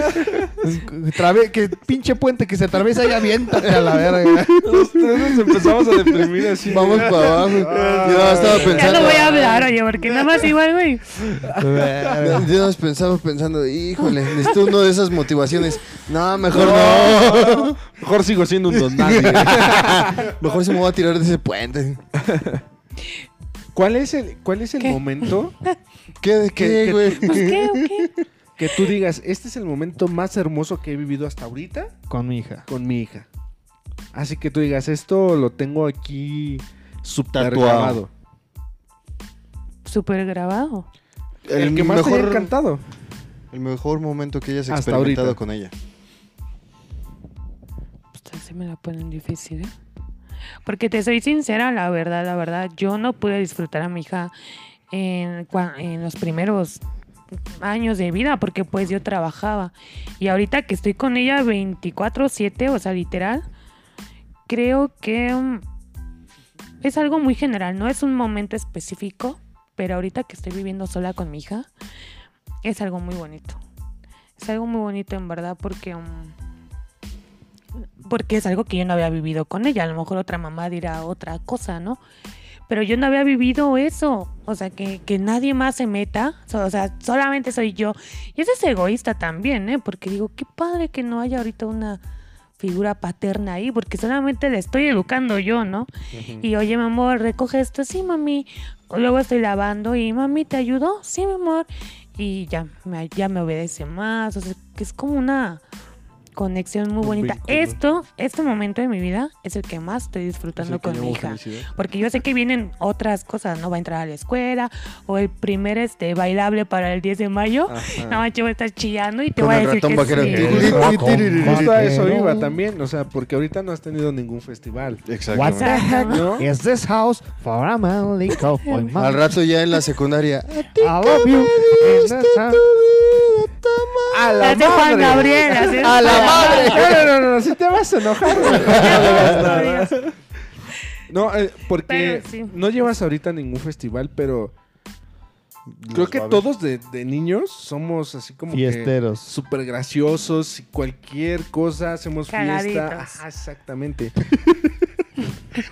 S2: Trave- que pinche puente que se atraviesa y aviéntate a la verga.
S1: Los tres nos empezamos a deprimir así.
S4: Vamos para abajo. Yo estaba
S3: ya
S4: pensando.
S3: no voy a hablar, oye, porque nada más igual, güey.
S4: Yo nos pensamos pensando, híjole, necesito uno de esas motivaciones. No, mejor no.
S1: No. Mejor sigo siendo un don nadie.
S4: Mejor se me voy a tirar de ese puente.
S1: ¿Cuál es el, cuál es el
S3: ¿Qué?
S1: momento
S4: ¿Qué de
S1: ¿Qué,
S4: qué, güey?
S3: Pues, ¿qué, o qué?
S1: que tú digas, este es el momento más hermoso que he vivido hasta ahorita?
S2: Con mi hija.
S1: con mi hija. Así que tú digas, esto lo tengo aquí
S4: Tatuado.
S1: subtatuado.
S3: Súper grabado.
S1: El, que más te haya encantado.
S4: el mejor momento que hayas
S1: Hasta
S4: experimentado
S1: ahorita.
S4: con ella.
S3: Ustedes se me la ponen difícil, ¿eh? Porque te soy sincera, la verdad, la verdad, yo no pude disfrutar a mi hija en, cua- en los primeros años de vida porque pues yo trabajaba. Y ahorita que estoy con ella 24/7, o sea, literal, creo que mm, es algo muy general, no es un momento específico, pero ahorita que estoy viviendo sola con mi hija, es algo muy bonito. Es algo muy bonito en verdad porque... mm, porque es algo que yo no había vivido con ella. A lo mejor otra mamá dirá otra cosa, ¿no? Pero yo no había vivido eso. O sea, que, que nadie más se meta. So- O sea, solamente soy yo. Y eso es egoísta también, ¿eh? Porque digo, qué padre que no haya ahorita una figura paterna ahí, porque solamente la estoy educando yo, ¿no? Y oye, mi amor, recoge esto, sí, mami. Luego estoy lavando y mami, ¿te ayudó? Sí, mi amor. Y ya, me- ya me obedece más. O sea, que es como una conexión muy
S4: Un
S3: bonita.
S4: vínculo.
S3: Esto, este momento de mi vida es el que más estoy disfrutando con mi hija. Porque yo sé que vienen otras cosas, ¿no? Va a entrar a la escuela o el primer este bailable para el 10 de mayo. Nada más yo voy a estar chillando y te
S4: Con
S3: voy a
S4: el
S3: decir
S4: ratón
S3: que
S4: vaquero.
S3: sí.
S1: Justo a eso
S2: Pero-
S1: iba también, o sea, porque ahorita no has tenido ningún festival.
S2: What the
S4: Exacto.
S2: heck
S1: ¿No?
S2: is this house for a manly cowboy man?
S4: Al rato ya en la secundaria.
S2: I love you. Is this house-
S1: A
S3: Te hace Juan Gabriel. así,
S2: A la madre.
S1: No, no, no, no, si te vas a enojar. güey. No, eh, porque
S3: Pero sí.
S1: no llevas ahorita ningún festival, pero creo
S4: Los
S1: que
S4: va a ver.
S1: todos de, de niños somos así como que
S2: Fiesteros.
S1: súper graciosos y cualquier cosa hacemos fiesta.
S3: Cagaditos.
S1: Ajá, exactamente.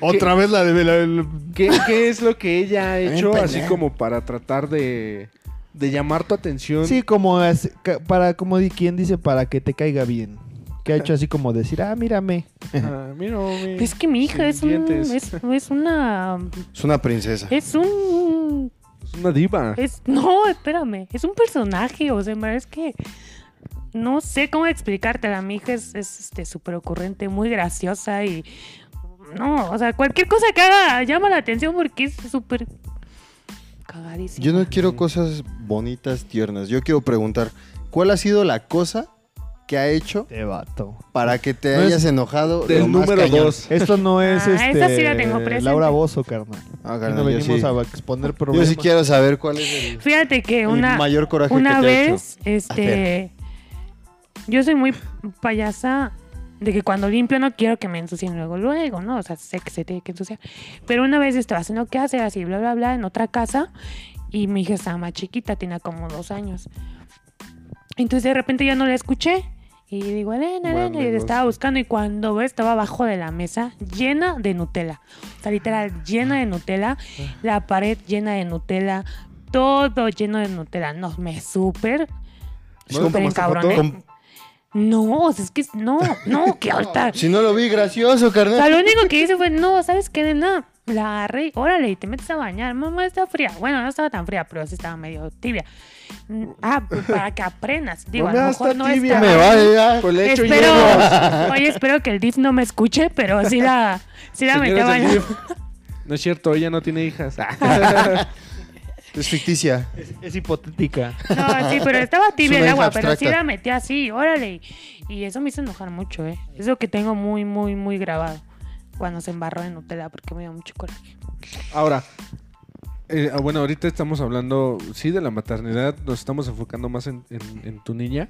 S2: Otra vez la de...
S1: ¿Qué, qué es lo que ella ha
S4: Bien
S1: hecho así
S4: pendeja.
S1: como para tratar de, de llamar tu atención?
S2: Sí, como es- ca- para como di- quien dice para que te caiga bien. Que ha hecho así como decir, ah, mírame.
S1: Ah, mira, mami.
S3: Es que mi hija
S1: Sin
S3: es, un,
S1: dientes.
S3: es, es una.
S4: Es una princesa.
S3: Es un.
S1: Es una diva.
S3: Es, no, espérame. Es un personaje. O sea, en verdad es que. No sé cómo explicártela. Mi hija es es, este, súper ocurrente, muy graciosa y. No, o sea, cualquier cosa que haga llama la atención porque es súper. Cagadísima.
S4: Yo no quiero cosas bonitas, tiernas. Yo quiero preguntar, ¿cuál ha sido la cosa que ha hecho
S2: Te vato.
S4: para que te
S2: No es-
S4: hayas enojado?
S1: Del
S4: lo más
S1: número
S4: cañón?
S1: dos.
S2: Esto no es
S3: Ah,
S2: este,
S3: esa sí la tengo presente.
S2: Laura Bozo, carnal.
S4: Ah,
S2: Aquí
S4: carnal,
S2: no
S4: yo,
S2: venimos
S4: sí.
S2: a exponer
S4: Yo
S2: problemas.
S4: sí quiero saber cuál es el,
S3: Fíjate que
S4: el
S3: una.
S4: mayor coraje
S3: Una
S4: que te ha hecho.
S3: vez, este, yo soy muy payasa de que cuando limpio no quiero que me ensucien luego, luego, ¿no? O sea, sé que se tiene que ensuciar. Pero una vez estaba haciendo qué hacer, así, bla, bla, bla, en otra casa. Y mi hija estaba más chiquita, tenía como dos años. Entonces de repente ya no la escuché. Y digo, Elena, Elena, y
S1: Mami,
S3: la
S1: vos.
S3: estaba buscando. Y cuando veo, estaba abajo de la mesa, llena de Nutella. O sea, literal, llena de Nutella. La pared llena de Nutella. Todo lleno de Nutella. No, me súper
S1: ¿No
S3: Súper
S1: tomaste foto?
S3: encabroné.
S4: Com-
S3: No, o sea, es que es- no, no, que ahorita.
S4: Si no lo vi gracioso,
S3: O
S4: carnal.
S3: sea, lo único que hice fue, no, ¿sabes qué, nena? La agarré y órale, y te metes a bañar. Mamá está fría. Bueno, no estaba tan fría, pero sí estaba medio tibia. Mm, Ah, pues, para que aprendas. Digo, a lo
S1: Mamá,
S3: mejor
S1: está
S3: no
S1: tibia.
S3: está-
S1: Me
S4: vale, ya.
S1: Pues le echo
S3: espero,
S1: hielo.
S3: oye, espero que el DIF no me escuche, pero sí la, sí la metí a
S1: Señoras del
S3: bañar.
S1: DIF. No es cierto, ella no tiene hijas.
S4: Es ficticia.
S2: Es, hipotética.
S3: No, sí, pero estaba tibia
S4: una
S3: el
S4: hija
S3: agua, pero sí
S4: abstracta.
S3: la metí así, órale. Y eso me hizo enojar mucho, ¿eh? Es lo que tengo muy, muy, muy grabado. Cuando se embarró en Nutella, porque me dio mucho coraje.
S1: Ahora, eh, ah, bueno, ahorita estamos hablando, sí, de la maternidad, nos estamos enfocando más en, en- en tu niña,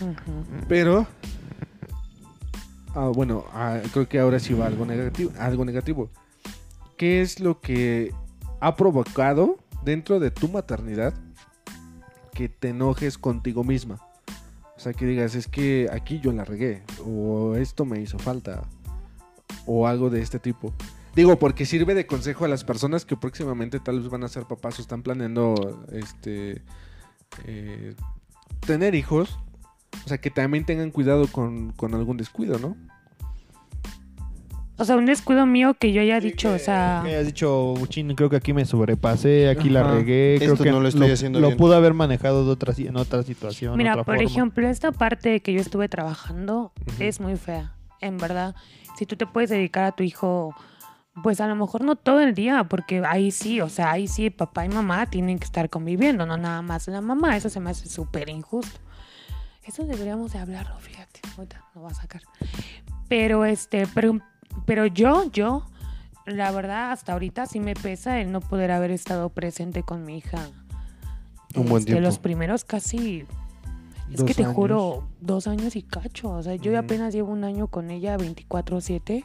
S3: Ujú.
S1: pero... ah, bueno, ah, creo que ahora sí va algo negativo, algo negativo. ¿Qué es lo que ha provocado dentro de tu maternidad que te enojes contigo misma? O sea, que digas, es que aquí yo la regué, o esto me hizo falta, o algo de este tipo. Digo, porque sirve de consejo a las personas que próximamente tal vez van a ser papás o están planeando este eh, tener hijos. O sea, que también tengan cuidado con, con algún descuido, ¿no?
S3: O sea, un descuido mío que yo haya dicho, o sea...
S2: Que hayas dicho, "Chin, creo que aquí me sobrepasé, aquí la
S1: Ajá.
S2: regué. creo
S4: Esto
S2: que
S4: no lo estoy haciendo
S2: Lo
S4: bien".
S2: pude haber manejado de otra, si- en otra situación.
S3: Mira,
S2: otra
S3: por
S2: forma.
S3: ejemplo, esta parte que yo estuve trabajando
S1: Ujú.
S3: es muy fea, en verdad. Si tú te puedes dedicar a tu hijo, pues a lo mejor no todo el día, porque ahí sí, o sea, ahí sí papá y mamá tienen que estar conviviendo, no nada más la mamá. Eso se me hace súper injusto. Eso deberíamos de hablarlo, fíjate, ahorita lo va a sacar. Pero este, pero, pero yo, yo, la verdad, hasta ahorita sí me pesa el no poder haber estado presente con mi hija.
S4: Un buen
S3: Este,
S4: tiempo.
S3: Los primeros casi es
S1: Dos
S3: que te
S1: años.
S3: juro, dos años y cacho. O sea, yo ya apenas llevo un año con ella, 24-7,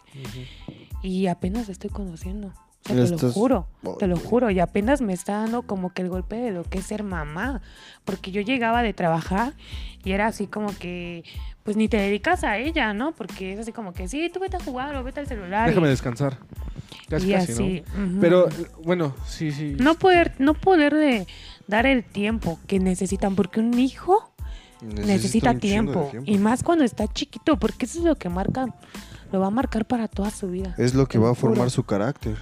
S3: y apenas la estoy conociendo. O sea, te
S4: Estás-
S3: lo juro,
S4: Ay,
S3: te lo
S4: güey.
S3: juro. Y apenas me está dando como que el golpe de lo que es ser mamá. Porque yo llegaba de trabajar y era así como que, pues ni te dedicas a ella, ¿no? Porque es así como que, sí, tú vete a jugar o vete al celular. y-
S1: Déjame descansar. Casi,
S3: y
S1: casi,
S3: así. ujú.
S1: ¿no? Pero, eh, bueno, sí, sí.
S3: No poder, no poder de dar el tiempo que necesitan, porque un hijo necesita tiempo, Y más cuando está chiquito, porque eso es lo que marcan. Lo va a marcar para toda su vida.
S4: Es lo que va a formar
S3: Juro.
S4: su carácter.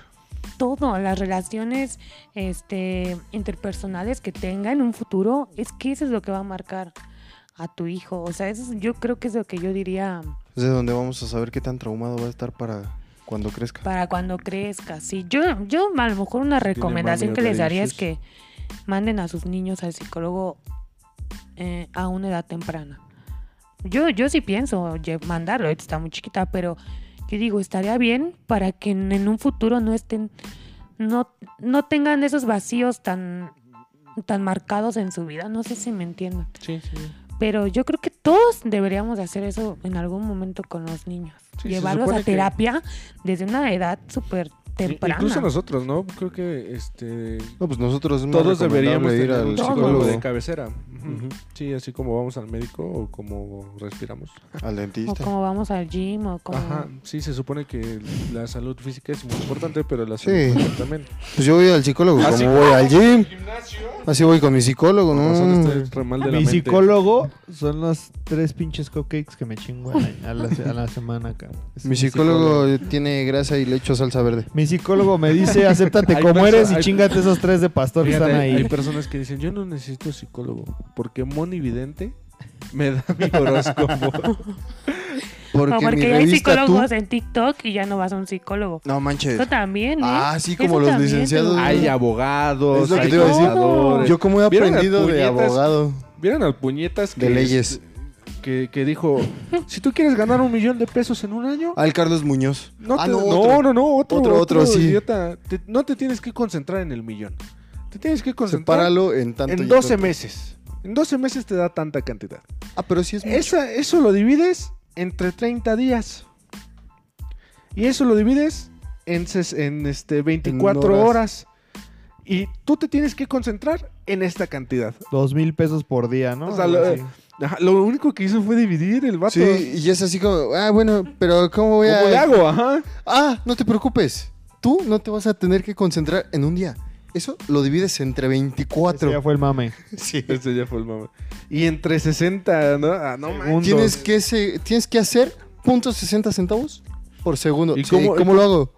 S3: Todo, las relaciones este, interpersonales que tenga en un futuro, es que eso es lo que va a marcar a tu hijo. O sea, eso es- yo creo que es lo que yo diría
S4: Es de donde vamos a saber qué tan traumado va a estar para cuando crezca.
S3: para cuando crezca. Sí, yo, yo a lo mejor una recomendación
S1: mami,
S3: que les
S1: otra
S3: daría es
S1: dices.
S3: que manden a sus niños al psicólogo eh, a una edad temprana. Yo, yo sí pienso lle- mandarlo, ahorita está muy chiquita, pero yo digo, estaría bien para que en, en un futuro no estén, no, no tengan esos vacíos tan, tan marcados en su vida. No sé si me entienden.
S1: Sí, sí.
S3: Pero yo creo que todos deberíamos de hacer eso en algún momento con los niños.
S1: Sí, se
S3: Llevarlos
S1: supone
S3: a
S1: que-
S3: terapia desde una edad súper temprana.
S1: Incluso nosotros, ¿no? Creo que este
S4: No, pues nosotros es más
S1: todos deberíamos
S4: recomendable
S1: ir
S4: ir al
S3: Todos.
S1: psicólogo de
S4: psicólogo,
S1: cabecera. Ujú. Sí, así como vamos al médico o como respiramos.
S4: al
S3: O
S4: dentista.
S3: como vamos al gym o como...
S1: Ajá, sí, se supone que la salud física es muy importante, pero la
S4: Sí.
S1: salud mental también.
S4: Pues yo voy al psicólogo,
S1: Ah, Al
S4: como voy al gym. Así voy con mi psicólogo,
S1: Con razón este
S4: ¿no?
S1: estás re mal de la
S2: Mi
S1: mente.
S2: psicólogo son los tres pinches cupcakes que me chingo al año- a la, a la semana, cabrón. Es
S4: Mi
S2: un
S4: psicólogo tiene grasa y le echo salsa verde.
S2: Mi psicólogo me dice, acéptate
S1: Hay
S2: como
S1: perso-
S2: eres y
S1: hay-
S2: chingate esos tres de pastor que
S1: Fíjate,
S2: están
S1: Hay
S2: ahí.
S1: personas que dicen, yo no necesito psicólogo, porque Moni Vidente me da mi horóscopo.
S4: Porque,
S3: No,
S4: mi
S3: porque ya hay
S4: revista tú...
S3: psicólogos en TikTok y ya no vas a un psicólogo.
S4: No manches.
S3: Eso también, ¿eh?
S4: Ah, sí, como
S3: Eso
S4: los
S3: también,
S4: licenciados.
S3: te-
S1: hay abogados,
S4: Es lo que
S1: hay
S4: te iba a decir.
S1: contadores.
S4: Yo como he
S1: ¿Vieron las
S4: aprendido de
S1: puñetas?
S4: abogado.
S1: ¿Vieron al puñetas que
S4: De leyes.
S1: este, que, que dijo, si tú quieres ganar un millón de pesos en un año,
S4: Al Ah, Carlos Muñoz.
S1: no,
S4: Ah,
S1: te-
S4: no,
S1: no,
S4: otro.
S1: no, no, otro,
S4: Otro,
S1: otro,
S4: otro, sí.
S1: idiota. Te- no te tienes que concentrar en el millón. Te tienes que concentrar
S4: Sepáralo en tanto y
S1: en 12
S4: tanto.
S1: meses. En 12 meses te da tanta cantidad.
S4: Ah, pero sí es mucho.
S1: Esa, eso lo divides entre 30 días. Y eso lo divides en, ses- en este 24
S4: En
S1: horas. Y tú te tienes que concentrar en esta cantidad.
S2: Dos mil pesos por día, ¿no?
S1: O sea, lo-
S2: Algo así.
S1: Ajá, lo único que hizo fue dividir el vato.
S4: Sí, y es así como, ah, bueno, pero ¿cómo voy a...?
S1: ¿Cómo le hago? Ajá.
S4: Ah, no te preocupes. Tú no te vas a tener que concentrar en un día. Eso lo divides entre
S2: Ese ya
S4: 24.
S2: fue el mame.
S4: Sí.
S1: Ese Este ya fue el mame. Y entre 60, ¿no? Ah, no manches.
S2: Segundos.
S4: Tienes que, se- tienes que hacer punto .60 centavos por segundo.
S1: ¿Y
S4: Sí,
S1: cómo-
S4: cómo, lo hago?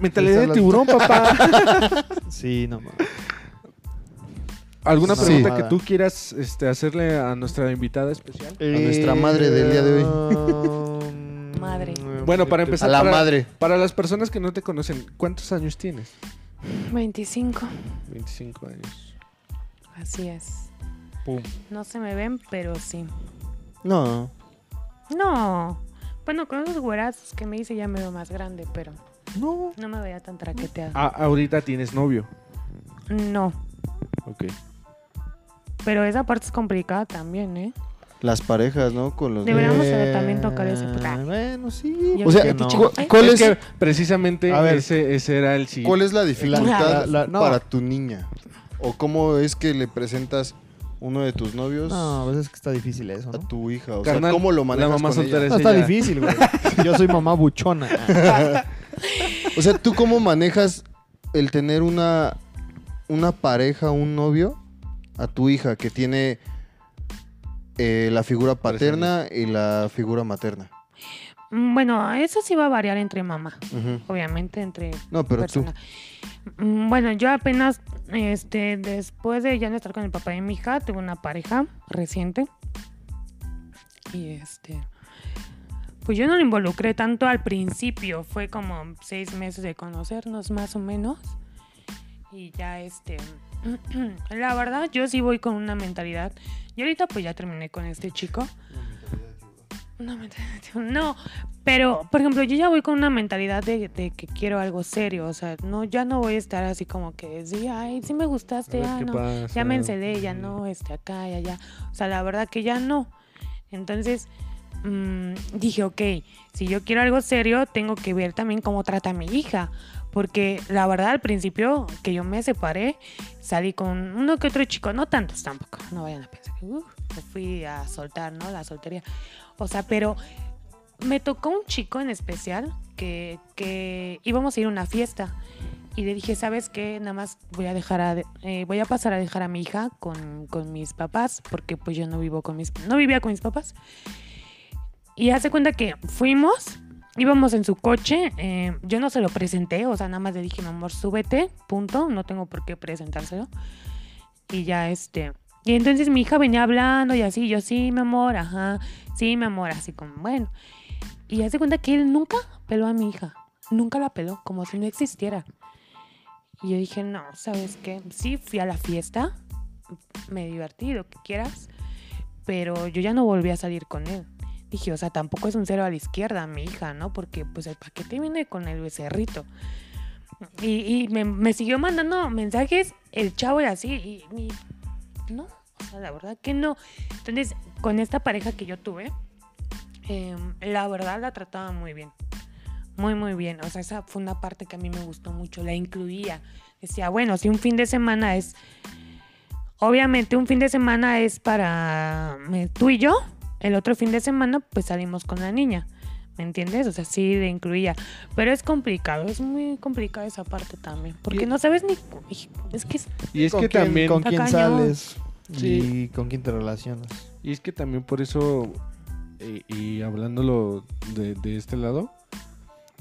S1: Mentalidad
S2: Están
S1: de
S2: las-
S1: tiburón, papá.
S2: Sí, no mames.
S1: ¿Alguna
S2: Sí.
S1: pregunta que
S2: Nada.
S1: tú quieras este, hacerle a nuestra invitada especial?
S4: nuestra madre del día de
S2: hoy.
S3: Madre.
S1: Bueno, para
S4: A
S1: empezar,
S4: la
S1: para,
S4: madre.
S1: para las personas que no te conocen, ¿cuántos años tienes?
S3: 25.
S1: 25 años.
S3: Así es.
S1: Pum.
S3: No se me ven, pero sí.
S4: No.
S3: No. Bueno, con esos güerazos que me hice ya me veo más grande, pero
S2: No.
S3: no me veía tan traqueteada.
S1: Ah, ahorita tienes novio.
S3: No.
S1: Ok.
S3: Pero esa parte es complicada también, ¿eh?
S4: Las parejas, ¿no? Con los.
S3: De verdad. Deberíamos de también tocar ese puta.
S2: Eh, Bueno, sí.
S3: Yo
S4: O
S2: ¿por
S4: sea,
S2: qué
S3: no.
S4: chico,
S3: Ay.
S4: ¿cuál
S1: es,
S4: es,
S1: que precisamente
S2: A ver.
S1: ese, ese era el siguiente.
S4: ¿cuál es la
S2: La-
S4: dificultad
S2: la- no.
S4: para tu niña? ¿O cómo es que le presentas uno de tus novios
S2: No, a veces es que está difícil eso. ¿no?
S4: a tu hija? O
S1: Carnal,
S4: sea, ¿cómo lo
S1: la
S4: manejas
S1: mamá
S4: con ella?
S1: soltera es-
S2: No, está
S1: Pues ya.
S2: difícil, güey. Yo soy mamá buchona.
S4: O sea, ¿tú cómo manejas el tener una, una pareja, un novio, a tu hija que tiene eh, la figura paterna y la figura materna?
S3: Mm, Bueno, eso sí va a variar entre mamá.
S4: Ujú.
S3: Obviamente, entre
S4: No, pero tú.
S3: persona. Mm, Bueno, yo apenas, este, después de ya no estar con el papá de mi hija, tuve una pareja reciente. Y este, pues yo no lo involucré tanto al principio, fue como seis meses de conocernos más o menos. Y ya este, la verdad, yo sí voy con una mentalidad. Yo ahorita pues ya terminé con este chico. Una mentalidad de tiburón. No, pero, por ejemplo, yo ya voy con una mentalidad de, de que quiero algo serio. O sea, no, ya no voy a estar así como que, sí, ay, sí me
S1: A
S3: gustaste,
S1: ver
S3: ay,
S1: qué
S3: no.
S1: pasa.
S3: Ya me ensedé, ya no, este, acá y allá. O sea, la verdad que ya no. Entonces, mm, dije, ok, si yo quiero algo serio, tengo que ver también cómo trata a mi hija. Porque la verdad, al principio que yo me separé, salí con uno que otro chico, no tantos tampoco, no vayan a pensar que "Uf, me fui a soltar, ¿no? La soltería. O sea, pero me tocó un chico en especial que, que íbamos a ir a una fiesta y le dije, ¿sabes qué? Nada más voy a dejar a, de- eh, voy a pasar a dejar a mi hija con, con mis papás, porque pues yo no vivo con mis, no vivía con mis papás. Y hace cuenta que fuimos, íbamos en su coche, eh, yo no se lo presenté, o sea, nada más le dije, mi amor, súbete, punto, no tengo por qué presentárselo. Y ya este, y entonces mi hija venía hablando y así, yo sí, mi amor, ajá, sí, mi amor, así como, bueno. Y hace cuenta que él nunca peló a mi hija, nunca la peló, como si no existiera. Y yo dije, no, ¿sabes qué? Sí, fui a la fiesta, me divertí, lo que quieras, pero yo ya no volví a salir con él. Dije, o sea, tampoco es un cero a la izquierda, mi hija, ¿no? Porque pues el paquete viene con el becerrito. Y, y me, me siguió mandando mensajes el chavo y así, y, y no, o sea, la verdad que no. Entonces, con esta pareja que yo tuve, eh, la verdad la trataba muy bien. Muy, muy bien. O sea, esa fue una parte que a mí me gustó mucho. La incluía. Decía, bueno, si un fin de semana es. Obviamente, un fin de semana es para eh, tú y yo. El otro fin de semana, pues salimos con la niña. ¿Me entiendes? O sea, sí le incluía. Pero es complicado, es muy complicada esa parte también. Porque no sabes ni. Es que es
S1: Y es
S2: ¿Con
S1: que
S2: quién-
S1: también.
S2: ¿Con quién
S3: Tacaño.
S2: sales?
S1: Sí.
S2: ¿Y con quién te relacionas?
S1: Y es que también por eso, eh, y hablándolo de, de este lado,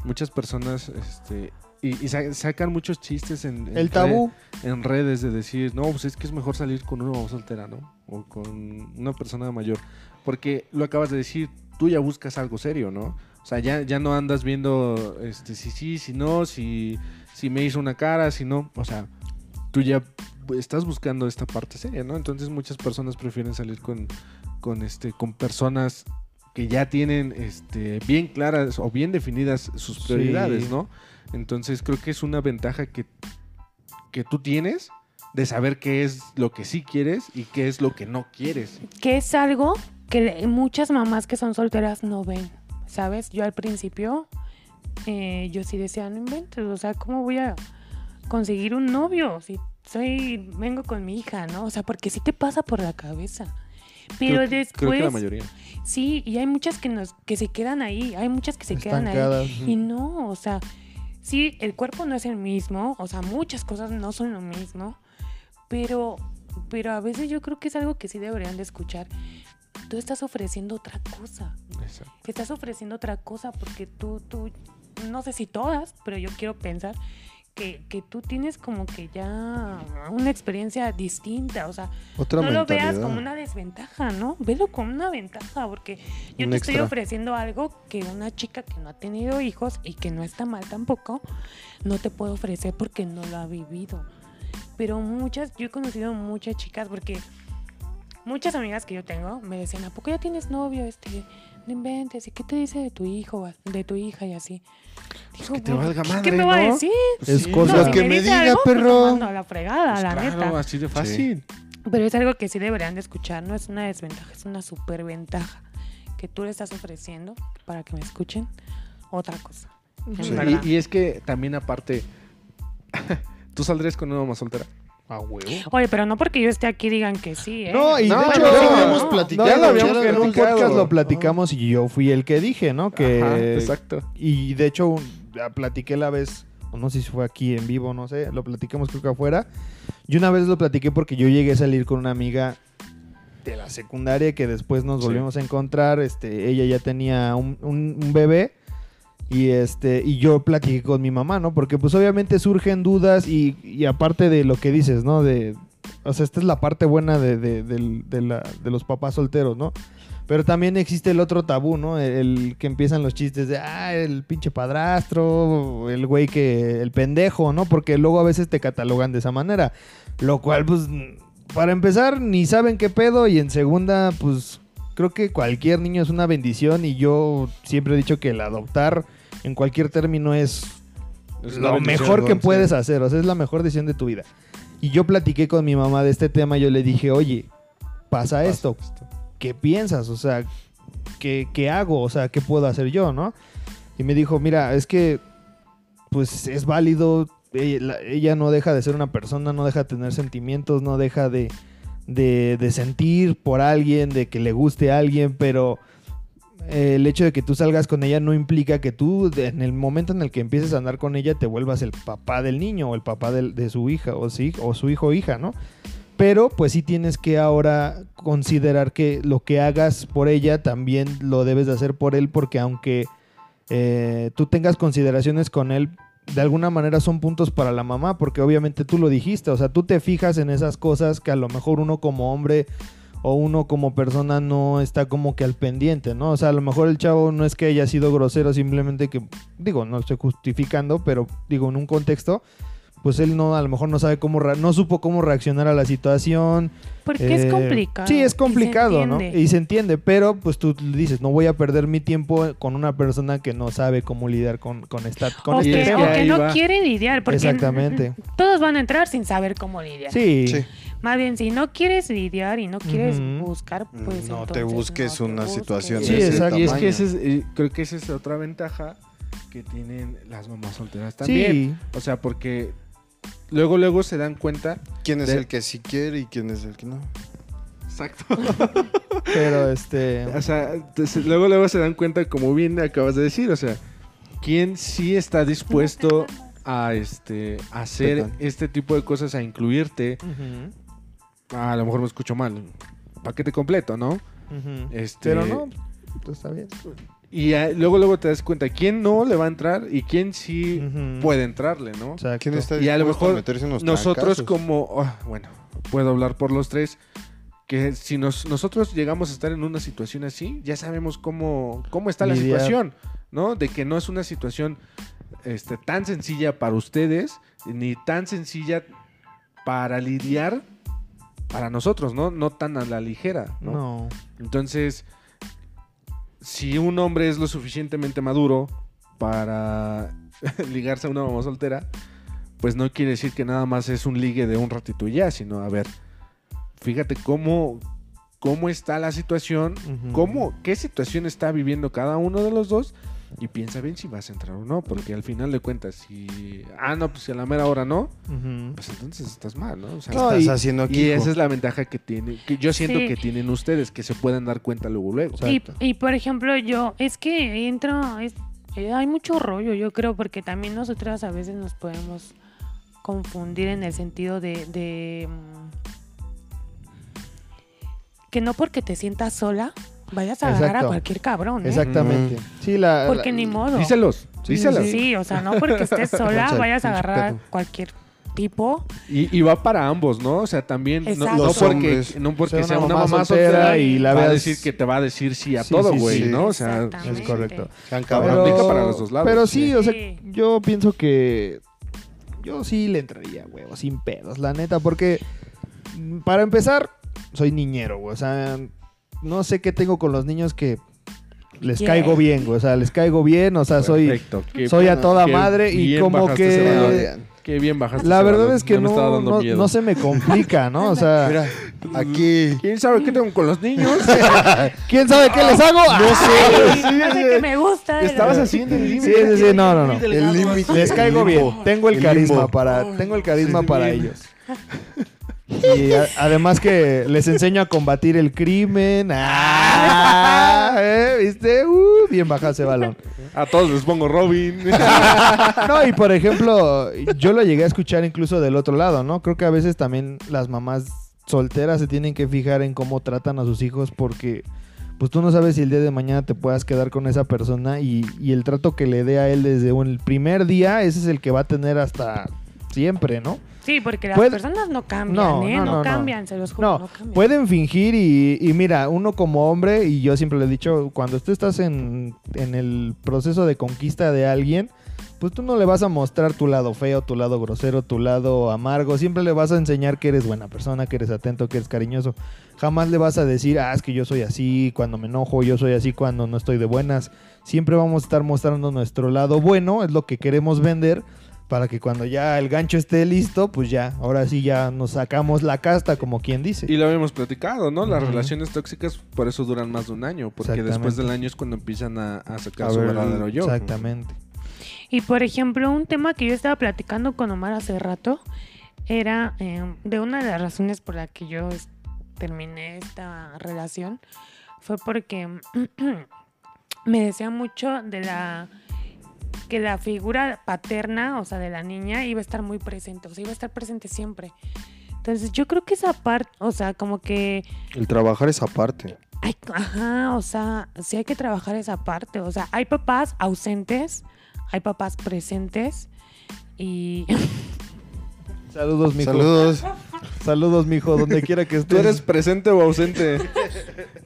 S1: muchas personas este, y, y sa- sacan muchos chistes en, en
S2: El tabú.
S1: red- en redes de decir, no, pues es que es mejor salir con una mamá soltera, ¿no? O con una persona mayor. Porque lo acabas de decir, tú ya buscas algo serio, ¿no? O sea, ya, ya no andas viendo este, si sí, si no, si, si me hizo una cara, si no. O sea, tú ya estás buscando esta parte seria, ¿no? Entonces muchas personas prefieren salir con, con, este, con personas que ya tienen este, bien claras o bien definidas sus
S2: Sí.
S1: prioridades, ¿no? Entonces creo que es una ventaja que, que tú tienes de saber qué es lo que sí quieres y qué es lo que no quieres.
S3: que es algo que le- muchas mamás que son solteras no ven, ¿sabes? Yo al principio, eh, yo sí decía, no inventes, o sea, ¿cómo voy a conseguir un novio si soy, vengo con mi hija, ¿no? O sea, porque sí te pasa por la cabeza. Pero
S1: creo, que- creo
S3: después,
S1: que la mayoría.
S3: sí, y hay muchas que, nos, que se quedan ahí, hay muchas que se quedan ahí.
S2: Estancadas.
S3: Y no, o sea, sí, el cuerpo no es el mismo, o sea, muchas cosas no son lo mismo, pero, pero a veces yo creo que es algo que sí deberían de escuchar. Tú estás ofreciendo otra cosa,
S1: Exacto.
S3: estás ofreciendo otra cosa porque tú, tú, no sé si todas, pero yo quiero pensar que, que tú tienes como que ya una experiencia distinta, o sea,
S4: Otra
S3: no lo
S4: mentalidad.
S3: veas como una desventaja, ¿no? Velo como una ventaja, porque yo
S4: Un
S3: te estoy
S4: extra.
S3: ofreciendo algo que una chica que no ha tenido hijos y que no está mal tampoco, no te puede ofrecer porque no lo ha vivido. Pero muchas, yo he conocido muchas chicas porque muchas amigas que yo tengo me decían, ¿a poco ya tienes novio? Este, no inventes, ¿y qué te dice de tu hijo, de tu hija y así? Digo,
S4: Pues que te
S3: "Güey,
S4: valga
S3: ¿qué-
S4: madre,
S3: ¿Qué me va a
S4: ¿no?
S3: decir?
S2: Es
S1: sí,
S3: No,
S2: cosa-
S4: Lo
S3: si
S4: que me
S3: dice
S4: diga,
S3: algo, pues, lo
S4: perro.
S3: mando a la fregada,
S1: Pues
S3: la
S1: claro,
S3: neta.
S1: así de fácil.
S3: Pero es algo que sí deberían de escuchar, no es una desventaja, es una superventaja que tú le estás ofreciendo para que me escuchen otra cosa. en
S1: Sí.
S3: verdad.
S1: Y, y es que también aparte, ¿tú saldrías con una mamá soltera?
S2: A huevo.
S3: Oye, pero no porque yo esté aquí digan que sí, ¿eh?
S2: No, y
S1: No,
S2: de
S1: no,
S2: hecho,
S1: no,
S2: ya
S1: no,
S2: lo habíamos
S1: no.
S2: platicado.
S1: Ya lo habíamos
S2: en un
S1: platicado.
S2: podcast lo platicamos y yo fui el que dije, ¿no? Que
S1: Ajá, exacto.
S2: Y de hecho, un- la platiqué la vez, o no sé si fue aquí en vivo, no sé, lo platiquemos creo que afuera. Yo una vez lo platiqué porque yo llegué a salir con una amiga de la secundaria que después nos
S1: Sí.
S2: volvimos a encontrar. Este, ella ya tenía un, un- un bebé. Y este, y yo platiqué con mi mamá, ¿no? Porque pues obviamente surgen dudas y, y aparte de lo que dices, ¿no? De. O sea, esta es la parte buena de, de- del- de la- de los papás solteros, ¿no? Pero también existe el otro tabú, ¿no? El, el que empiezan los chistes de, ah, el pinche padrastro, el güey que, el pendejo, ¿no? Porque luego a veces te catalogan de esa manera. Lo cual, pues, para empezar, ni saben qué pedo y en segunda, pues, creo que cualquier niño es una bendición y yo siempre he dicho que el adoptar en cualquier término es
S1: Es una
S2: lo
S1: bendición,
S2: mejor que
S1: ¿no?
S2: puedes
S1: Sí.
S2: hacer, o sea, es la mejor decisión de tu vida. Y yo platiqué con mi mamá de este tema, yo le dije, oye, pasa esto, ¿qué piensas? O sea, ¿qué, qué hago? O sea, ¿qué puedo hacer yo, no? Y me dijo, mira, es que, pues es válido, ella, la- ella no deja de ser una persona, no deja de tener sentimientos, no deja de, de, de sentir por alguien, de que le guste a alguien, pero eh, el hecho de que tú salgas con ella no implica que tú, de- en el momento en el que empieces a andar con ella, te vuelvas el papá del niño o el papá del- de su hija o, sí, o su hijo o hija, ¿no? Pero pues sí tienes que ahora considerar que lo que hagas por ella también lo debes de hacer por él porque aunque eh, tú tengas consideraciones con él, de alguna manera son puntos para la mamá porque obviamente tú lo dijiste, o sea, tú te fijas en esas cosas que a lo mejor uno como hombre o uno como persona no está como que al pendiente, ¿no? O sea, a lo mejor el chavo no es que haya sido grosero, simplemente que, digo, no lo estoy justificando, pero digo, en un contexto, pues él no, a lo mejor no sabe cómo, re- no supo cómo reaccionar a la situación,
S3: Porque es
S2: eh,
S3: complicado.
S2: Sí,
S3: y
S2: es
S3: se
S2: complicado, ¿no?
S3: entiende.
S2: Y se entiende, pero pues tú le dices, no voy a perder mi tiempo con una persona que no sabe cómo lidiar con, con esta con
S3: o
S1: Y
S2: este
S3: que,
S1: es
S3: o
S2: tema.
S1: que
S3: que
S1: ahí
S3: no
S1: va.
S3: quieren lidiar, porque
S2: Exactamente.
S3: todos van a entrar sin saber cómo lidiar.
S2: Sí.
S4: Sí.
S3: Más bien, si no quieres lidiar y no quieres
S2: Ujú.
S3: buscar, pues
S4: No te
S3: entonces
S4: busques
S3: no te
S4: una
S3: busques.
S4: situación
S1: Sí,
S2: de ese
S1: exacto. Y es
S4: tamaño.
S1: que ese es, eh, creo que esa es otra ventaja que tienen las mamás solteras también.
S2: Sí.
S1: O sea, porque luego, luego se dan cuenta.
S4: ¿Quién es
S1: De-
S4: el que sí quiere y quién es el que no?
S1: Exacto.
S2: Pero este.
S1: O sea, entonces, luego, luego se dan cuenta, como bien acabas de decir, o sea, quién sí está dispuesto a este a hacer
S4: Perdón.
S1: este tipo de cosas, a incluirte.
S2: Ujú,
S1: Ah, a lo mejor me escucho mal. Paquete completo, ¿no?
S2: ujú.
S1: Este,
S2: Pero no, pues, está bien.
S1: Y ah, luego, luego te das cuenta quién no le va a entrar y quién sí
S2: Ujú.
S1: puede entrarle, ¿no?
S2: Exacto.
S4: ¿Quién está
S1: Y a lo
S4: dispuesto
S1: mejor
S4: meterse en los
S1: nosotros
S4: trancazos?
S1: como, ah, bueno, puedo hablar por los tres, que si nos, nosotros llegamos a estar en una situación así, ya sabemos cómo, cómo está la
S2: Lidiar.
S1: situación, ¿no? De que no es una situación este, tan sencilla para ustedes, ni tan sencilla para lidiar para nosotros, ¿no? No tan a la ligera, ¿no?
S2: No.
S1: Entonces, si un hombre es lo suficientemente maduro para ligarse a una mamá soltera, pues no quiere decir que nada más es un ligue de un ratito y ya, sino a ver, fíjate cómo, cómo está la situación,
S2: Ujú.
S1: cómo, qué situación está viviendo cada uno de los dos. Y piensa bien si vas a entrar o no, porque al final de cuentas, si. Ah, no, pues si a la mera hora no,
S2: Ujú.
S1: pues entonces estás mal, ¿no? O sea,
S4: ¿Qué
S2: No,
S4: estás
S2: y-
S4: haciendo aquí?
S1: y
S4: hijo?
S1: esa es la ventaja que tiene, que yo siento
S3: Sí.
S1: que tienen ustedes, que se pueden dar cuenta luego luego.
S3: Y,
S2: Exacto.
S3: y, por ejemplo, yo, es que entra, es- eh, hay mucho rollo, yo creo, porque también nosotras a veces nos podemos confundir en el sentido de, de, mm, que no porque te sientas sola Vayas a agarrar
S2: Exacto.
S3: a cualquier cabrón, ¿eh?
S2: Exactamente.
S1: Mm.
S2: Sí, la,
S3: Porque
S2: la-
S3: ni modo.
S1: Díselos,
S2: Sí,
S1: díselos.
S3: Sí, o sea, no porque estés sola
S4: Pinche-
S3: vayas a
S4: pinche
S3: agarrar
S4: pedo.
S3: a cualquier tipo.
S1: Y, y va para ambos, ¿no? O sea, también no- no,
S3: Exacto. Los
S1: porque,
S4: hombres.
S1: no porque
S2: Sea
S1: sea,
S2: una
S1: una
S2: mamá
S1: mamá,
S2: soltera
S1: soltera,
S2: y la
S1: va a
S2: veas-
S1: decir que te va a decir sí a
S2: Sí,
S1: todo,
S2: sí,
S1: güey,
S4: sí.
S1: ¿no? O sea,
S3: Exactamente.
S2: Es correcto.
S4: Sean
S1: Pero-
S4: cabrones.
S1: aplica para los dos lados.
S2: Pero sí,
S1: Sí.
S2: o sea,
S3: Sí.
S2: yo pienso que yo sí le entraría, huevo, sin pedos, la neta, porque mm, para empezar, soy niñero, güey, o sea, no sé qué tengo con los niños que les
S3: Yeah.
S2: caigo bien, güey, o sea, les caigo bien, o sea, soy...
S1: perfecto. Qué-
S2: soy a toda
S1: qué
S2: madre y
S1: bien
S2: como
S1: bajaste
S2: que-
S1: ese
S4: Ah,
S1: valor.
S4: vean.
S1: Qué bien bajaste
S2: La
S1: ese
S2: verdad
S1: valor.
S2: es que
S1: Ya me estaba
S2: no,
S1: dando
S2: no-
S1: miedo.
S2: no se me complica, ¿no? O sea,
S4: Mira, aquí.
S1: ¿Quién sabe qué tengo con los niños?
S2: ¿quién sabe qué les hago? No
S3: Ay, no sé qué me gusta. de
S1: Estabas
S3: verdad.
S1: así en el
S2: Sí, sí, sí, no, no, no.
S4: El límite.
S2: Les caigo
S4: El limbo.
S2: bien. Tengo el,
S4: El
S2: carisma
S4: limbo.
S2: para, tengo el carisma para ellos. Y a- además que les enseño a combatir el crimen. ¡Ah! ¿Eh? ¿Viste? Uh, bien baja ese balón.
S1: A todos les pongo Robin.
S2: No, y por ejemplo, yo lo llegué a escuchar incluso del otro lado, ¿no? Creo que a veces también las mamás solteras se tienen que fijar en cómo tratan a sus hijos porque pues tú no sabes si el día de mañana te puedas quedar con esa persona y, y el trato que le dé a él desde un- el primer día, ese es el que va a tener hasta siempre, ¿no?
S3: Sí, porque las
S2: Puede-
S3: personas no cambian,
S2: Pues, No,
S3: ¿eh?
S2: no,
S3: No,
S2: no, no.
S3: cambian, se los juro. No,
S2: No, pues
S3: cambian.
S2: pueden fingir y, y mira, uno como hombre, y yo siempre le he dicho, cuando tú estás en, en el proceso de conquista de alguien, pues tú no le vas a mostrar tu lado feo, tu lado grosero, tu lado amargo, siempre le vas a enseñar que eres buena persona, que eres atento, que eres cariñoso. Jamás le vas a decir, ah, es que yo soy así cuando me enojo, yo soy así cuando no estoy de buenas. Siempre vamos a estar mostrando nuestro lado bueno, es lo que queremos vender. Para que cuando ya el gancho esté listo, pues ya, ahora sí ya nos sacamos la casta, como quien dice.
S1: Y lo habíamos platicado, ¿no? Las
S2: Ujú.
S1: relaciones tóxicas por eso duran más de un año, porque después
S2: Exactamente.
S1: del año es cuando empiezan a, a sacar
S2: A
S1: su
S2: ver,
S1: verdadero yo.
S2: Exactamente.
S3: Y por ejemplo, un tema que yo estaba platicando con Omar hace rato era eh, de una de las razones por la que yo es- terminé esta relación fue porque me decía mucho de la que la figura paterna, o sea, de la niña, iba a estar muy presente, o sea, iba a estar presente siempre. Entonces, yo creo que esa parte, o sea, como que
S4: El trabajar esa parte.
S3: Ay, ajá, o sea, sí hay que trabajar esa parte. O sea, hay papás ausentes, hay papás presentes y
S2: Saludos, mijo.
S4: Saludos.
S2: Saludos, mijo, donde quiera que
S1: ¿Tú
S2: estés.
S1: eres presente o ausente?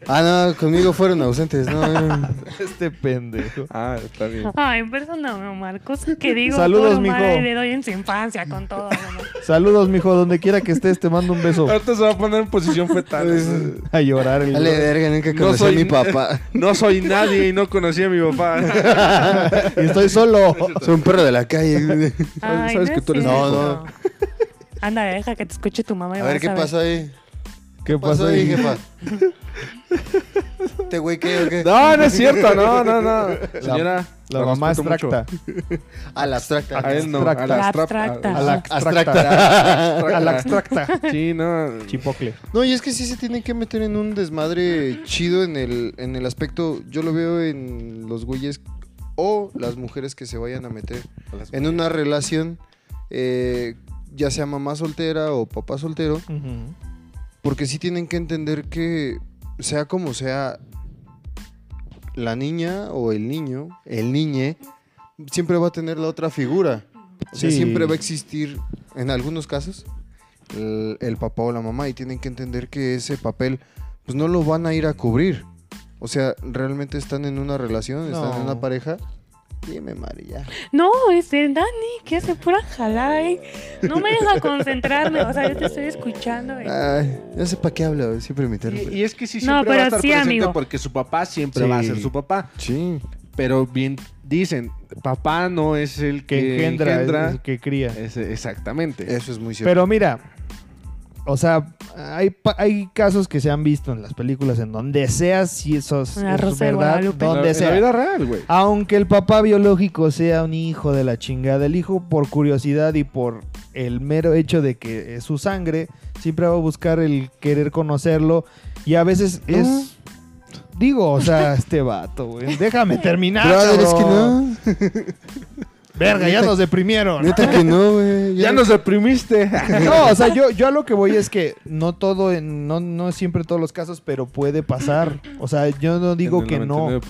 S4: Ah, no, conmigo fueron ausentes. No, eran-
S2: este pendejo.
S1: ah, está bien.
S3: ay, perdóname, Omar, cosa que digo
S2: Saludos,
S3: por Omar,
S2: mijo.
S3: y le doy en su infancia con todo. ¿no?
S2: Saludos, mijo, donde quiera que estés, te mando un beso.
S1: Ahorita se va a poner en posición fetal.
S2: A llorar el
S4: Dale, verga, nunca
S1: No
S4: conocí a
S1: soy-
S4: mi papá.
S1: no soy nadie y no conocí a mi papá.
S2: Y estoy solo.
S4: Soy un perro de la calle.
S3: Ay,
S1: Sabes
S3: no
S1: que
S3: es
S1: tú eres
S4: No,
S3: cierto. Anda, deja que te escuche tu mamá. y
S4: A
S3: vas
S4: ver, ¿qué
S3: ver.
S4: pasó ahí?
S2: ¿Qué
S4: ¿Qué pasó
S2: pasó?
S4: ahí,
S2: ahí?
S4: jefa? ¿Este güey qué o qué?
S1: Ah, No, no es cierto, no, no, no. Señora,
S2: La mamá
S1: respeto mucho.
S2: abstracta.
S4: A la abstracta.
S1: A él no, a
S2: Abstracta.
S1: la
S3: Abstracta.
S2: A la abstracta.
S4: Abstracta.
S2: A la abstracta.
S1: Sí, no.
S2: Chipocle.
S4: No, y es que sí se tienen que meter en un desmadre chido en el, en el aspecto. Yo lo veo en los güeyes o las mujeres que se vayan a meter en una relación, eh, ya sea mamá soltera o papá soltero, porque sí tienen que entender que, sea como sea, la niña o el niño, el niñe, siempre va a tener la otra figura. O sea,
S2: Sí.
S4: siempre va a existir, en algunos casos, el, el papá o la mamá y tienen que entender que ese papel, pues no lo van a ir a cubrir. O sea, realmente están en una relación, están en
S2: No.
S4: una pareja. Dime, Mari, ya.
S3: No, es el Dani, que hace pura jalada ahí. No me deja concentrarme, o sea, yo te estoy escuchando. y-
S4: Ay, no sé para qué hablo, siempre me interrumpe.
S1: Y, y es que sí,
S3: No,
S1: siempre va
S3: pero
S1: a estar
S3: sí,
S1: presente
S3: amigo.
S1: porque su papá siempre
S2: Sí.
S1: va a ser su papá.
S4: Sí.
S1: Pero bien dicen, papá no es el
S2: Que
S1: que,
S2: engendra, es-
S1: engendra.
S2: es que cría.
S1: Ese- exactamente.
S4: Eso es muy cierto.
S2: Pero mira, o sea, hay, pa- hay casos que se han visto en las películas en donde sea, si eso es,
S3: La
S2: es
S3: Rosa de
S2: verdad,
S3: Guadalupe.
S1: En la-
S2: donde
S1: en la
S2: sea. Ah,
S1: vida real, güey.
S2: Aunque el papá biológico sea un hijo de la chingada, el hijo por curiosidad y por el mero hecho de que es su sangre, siempre va a buscar el querer conocerlo y a veces es... Digo, o sea, este vato, güey. Déjame terminar.
S4: Brother, es que
S2: cabrón.
S4: no.
S2: Verga, ya nos deprimieron.
S4: Neta que no, güey.
S1: Ya nos deprimiste.
S2: No, o sea, yo, yo a lo que voy es que no todo, en- no, no siempre todos los casos, pero puede pasar. O sea, yo no digo que no.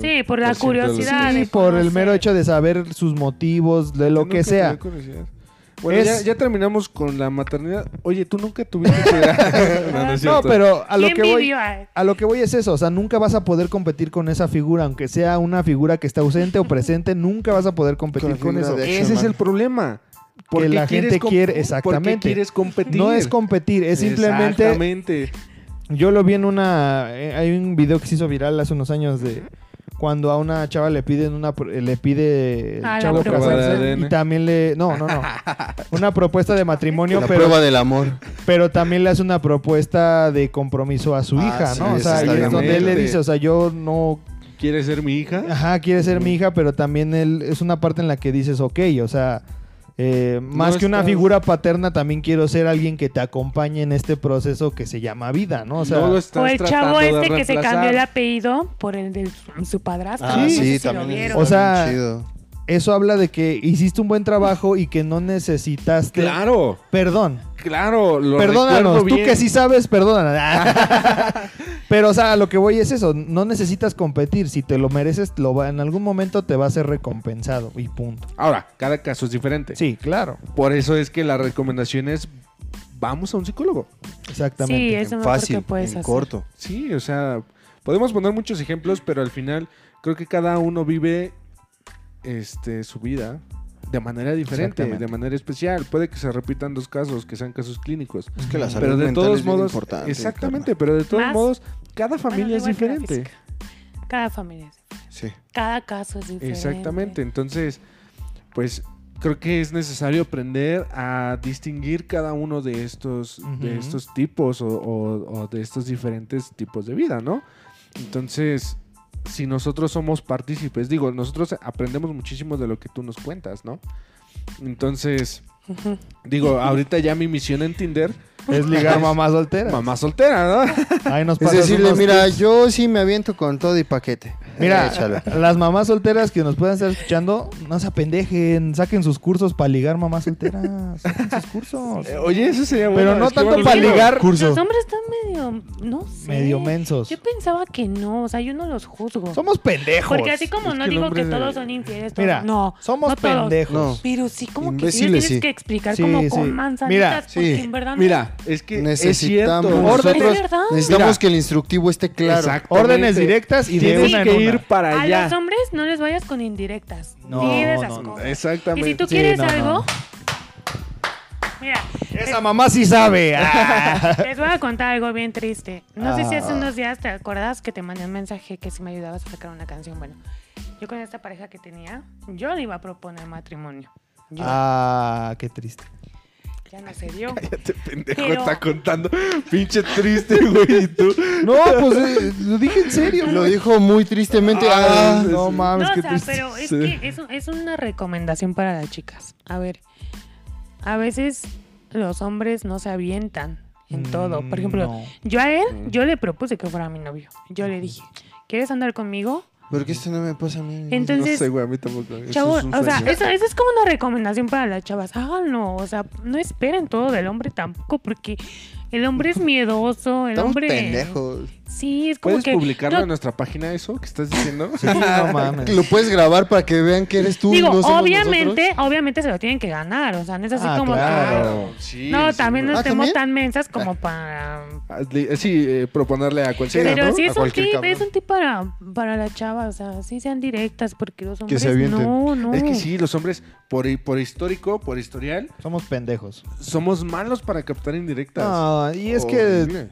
S3: Sí, por la curiosidad.
S2: Sí,
S3: Ah, de
S2: por el mero
S3: conocer.
S2: hecho de saber sus motivos, de lo que sea.
S1: Bueno,
S2: Es-
S1: ya, ya terminamos con la maternidad. Oye, tú nunca tuviste que... no, no es
S2: No,
S1: cierto.
S2: pero a lo
S3: ¿Quién
S2: que voy.
S3: vivió? Ah,
S2: A lo que voy es eso, o sea, nunca vas a poder competir con esa figura, aunque sea una figura que está ausente o presente, nunca vas a poder competir
S4: Con
S2: con,
S4: figura
S2: eso.
S4: de-
S1: Ese es el problema. Porque
S2: la
S1: quieres
S2: gente
S1: com-
S2: quiere-
S1: porque
S2: exactamente.
S1: quieres competir.
S2: No es competir, es simplemente
S1: Exactamente.
S2: Yo lo vi en una. eh, Hay un video que se hizo viral hace unos años de cuando a una chava le piden una pro- eh, le pide el
S3: Ah, la
S2: chavo
S3: prueba.
S1: Prueba de
S2: casarse
S1: ADN.
S2: y también le no no no una propuesta de matrimonio
S4: La
S2: pero,
S4: prueba del amor.
S2: pero también le hace una propuesta de compromiso a su
S4: Ah,
S2: hija
S4: sí,
S2: no o sea y es donde él le
S1: exactamente.
S2: dice o sea yo no
S1: ¿Quieres ser mi hija?
S2: ajá quiere ser mi hija pero también él es una parte en la que dices ok, o sea eh, más
S1: No
S2: que una
S1: estás-
S2: figura paterna también quiero ser alguien que te acompañe en este proceso que se llama vida no o sea
S1: No lo estás
S3: O el
S1: tratando
S3: chavo
S1: de
S3: este que se cambió el
S1: reemplazar.
S3: apellido por el de su- su padrastro.
S4: Ah,
S3: No
S4: sí,
S3: sé si lo
S4: también.
S3: vieron.
S4: está
S2: O sea,
S4: bien chido.
S2: Eso habla de que hiciste un buen trabajo y que no necesitaste.
S1: Claro,
S2: Perdón.
S1: claro. Lo
S2: Perdónanos.
S1: recuerdo
S2: Tú
S1: bien.
S2: que sí sabes, perdónanos. Pero, o sea, lo que voy es eso. No necesitas competir. Si te lo mereces, lo va, en algún momento te va a ser recompensado. Y punto.
S1: Ahora, cada caso es diferente.
S2: Sí, claro.
S1: Por eso es que la recomendación es vamos a un psicólogo.
S2: Exactamente.
S3: Sí, es lo
S4: En
S3: mejor
S4: fácil,
S3: que puedes
S4: en
S3: hacer.
S4: corto.
S1: Sí, o sea, podemos poner muchos ejemplos, pero al final creo que cada uno vive este su vida de manera diferente,
S2: Exactamente.
S1: de manera especial. Puede que se repitan dos casos, que sean casos clínicos.
S4: Es que la salud
S1: Pero de
S4: mental
S1: todos
S4: es bien
S1: modos,
S4: importante,
S1: exactamente, pero de todos
S3: Más-
S1: modos cada
S3: Bueno,
S1: familia es
S3: igual que la
S1: diferente.
S3: física. Cada familia es diferente.
S4: carnal. Sí.
S3: Cada caso es diferente.
S1: Exactamente, entonces, pues creo que es necesario aprender a distinguir cada uno de estos, de
S2: Ujú.
S1: estos tipos o, o- o de estos diferentes tipos de vida, ¿no? Entonces, si nosotros somos partícipes, digo, nosotros aprendemos muchísimo de lo que tú nos cuentas, ¿no? Entonces,
S3: Ujú.
S1: digo, ahorita ya mi misión en Tinder,
S2: Es ligar mamá soltera.
S1: mamá soltera, ¿no?
S2: Ahí nos
S4: Es
S2: pasas
S4: decirle,
S2: pues, unos
S4: mira,
S2: tips.
S4: yo sí me aviento con todo y paquete.
S2: Mira,
S4: Échale.
S2: las mamás solteras que nos puedan estar escuchando, no se apendejen. Saquen sus cursos para ligar mamás solteras. Saquen sus cursos.
S1: Eh, Oye, eso sería bueno.
S2: Pero no tanto
S3: los
S2: para
S3: libros.
S2: ligar.
S3: Los hombres están medio, no sé.
S2: Medio mensos.
S3: Yo pensaba que no, o sea, yo no los juzgo.
S2: Somos pendejos.
S3: Porque así como
S1: Es
S3: no
S1: que el
S3: digo
S1: hombre
S3: que
S1: de-
S3: todos son infieles, todos-
S2: Mira,
S3: no,
S2: somos
S3: no todos.
S2: pendejos.
S3: Pero sí, como que sí les
S4: Imbéciles,
S3: tienes
S4: sí.
S3: que explicar
S2: Sí,
S3: como
S2: sí.
S3: con
S2: Mira,
S3: manzanitas,
S4: sí.
S3: porque en verdad no-
S1: Mira, es que
S4: Necesitamos
S1: es cierto.
S4: nosotros-
S3: Es verdad.
S4: Necesitamos
S1: Mira.
S4: que el instructivo esté claro.
S1: Exactamente.
S2: Órdenes directas y de
S1: Tienes
S2: una en
S1: que ir
S2: una.
S1: para
S3: a
S1: allá.
S3: los hombres no les vayas con indirectas.
S2: No,
S3: Ni de esas
S2: no, no,
S3: cosas. Y
S1: Exactamente.
S3: si tú
S2: Sí,
S3: quieres
S2: no, no.
S3: algo, mira,
S2: Esa mamá sí sabe. Ah.
S3: les voy a contar algo bien triste. No sé si hace
S2: Ah.
S3: unos días te acordás que te mandé un mensaje que si me ayudabas a sacar una canción. Bueno, yo con esta pareja que tenía, yo le iba a proponer matrimonio. Yo,
S2: Ah, qué triste.
S3: Ya no se dio.
S1: Este pendejo
S3: Pero-
S1: está contando. Pinche triste, güey. y tú.
S2: No, pues eh, lo dije en serio.
S4: Lo dijo muy tristemente.
S2: Ah,
S4: Ah,
S2: no
S3: No,
S2: mames,
S3: o
S2: qué
S3: sea,
S2: triste.
S3: pero es que es, es una recomendación para las chicas. A ver, a veces los hombres no se avientan en todo. Por ejemplo,
S2: Mm, No. Mm.
S3: yo a él, yo le propuse que fuera mi novio. Yo le dije, ¿quieres andar conmigo?
S4: ¿Por qué esto no me pasa a mí?
S3: Entonces,
S1: no sé, güey, a mí tampoco. Eso
S3: chavo,
S1: es un
S3: o sea,
S1: sueño.
S3: eso, eso es como una recomendación para las chavas. Háganlo, o sea, no esperen todo del hombre tampoco, porque el hombre es miedoso, el
S4: Estamos
S3: hombre...
S4: pendejos.
S3: Sí, es como
S1: ¿Puedes
S3: que...
S1: publicarlo
S3: no-
S1: en nuestra página eso que estás diciendo?
S2: Sí, no mames.
S4: Lo puedes grabar para que vean que eres tú.
S3: Digo,
S4: no somos
S3: obviamente,
S4: nosotros.
S3: obviamente se lo tienen que ganar, o sea, no es así
S2: Ah,
S3: como... que,
S2: claro.
S1: sí.
S3: No,
S1: sí,
S3: también no
S1: güey.
S4: ¿Ah,
S3: estemos
S4: también?
S3: tan mensas como para...
S1: Ah, li- Sí, eh, proponerle a cualquiera,
S3: Pero
S1: ¿no?
S3: sí
S4: A
S3: es un
S4: cualquier
S3: tip,
S4: cabrón.
S3: es un tip para, para la chava, o sea, sí sean directas, porque los hombres
S4: se avienten.
S3: no, no.
S1: Es que sí, los hombres, por, por histórico, por historial,
S2: Somos pendejos.
S1: somos malos para captar indirectas.
S2: No, y es que.
S1: Horrible.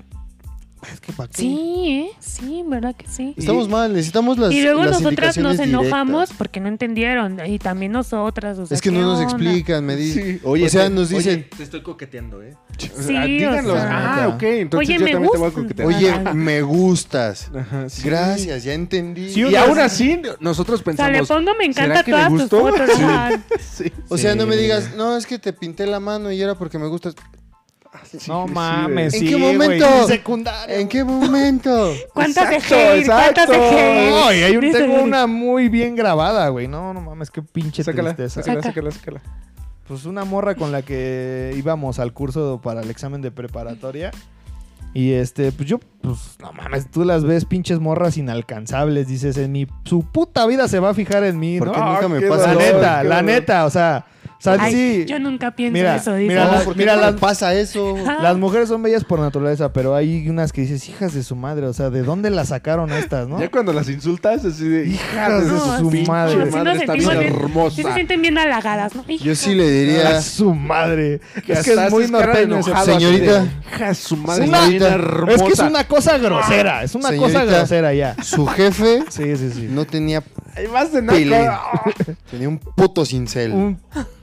S2: Es que pa' qué.
S3: Sí, ¿eh? Sí, ¿verdad que sí?
S4: Estamos mal, necesitamos las.
S3: y luego
S4: las
S3: nosotras nos
S4: indicaciones
S3: enojamos
S4: directas.
S3: porque no entendieron, y también nosotras, o sea,
S4: Es que no
S3: ¿qué
S4: nos
S3: onda?
S4: explican, me dicen.
S1: Sí, oye,
S4: o sea,
S1: te-
S4: nos
S1: oye,
S4: dicen,
S1: te estoy coqueteando, ¿eh? O
S3: Sí,
S1: sea,
S3: o
S1: díganlo.
S3: sea.
S1: ah, ok, entonces
S3: Oye,
S1: yo
S3: me
S1: también te voy a
S3: gusta.
S1: coquetear.
S4: oye,
S3: Ajá.
S4: me gustas.
S1: Ajá, sí.
S4: Gracias, ya entendí.
S2: Sí,
S1: Y
S2: Una-
S1: aún así, nosotros
S3: O sea,
S1: pensamos.
S3: le pongo me
S1: ¿será
S3: encanta
S1: que le
S3: todas tus
S1: gustó?
S3: fotos. ajá.
S1: Sí.
S4: o sea, no me
S2: Sí.
S4: digas, no, es que te pinté la mano y era porque me gustas.
S2: no mames.
S4: ¿En
S2: sí,
S4: qué
S2: güey,
S4: momento?
S2: en secundaria,
S4: ¿En qué momento?
S3: ¿Cuántas de
S2: Exacto,
S3: hate? ¿Cuántas de
S2: exacto.
S3: hate?
S2: No, y hay un-
S3: Dice-
S2: tengo una muy bien grabada, güey. No, no mames, qué pinche
S1: Sácala,
S2: tristeza.
S1: sácala,
S3: Saca.
S1: sácala, sácala.
S2: Pues una morra con la que íbamos al curso para el examen de preparatoria. Y este, pues yo, pues no mames, tú las ves pinches morras inalcanzables. Dices, en mi, su puta vida se va a fijar en mí,
S4: ¿Por
S2: ¿no?
S4: qué nunca me
S1: qué
S4: pasa?
S2: La
S1: dolor,
S2: neta,
S1: qué
S2: la
S1: dolor.
S2: neta, o sea, o sea,
S3: Ay,
S2: sí.
S3: Yo nunca pienso
S2: Mira,
S3: eso, dice.
S2: mira,
S4: No,
S2: la-
S4: ¿por qué
S2: mira
S4: no
S2: las-
S4: me pasa eso?
S3: Ah.
S2: Las mujeres son bellas por naturaleza, pero hay unas que dices, hijas de su madre, o sea, ¿de dónde las sacaron estas, no?
S1: Ya cuando las insultas, así de.
S2: Hijas de
S3: No,
S2: su
S3: sí,
S2: madre.
S3: no, sí nos
S1: está bien
S3: sentimos bien- Sí se
S1: hermosa.
S3: sienten bien halagadas, ¿no? Hija.
S4: Yo sí le diría,
S2: A su madre.
S1: Que
S2: es que es
S1: hasta
S2: muy
S1: haces cara de
S2: norteño. ese
S1: enojado,
S2: pedo.
S4: señorita.
S1: Hija de su madre,
S2: Una-
S1: está bien hermosa.
S2: Es que es una cosa grosera. Es una
S4: Señorita.
S2: cosa grosera ya.
S4: su jefe
S2: Sí, sí, sí.
S4: no tenía
S1: Ay, vas de naco.
S4: pile. Tenía un puto cincel.
S2: Un,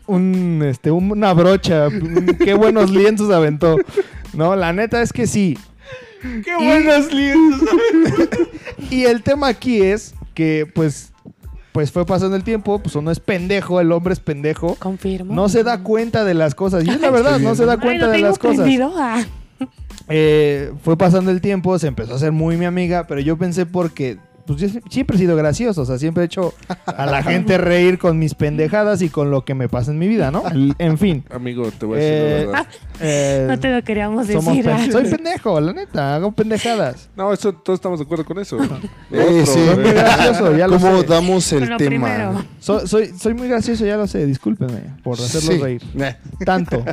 S2: un, este, un- una brocha. un- qué buenos lienzos aventó. No, la neta es que sí.
S1: Qué buenos lienzos.
S2: Y el tema aquí es que, pues, pues fue pasando el tiempo. Pues uno es pendejo, el hombre es pendejo.
S3: Confirmo.
S2: No se da cuenta de las cosas. Y es la verdad, no se da
S3: Ay,
S2: cuenta
S3: lo
S2: de
S3: tengo
S2: las cosas.
S3: prendido, ah.
S2: Eh, fue pasando el tiempo, se empezó a hacer muy mi amiga, pero yo pensé porque pues, yo siempre he sido gracioso, o sea, siempre he hecho a la gente reír con mis pendejadas y con lo que me pasa en mi vida, ¿no? En fin.
S1: Amigo, te voy a decir
S2: Eh,
S1: la verdad.
S2: eh,
S3: No te lo queríamos
S2: somos
S3: decir.
S2: pen-
S3: ah.
S2: soy pendejo, la neta, hago pendejadas.
S1: No, eso, todos estamos de acuerdo con eso.
S4: Eh,
S1: Otro,
S4: sí.
S1: eh.
S2: Soy muy gracioso, ya lo
S4: ¿Cómo
S2: sé.
S4: damos el
S3: Con lo
S4: tema?
S3: primero.
S2: So- soy, soy muy gracioso, ya lo sé, discúlpenme por hacerlos
S4: Sí.
S2: reír.
S4: Nah.
S2: Tanto.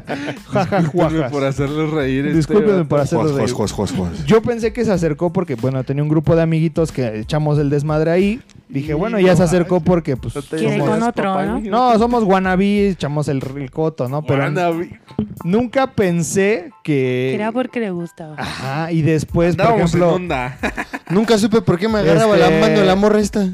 S2: Jaja,
S1: Disculpe por hacerlos reír. este,
S2: Discúlpenme por
S1: vato.
S2: hacerlos reír. Yo pensé que se acercó porque, bueno, tenía un grupo de amiguitos que echamos el desmadre ahí. Dije,
S1: Y
S2: bueno,
S1: no
S2: ya se acercó
S1: manches.
S2: porque, pues,
S1: No te
S3: Quiere
S2: somos-
S1: llamas
S3: con otro,
S1: papá,
S3: ¿no?
S1: imagínate.
S2: no, somos wannabes, echamos el, el coto, ¿no? Pero
S1: Wannabe.
S2: nunca pensé que...
S3: Era porque le gustaba.
S2: Ah, Ajá, y después, por
S1: Andábamos en
S2: ejemplo,
S1: onda.
S4: Nunca supe por qué me agarraba
S2: Este-
S4: la mano la morra esta.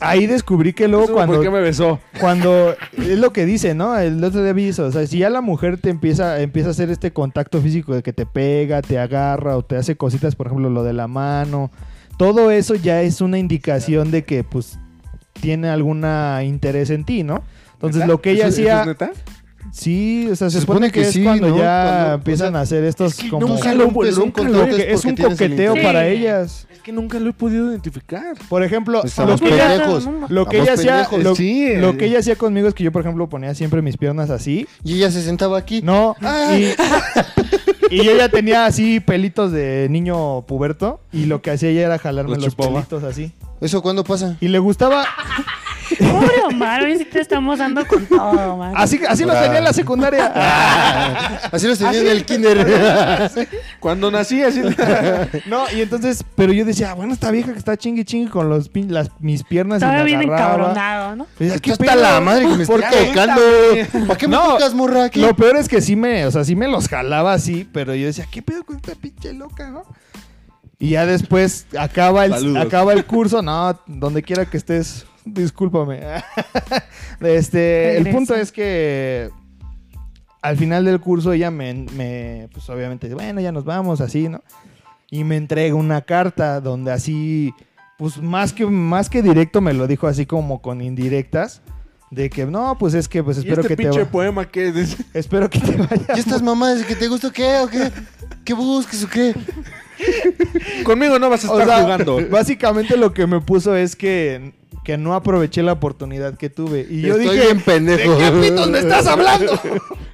S2: ahí descubrí que luego
S1: Eso, ¿Por qué
S2: cuando...
S1: me besó?
S2: Cuando es lo que dice, ¿no? El otro día vi eso. O sea, si ya la mujer te empieza, empieza a hacer este contacto físico de que te pega, te agarra o te hace cositas, por ejemplo, lo de la mano, todo eso ya es una indicación de que, pues, tiene algún interés en ti, ¿no? Entonces,
S1: ¿Neta?
S2: lo que ella
S1: ¿Eso- eso
S2: hacía,
S1: es neta?
S2: sí, o sea, se,
S4: Se
S2: supone,
S4: supone
S2: que,
S4: que
S2: es
S4: sí,
S2: cuando
S4: ¿no?
S2: ya
S4: Cuando- o
S2: empiezan
S4: sea,
S2: a hacer estos
S1: es que
S2: como...
S1: nunca lo-
S4: rompes un
S1: nunca lo-
S4: contrato
S2: es
S4: porque
S2: un
S4: tienes el
S2: coqueteo
S4: interés.
S2: para
S3: Sí.
S2: ellas.
S1: Es que nunca lo he podido identificar.
S2: Por ejemplo, lo
S4: Pues Estamos
S2: que ella,
S4: pendejos.
S2: lo que ella
S4: Estamos
S2: hacía,
S4: pendejos.
S2: lo-
S1: Sí, eh.
S2: lo que ella hacía conmigo es que yo, por ejemplo, ponía siempre mis piernas así
S4: Y ella se sentaba aquí.
S2: No,
S4: Ah.
S2: y, y yo ya tenía así pelitos de niño puberto y lo que hacía ella era jalarme
S1: Lo
S2: los
S1: chupaba.
S2: pelitos así.
S4: ¿Eso cuándo pasa?
S2: Y le gustaba,
S3: Pobre Omar, hoy sí te estamos dando con todo, Omar.
S2: así, así los tenía en la secundaria.
S4: Así los tenía en el kinder.
S1: Cuando nací, así.
S2: No, y entonces, pero yo decía, "Ah, bueno, esta vieja que está chingue chingue con los pin- las, mis piernas
S3: Todavía
S2: y
S3: bien
S2: me agarraba.
S3: encabronado, ¿no?
S2: Y decía,
S4: Esto
S2: ¿qué
S4: está
S2: pedo?
S4: la madre que me
S2: ¿Por
S4: está
S2: qué?
S4: tocando. ¿Para qué me
S2: No,
S4: tocas, morra? aquí?
S2: Lo peor es que sí me, o sea, sí me los jalaba así, pero yo decía, ¿qué pedo con esta pinche loca, no? Y ya después acaba el,
S1: Saludos.
S2: acaba el curso, no, donde quiera que estés, discúlpame. este, el
S3: Regresa.
S2: punto es que al final del curso ella me, me, pues obviamente, bueno, ya nos vamos, así, ¿no? Y me entrega una carta donde así, pues más que, más que directo me lo dijo así como con indirectas. De que no, pues es que pues
S1: Y
S2: espero
S1: este
S2: que te
S1: pinche
S2: va-
S1: poema que es.
S2: Espero que te vaya.
S4: ¿Y estas mamás que te gusta o qué? ¿O qué? ¿Qué busques o qué?
S1: Conmigo no vas a
S2: O
S1: estar
S2: sea,
S1: jugando.
S2: Básicamente lo que me puso es que, que no aproveché la oportunidad que tuve. Y yo
S4: Estoy
S2: dije,
S4: bien pendejo.
S2: ¿de qué pito me estás hablando?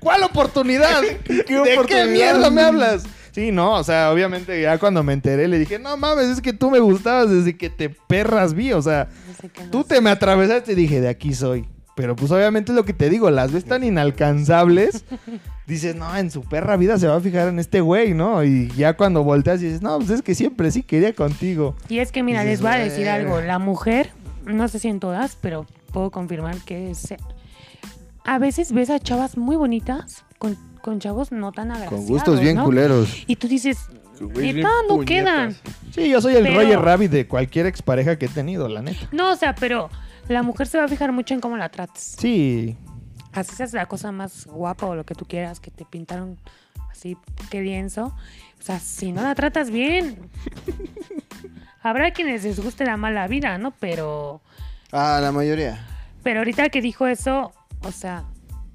S2: ¿Cuál oportunidad? ¿De qué
S1: oportunidad?
S2: mierda me hablas? Sí, no, o sea, obviamente ya cuando me enteré le dije, no mames, es que tú me gustabas desde que te perras vi, o sea,
S3: No sé qué
S2: tú
S3: más.
S2: te me atravesaste y dije, de aquí soy. Pero pues obviamente es lo que te digo, las ves tan inalcanzables, dices, no, en su perra vida se va a fijar en este güey, ¿no? Y ya cuando volteas dices, no, pues es que siempre sí quería contigo.
S3: Y es que, mira,
S2: Dices,
S3: les voy a decir
S2: "Verga".
S3: algo. La mujer, no sé si en todas, pero puedo confirmar que se- a veces ves a chavas muy bonitas con, con chavos no tan agraciados.
S4: Con gustos bien
S3: ¿no?
S4: culeros.
S3: Y tú dices,
S1: Güey, bien
S3: neta, no
S1: puñetas.
S3: quedan.
S2: Sí, yo soy el
S3: Pero-
S2: Roger Rabbit de cualquier expareja que he tenido, la neta.
S3: No, o sea, pero la mujer se va a fijar mucho en cómo la tratas.
S2: Sí,
S3: Así seas la cosa más guapa o lo que tú quieras, que te pintaron así, qué lienzo. O sea, si no la tratas bien. Habrá quienes les guste la mala vida, ¿no? Pero.
S4: Ah, la mayoría.
S3: Pero ahorita que dijo eso, o sea,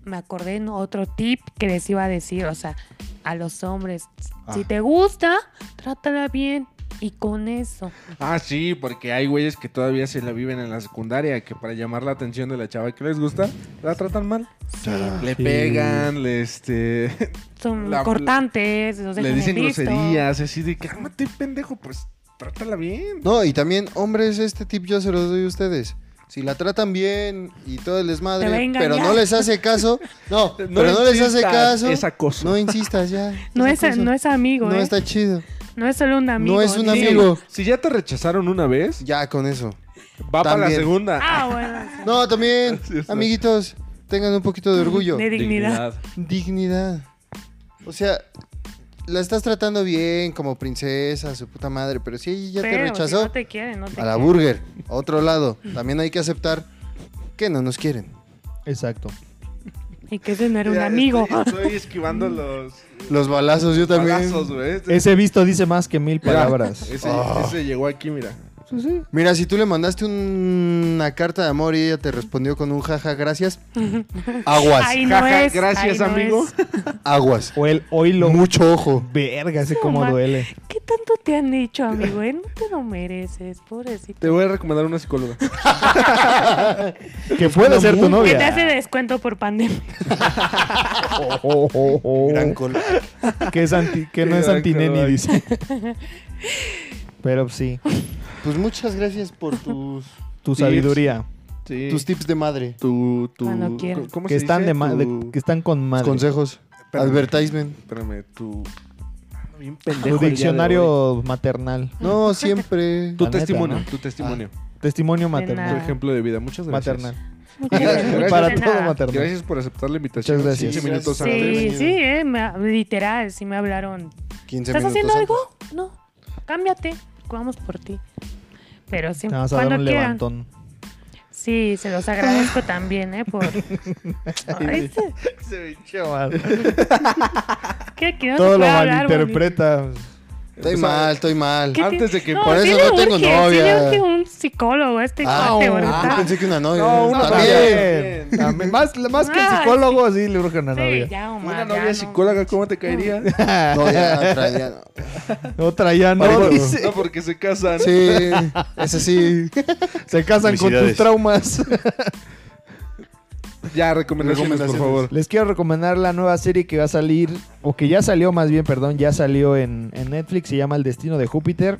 S3: me acordé en otro tip que les iba a decir, o sea, a los hombres.
S1: Ah.
S3: Si te gusta, trátala bien. Y con eso.
S1: Ah, sí, porque hay güeyes que todavía se la viven en la secundaria, que para llamar la atención de la chava que les gusta, la tratan mal.
S3: Sí,
S1: Le
S2: Ah, Sí.
S1: pegan, le, este,
S3: son
S1: La-
S3: cortantes, los
S1: le
S3: dejan en
S1: dicen
S3: visto.
S1: groserías, así de cálmate, pendejo, pues trátala bien.
S4: No, y también, hombres, este tip yo se los doy a ustedes. Si la tratan bien y todo
S3: Te
S4: el
S3: va a
S4: desmadre,
S3: engañar.
S4: pero no les hace caso, no, pero no les hace
S1: insistas,
S4: caso,
S1: Es acoso.
S4: no insistas ya.
S3: No es,
S4: acoso.
S3: no es amigo,
S4: No
S3: ¿eh?
S4: está chido.
S3: No es solo un amigo.
S4: es un
S3: ni-
S1: Sí,
S4: amigo.
S1: Si ya te rechazaron una vez,
S4: Ya con eso.
S1: va para la
S4: También.
S1: segunda.
S3: Ah, bueno.
S4: No, también,
S1: Sí está.
S4: amiguitos, tengan un poquito de orgullo.
S3: De dignidad.
S4: Dignidad. O sea, la estás tratando bien como princesa, su puta madre, pero si ella ya
S3: Pero
S4: te
S3: si
S4: rechazó,
S3: no te quieren, no te
S4: a la
S3: quieren.
S4: burger, a otro lado. También hay que aceptar que no nos quieren.
S2: Exacto.
S3: Y que ese no era un
S1: Ya,
S3: amigo.
S1: Estoy, estoy esquivando los,
S4: Los balazos, yo también.
S1: balazos, güey. Este-
S2: Ese visto dice más que mil
S1: Mira,
S2: palabras.
S1: Ese,
S4: Ah.
S1: ese llegó aquí, mira.
S4: Mira, si tú le mandaste un- una carta de amor y ella te respondió con un jaja, gracias. Aguas,
S3: Ahí no
S1: Jaja,
S3: es.
S1: gracias,
S3: ahí no
S1: amigo.
S3: es.
S4: aguas.
S2: O el oilo.
S4: Mucho ojo.
S2: Verga, ese cómo
S3: ma-
S2: duele.
S3: ¿Qué tanto te han dicho, amigo? eh? No te lo mereces, pobrecito.
S1: Te voy a recomendar una psicóloga.
S2: Que puede ser tu
S3: Que te hace
S2: novia.
S3: descuento por pandemia.
S2: Oh, oh, oh, oh.
S4: Gran cola.
S2: Que, es anti- que no
S1: Qué
S2: es
S1: gran
S2: antineni,
S1: color.
S2: dice. Pero sí,
S4: Pues muchas gracias por tus,
S2: tu
S1: Tips.
S2: sabiduría.
S1: Sí.
S4: tus tips de madre.
S1: tu, tu,
S3: Cuando quieras.
S1: ¿Cómo
S2: Que
S1: se
S2: están,
S1: dice?
S2: de ma- de-
S1: Tu-
S2: que están con madre.
S4: Consejos.
S1: Espérame.
S4: Advertisement.
S1: Espérame, tu. ando Bien
S2: Tu
S1: pendejo. el día de hoy.
S2: diccionario maternal.
S4: No, siempre.
S1: Tu
S2: La neta,
S1: testimonio,
S2: ¿no?
S1: tu testimonio.
S2: Testimonio
S1: Tu
S3: nada.
S2: maternal.
S1: ejemplo de vida. Muchas gracias.
S2: Maternal.
S3: Muchas
S1: Gracias.
S2: Para
S3: De
S2: todo
S3: nada.
S2: maternal.
S1: Gracias por aceptar la invitación.
S2: Muchas gracias.
S1: 15 minutos
S4: Sí,
S1: antes.
S3: Sí,
S4: Bienvenido.
S3: sí, eh, me- literal, sí me hablaron.
S4: 15
S3: ¿Estás
S4: minutos
S3: haciendo
S4: antes.
S3: algo? No, cámbiate, vamos por ti. Pero sí,
S2: Te vas a dar
S3: cuando
S2: un
S3: quieran.
S2: levantón.
S3: Sí, se los agradezco también, ¿eh? Por... Ay, sí, ¿Qué, que no
S2: Todo
S3: se
S2: lo
S3: puede hablar
S2: malinterpreta.
S4: Estoy
S1: O sea,
S4: mal, estoy mal.
S3: bonito. ¿Qué
S1: Antes de que-
S3: No,
S4: por
S3: sí
S4: eso
S3: le
S4: no tengo
S3: urge, Sí le
S4: novia.
S3: urge un psicólogo a este
S4: Ah,
S3: cuate,
S4: oh,
S3: ahorita.
S4: yo pensé que una novia.
S1: No, una
S4: También.
S1: novia.
S2: También. También. Más, más que el
S3: Ay,
S2: psicólogo, sí, le urge una
S3: Sí,
S2: novia.
S3: ya, Omar,
S1: Una
S3: ya
S1: novia
S3: Oh no.
S1: psicóloga, ¿cómo te caería?
S4: No, ya, otra, ya no.
S2: Otra ya no.
S1: No,
S2: dice.
S1: no, porque se casan.
S4: Sí, ese sí.
S2: Se casan con tus
S6: Felicidades.
S2: traumas.
S1: Ya, recomendaciones, por
S4: Recomendaciones.
S1: favor.
S2: Les quiero recomendar la nueva serie que va a salir, o que ya salió más bien, perdón, ya salió en, en Netflix, se llama El Destino de Júpiter.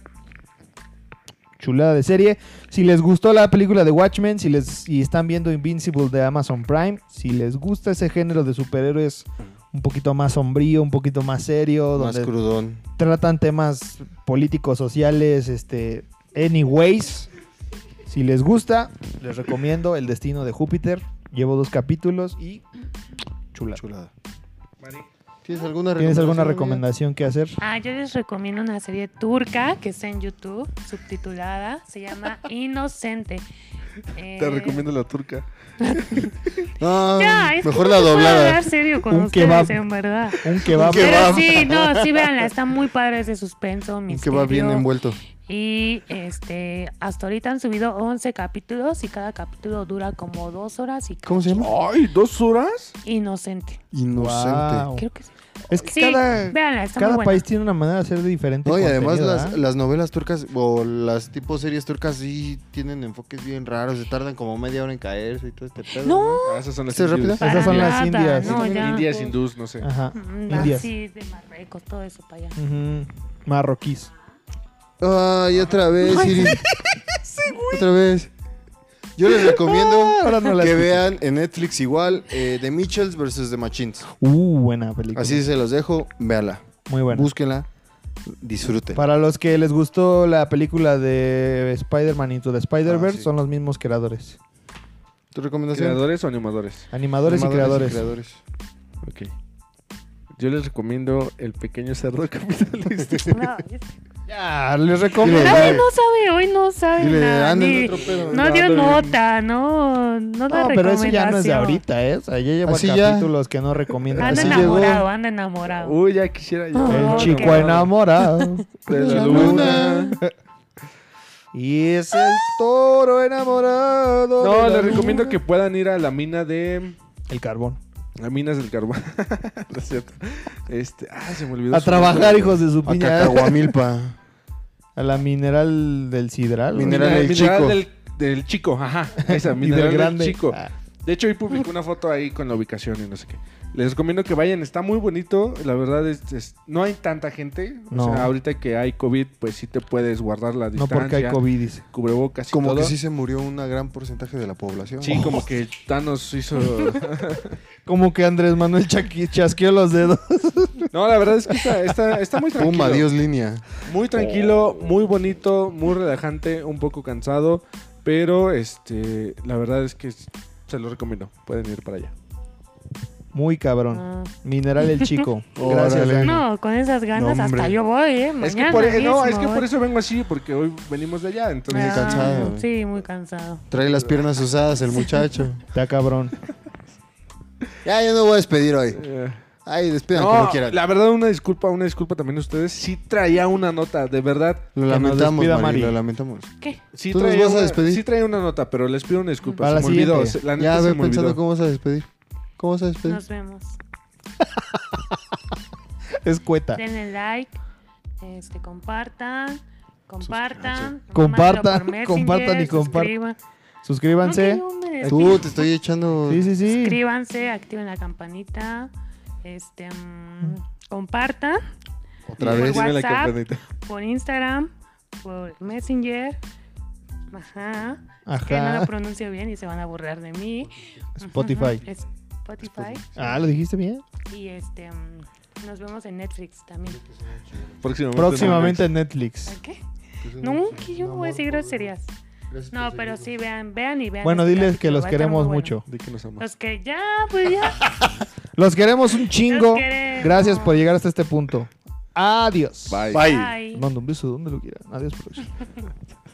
S2: Chulada de serie. Si les gustó la película de Watchmen, si les si están viendo Invincible de Amazon Prime, si les gusta ese género de superhéroes un poquito más sombrío, un poquito más serio,
S4: Más
S2: donde
S4: crudón.
S2: tratan temas políticos, sociales, este, anyways. Si les gusta, les recomiendo El Destino de Júpiter. Llevo dos capítulos y chula.
S4: Chulada. ¿Tienes alguna
S2: ¿Tienes alguna
S4: recomendación,
S2: recomendación que hacer?
S3: Ah, yo les recomiendo una serie turca que está en YouTube, subtitulada, se llama Inocente. Eh,
S1: Te recomiendo la turca.
S4: amiga? No,
S3: Ya, es que
S4: mejor
S3: no
S4: la
S3: se puede
S4: doblada.
S3: hablar serio con
S2: Un
S3: ustedes,
S2: kebab.
S3: en verdad.
S2: Un kebab.
S4: Un kebab.
S3: Pero sí, no, sí, véanla, está muy padre ese suspenso,
S4: Que
S3: misterio.
S4: va bien envuelto.
S3: Y este, hasta ahorita han subido 11 capítulos y cada capítulo dura como dos horas y ca-
S4: ¿Cómo se llama?
S1: Ay, ¿dos horas?
S3: inocente.
S4: Inocente.
S2: Wow.
S3: Creo que sí.
S2: Es que
S3: Sí,
S2: cada,
S3: véanla, está
S2: cada
S3: muy buena.
S2: país tiene una manera de ser diferente.
S4: No, y además
S2: contenido,
S4: las,
S2: ¿ah?
S4: las novelas turcas o las tipo series turcas sí tienen enfoques bien raros, se tardan como media hora en caerse y todo este pedo.
S3: No,
S1: Ah, esas son las
S4: ¿Sí,
S1: indias.
S4: rápido?
S3: para
S2: Esas son las Ah,
S3: nada,
S2: indias.
S3: No, ya.
S1: Indias, hindús, no sé.
S2: Ajá.
S3: Mm,
S2: Indias.
S3: Así de Marruecos, todo eso para allá.
S2: Ujú. Marroquíes.
S4: Ay, otra vez, Siri. Otra vez. Yo les recomiendo
S2: Ah, ahora no la
S4: que
S2: escucho.
S4: vean en Netflix igual eh, The Mitchells vs. The Machines.
S2: Uh, buena película.
S4: Así se los dejo, véanla.
S2: Muy buena.
S4: Búsquenla, disfruten.
S2: Para los que les gustó la película de Spider-Man Into the Spider-Verse,
S4: Ah, sí.
S2: son los mismos creadores.
S4: ¿Tu recomendación?
S1: ¿Creadores o animadores?
S2: Animadores,
S4: Animadores
S2: y creadores.
S1: Ok. Yo les recomiendo El Pequeño Cerdo Capitalista.
S3: No, es-
S2: Ya, les
S4: Dile,
S2: recomiendo.
S3: Nadie
S4: dale.
S3: no sabe, hoy no sabe
S4: Dile,
S3: nada.
S4: anden
S3: ni-
S4: otro pedo.
S3: no
S1: No,
S3: dio
S1: ándale.
S3: nota, no, no da
S2: No, pero eso ya no es de
S3: recomendación.
S2: ahorita, ¿eh. O sea, ya llevo
S4: Así ya.
S2: capítulos que no recomiendo.
S3: Anda
S4: Así llegó.
S3: enamorado, anda enamorado.
S1: Uy, ya quisiera yo.
S3: El
S2: Ah. El
S3: Ok.
S2: chico enamorado.
S1: De la
S4: La
S1: luna.
S4: luna.
S2: Y es el toro enamorado.
S1: No,
S2: de la
S1: les recomiendo
S2: luna.
S1: que puedan ir a la mina de...
S2: El carbón.
S1: A minas del carbón. No es cierto. Este, ah, se me olvidó.
S2: A
S1: su
S2: trabajar,
S1: nombre.
S2: hijos de su
S4: A
S2: piña.
S4: Cacahuamilpa.
S2: A la mineral del sidral. ¿no?
S4: Mineral del
S1: Mineral
S4: chico.
S1: Del, del chico, ajá. Esa,
S2: Y
S1: mineral del,
S2: grande.
S1: chico.
S2: Ah,
S1: De hecho, hoy publicó una foto ahí con la ubicación y no sé qué. Les recomiendo que vayan, está muy bonito. La verdad es, es- no hay tanta gente.
S2: No.
S1: O sea, ahorita que hay COVID, pues sí te puedes guardar la
S2: no
S1: distancia.
S2: porque hay COVID, dice.
S1: Cubrebocas y
S4: Como
S1: todo.
S4: que sí se murió un gran porcentaje de la población.
S1: Sí, como que Thanos hizo...
S2: Como que Andrés Manuel chaqui- chasqueó los dedos.
S1: No, la verdad es que está, está, está muy tranquilo.
S4: Puma, Dios línea.
S1: Muy tranquilo, muy bonito, muy relajante, un poco cansado. Pero este la verdad es que se lo recomiendo. Pueden ir para allá.
S2: Muy cabrón.
S3: Ah.
S2: Mineral el chico. Gracias.
S4: Órale.
S2: Dani.
S3: No, con esas ganas
S4: No, hombre.
S3: hasta yo voy, ¿eh?
S1: Es que,
S3: Mañana
S1: por, eh, no,
S3: mismo,
S1: es que por
S3: ¿eh?
S1: eso vengo así, porque hoy venimos de allá. Entonces,
S3: Ah,
S4: cansado, ¿eh?
S3: Sí, muy cansado.
S4: Trae las piernas usadas el muchacho.
S2: Está cabrón.
S4: Ya, yo no voy a despedir hoy.
S1: eh,
S4: Ay, despidan
S1: no,
S4: que no quieran.
S1: la verdad, una disculpa, una disculpa también a ustedes. Sí traía una nota, de verdad.
S2: Que
S4: Lo
S2: nos
S4: lamentamos,
S2: despida
S4: Mari,
S2: Mari.
S4: Lo lamentamos.
S3: ¿Qué?
S1: Sí
S4: ¿Tú nos
S1: traía
S4: vas a
S1: una,
S4: despedir?
S1: sí traía una nota, pero les pido una disculpa.
S2: Para
S1: se
S2: la
S1: me olvidó.
S2: siguiente.
S1: se- La neta
S4: Ya
S1: se
S4: ve
S1: me olvidó.
S4: pensando cómo vas a despedir. ¿Cómo vas a despedir?
S3: Nos vemos.
S2: Es cueta.
S3: Denle like, este, compartan, compartan.
S2: Compartan,
S3: mándalo por
S2: compartan y
S3: Messenger,
S2: compar-
S3: suscriban.
S2: Suscríbanse.
S3: No, que yo me
S4: Tú,
S3: despido.
S4: te estoy echando...
S2: Sí, sí, sí.
S3: Suscríbanse, activen la campanita, este, mm, compartan
S4: Otra
S3: Por
S4: vez.
S1: Dime la
S3: WhatsApp.
S1: campanita.
S3: por Instagram, por Messenger. Ajá. Que no
S2: Ajá.
S3: lo pronuncio bien y se van a burlar de mí.
S2: Spotify.
S3: Ujú, Spotify.
S2: Ah, lo dijiste bien.
S3: Y este, mm, nos vemos en Netflix también.
S1: Próximamente.
S2: Próximamente en Netflix.
S3: ¿A qué? No, que yo no voy a decir groserías. No, pero sí, vean, vean y vean.
S2: Bueno,
S3: este
S2: diles que
S3: capítulo,
S2: los
S3: va a estar
S2: queremos
S3: muy bueno.
S2: mucho.
S1: Di que nos amas.
S3: Los que ya, pues ya.
S2: Los queremos un chingo.
S3: Los queremos.
S2: Gracias por llegar hasta este punto. Adiós.
S1: Bye.
S4: Bye.
S3: Bye.
S2: Mando un beso donde lo quieran. Adiós, producción.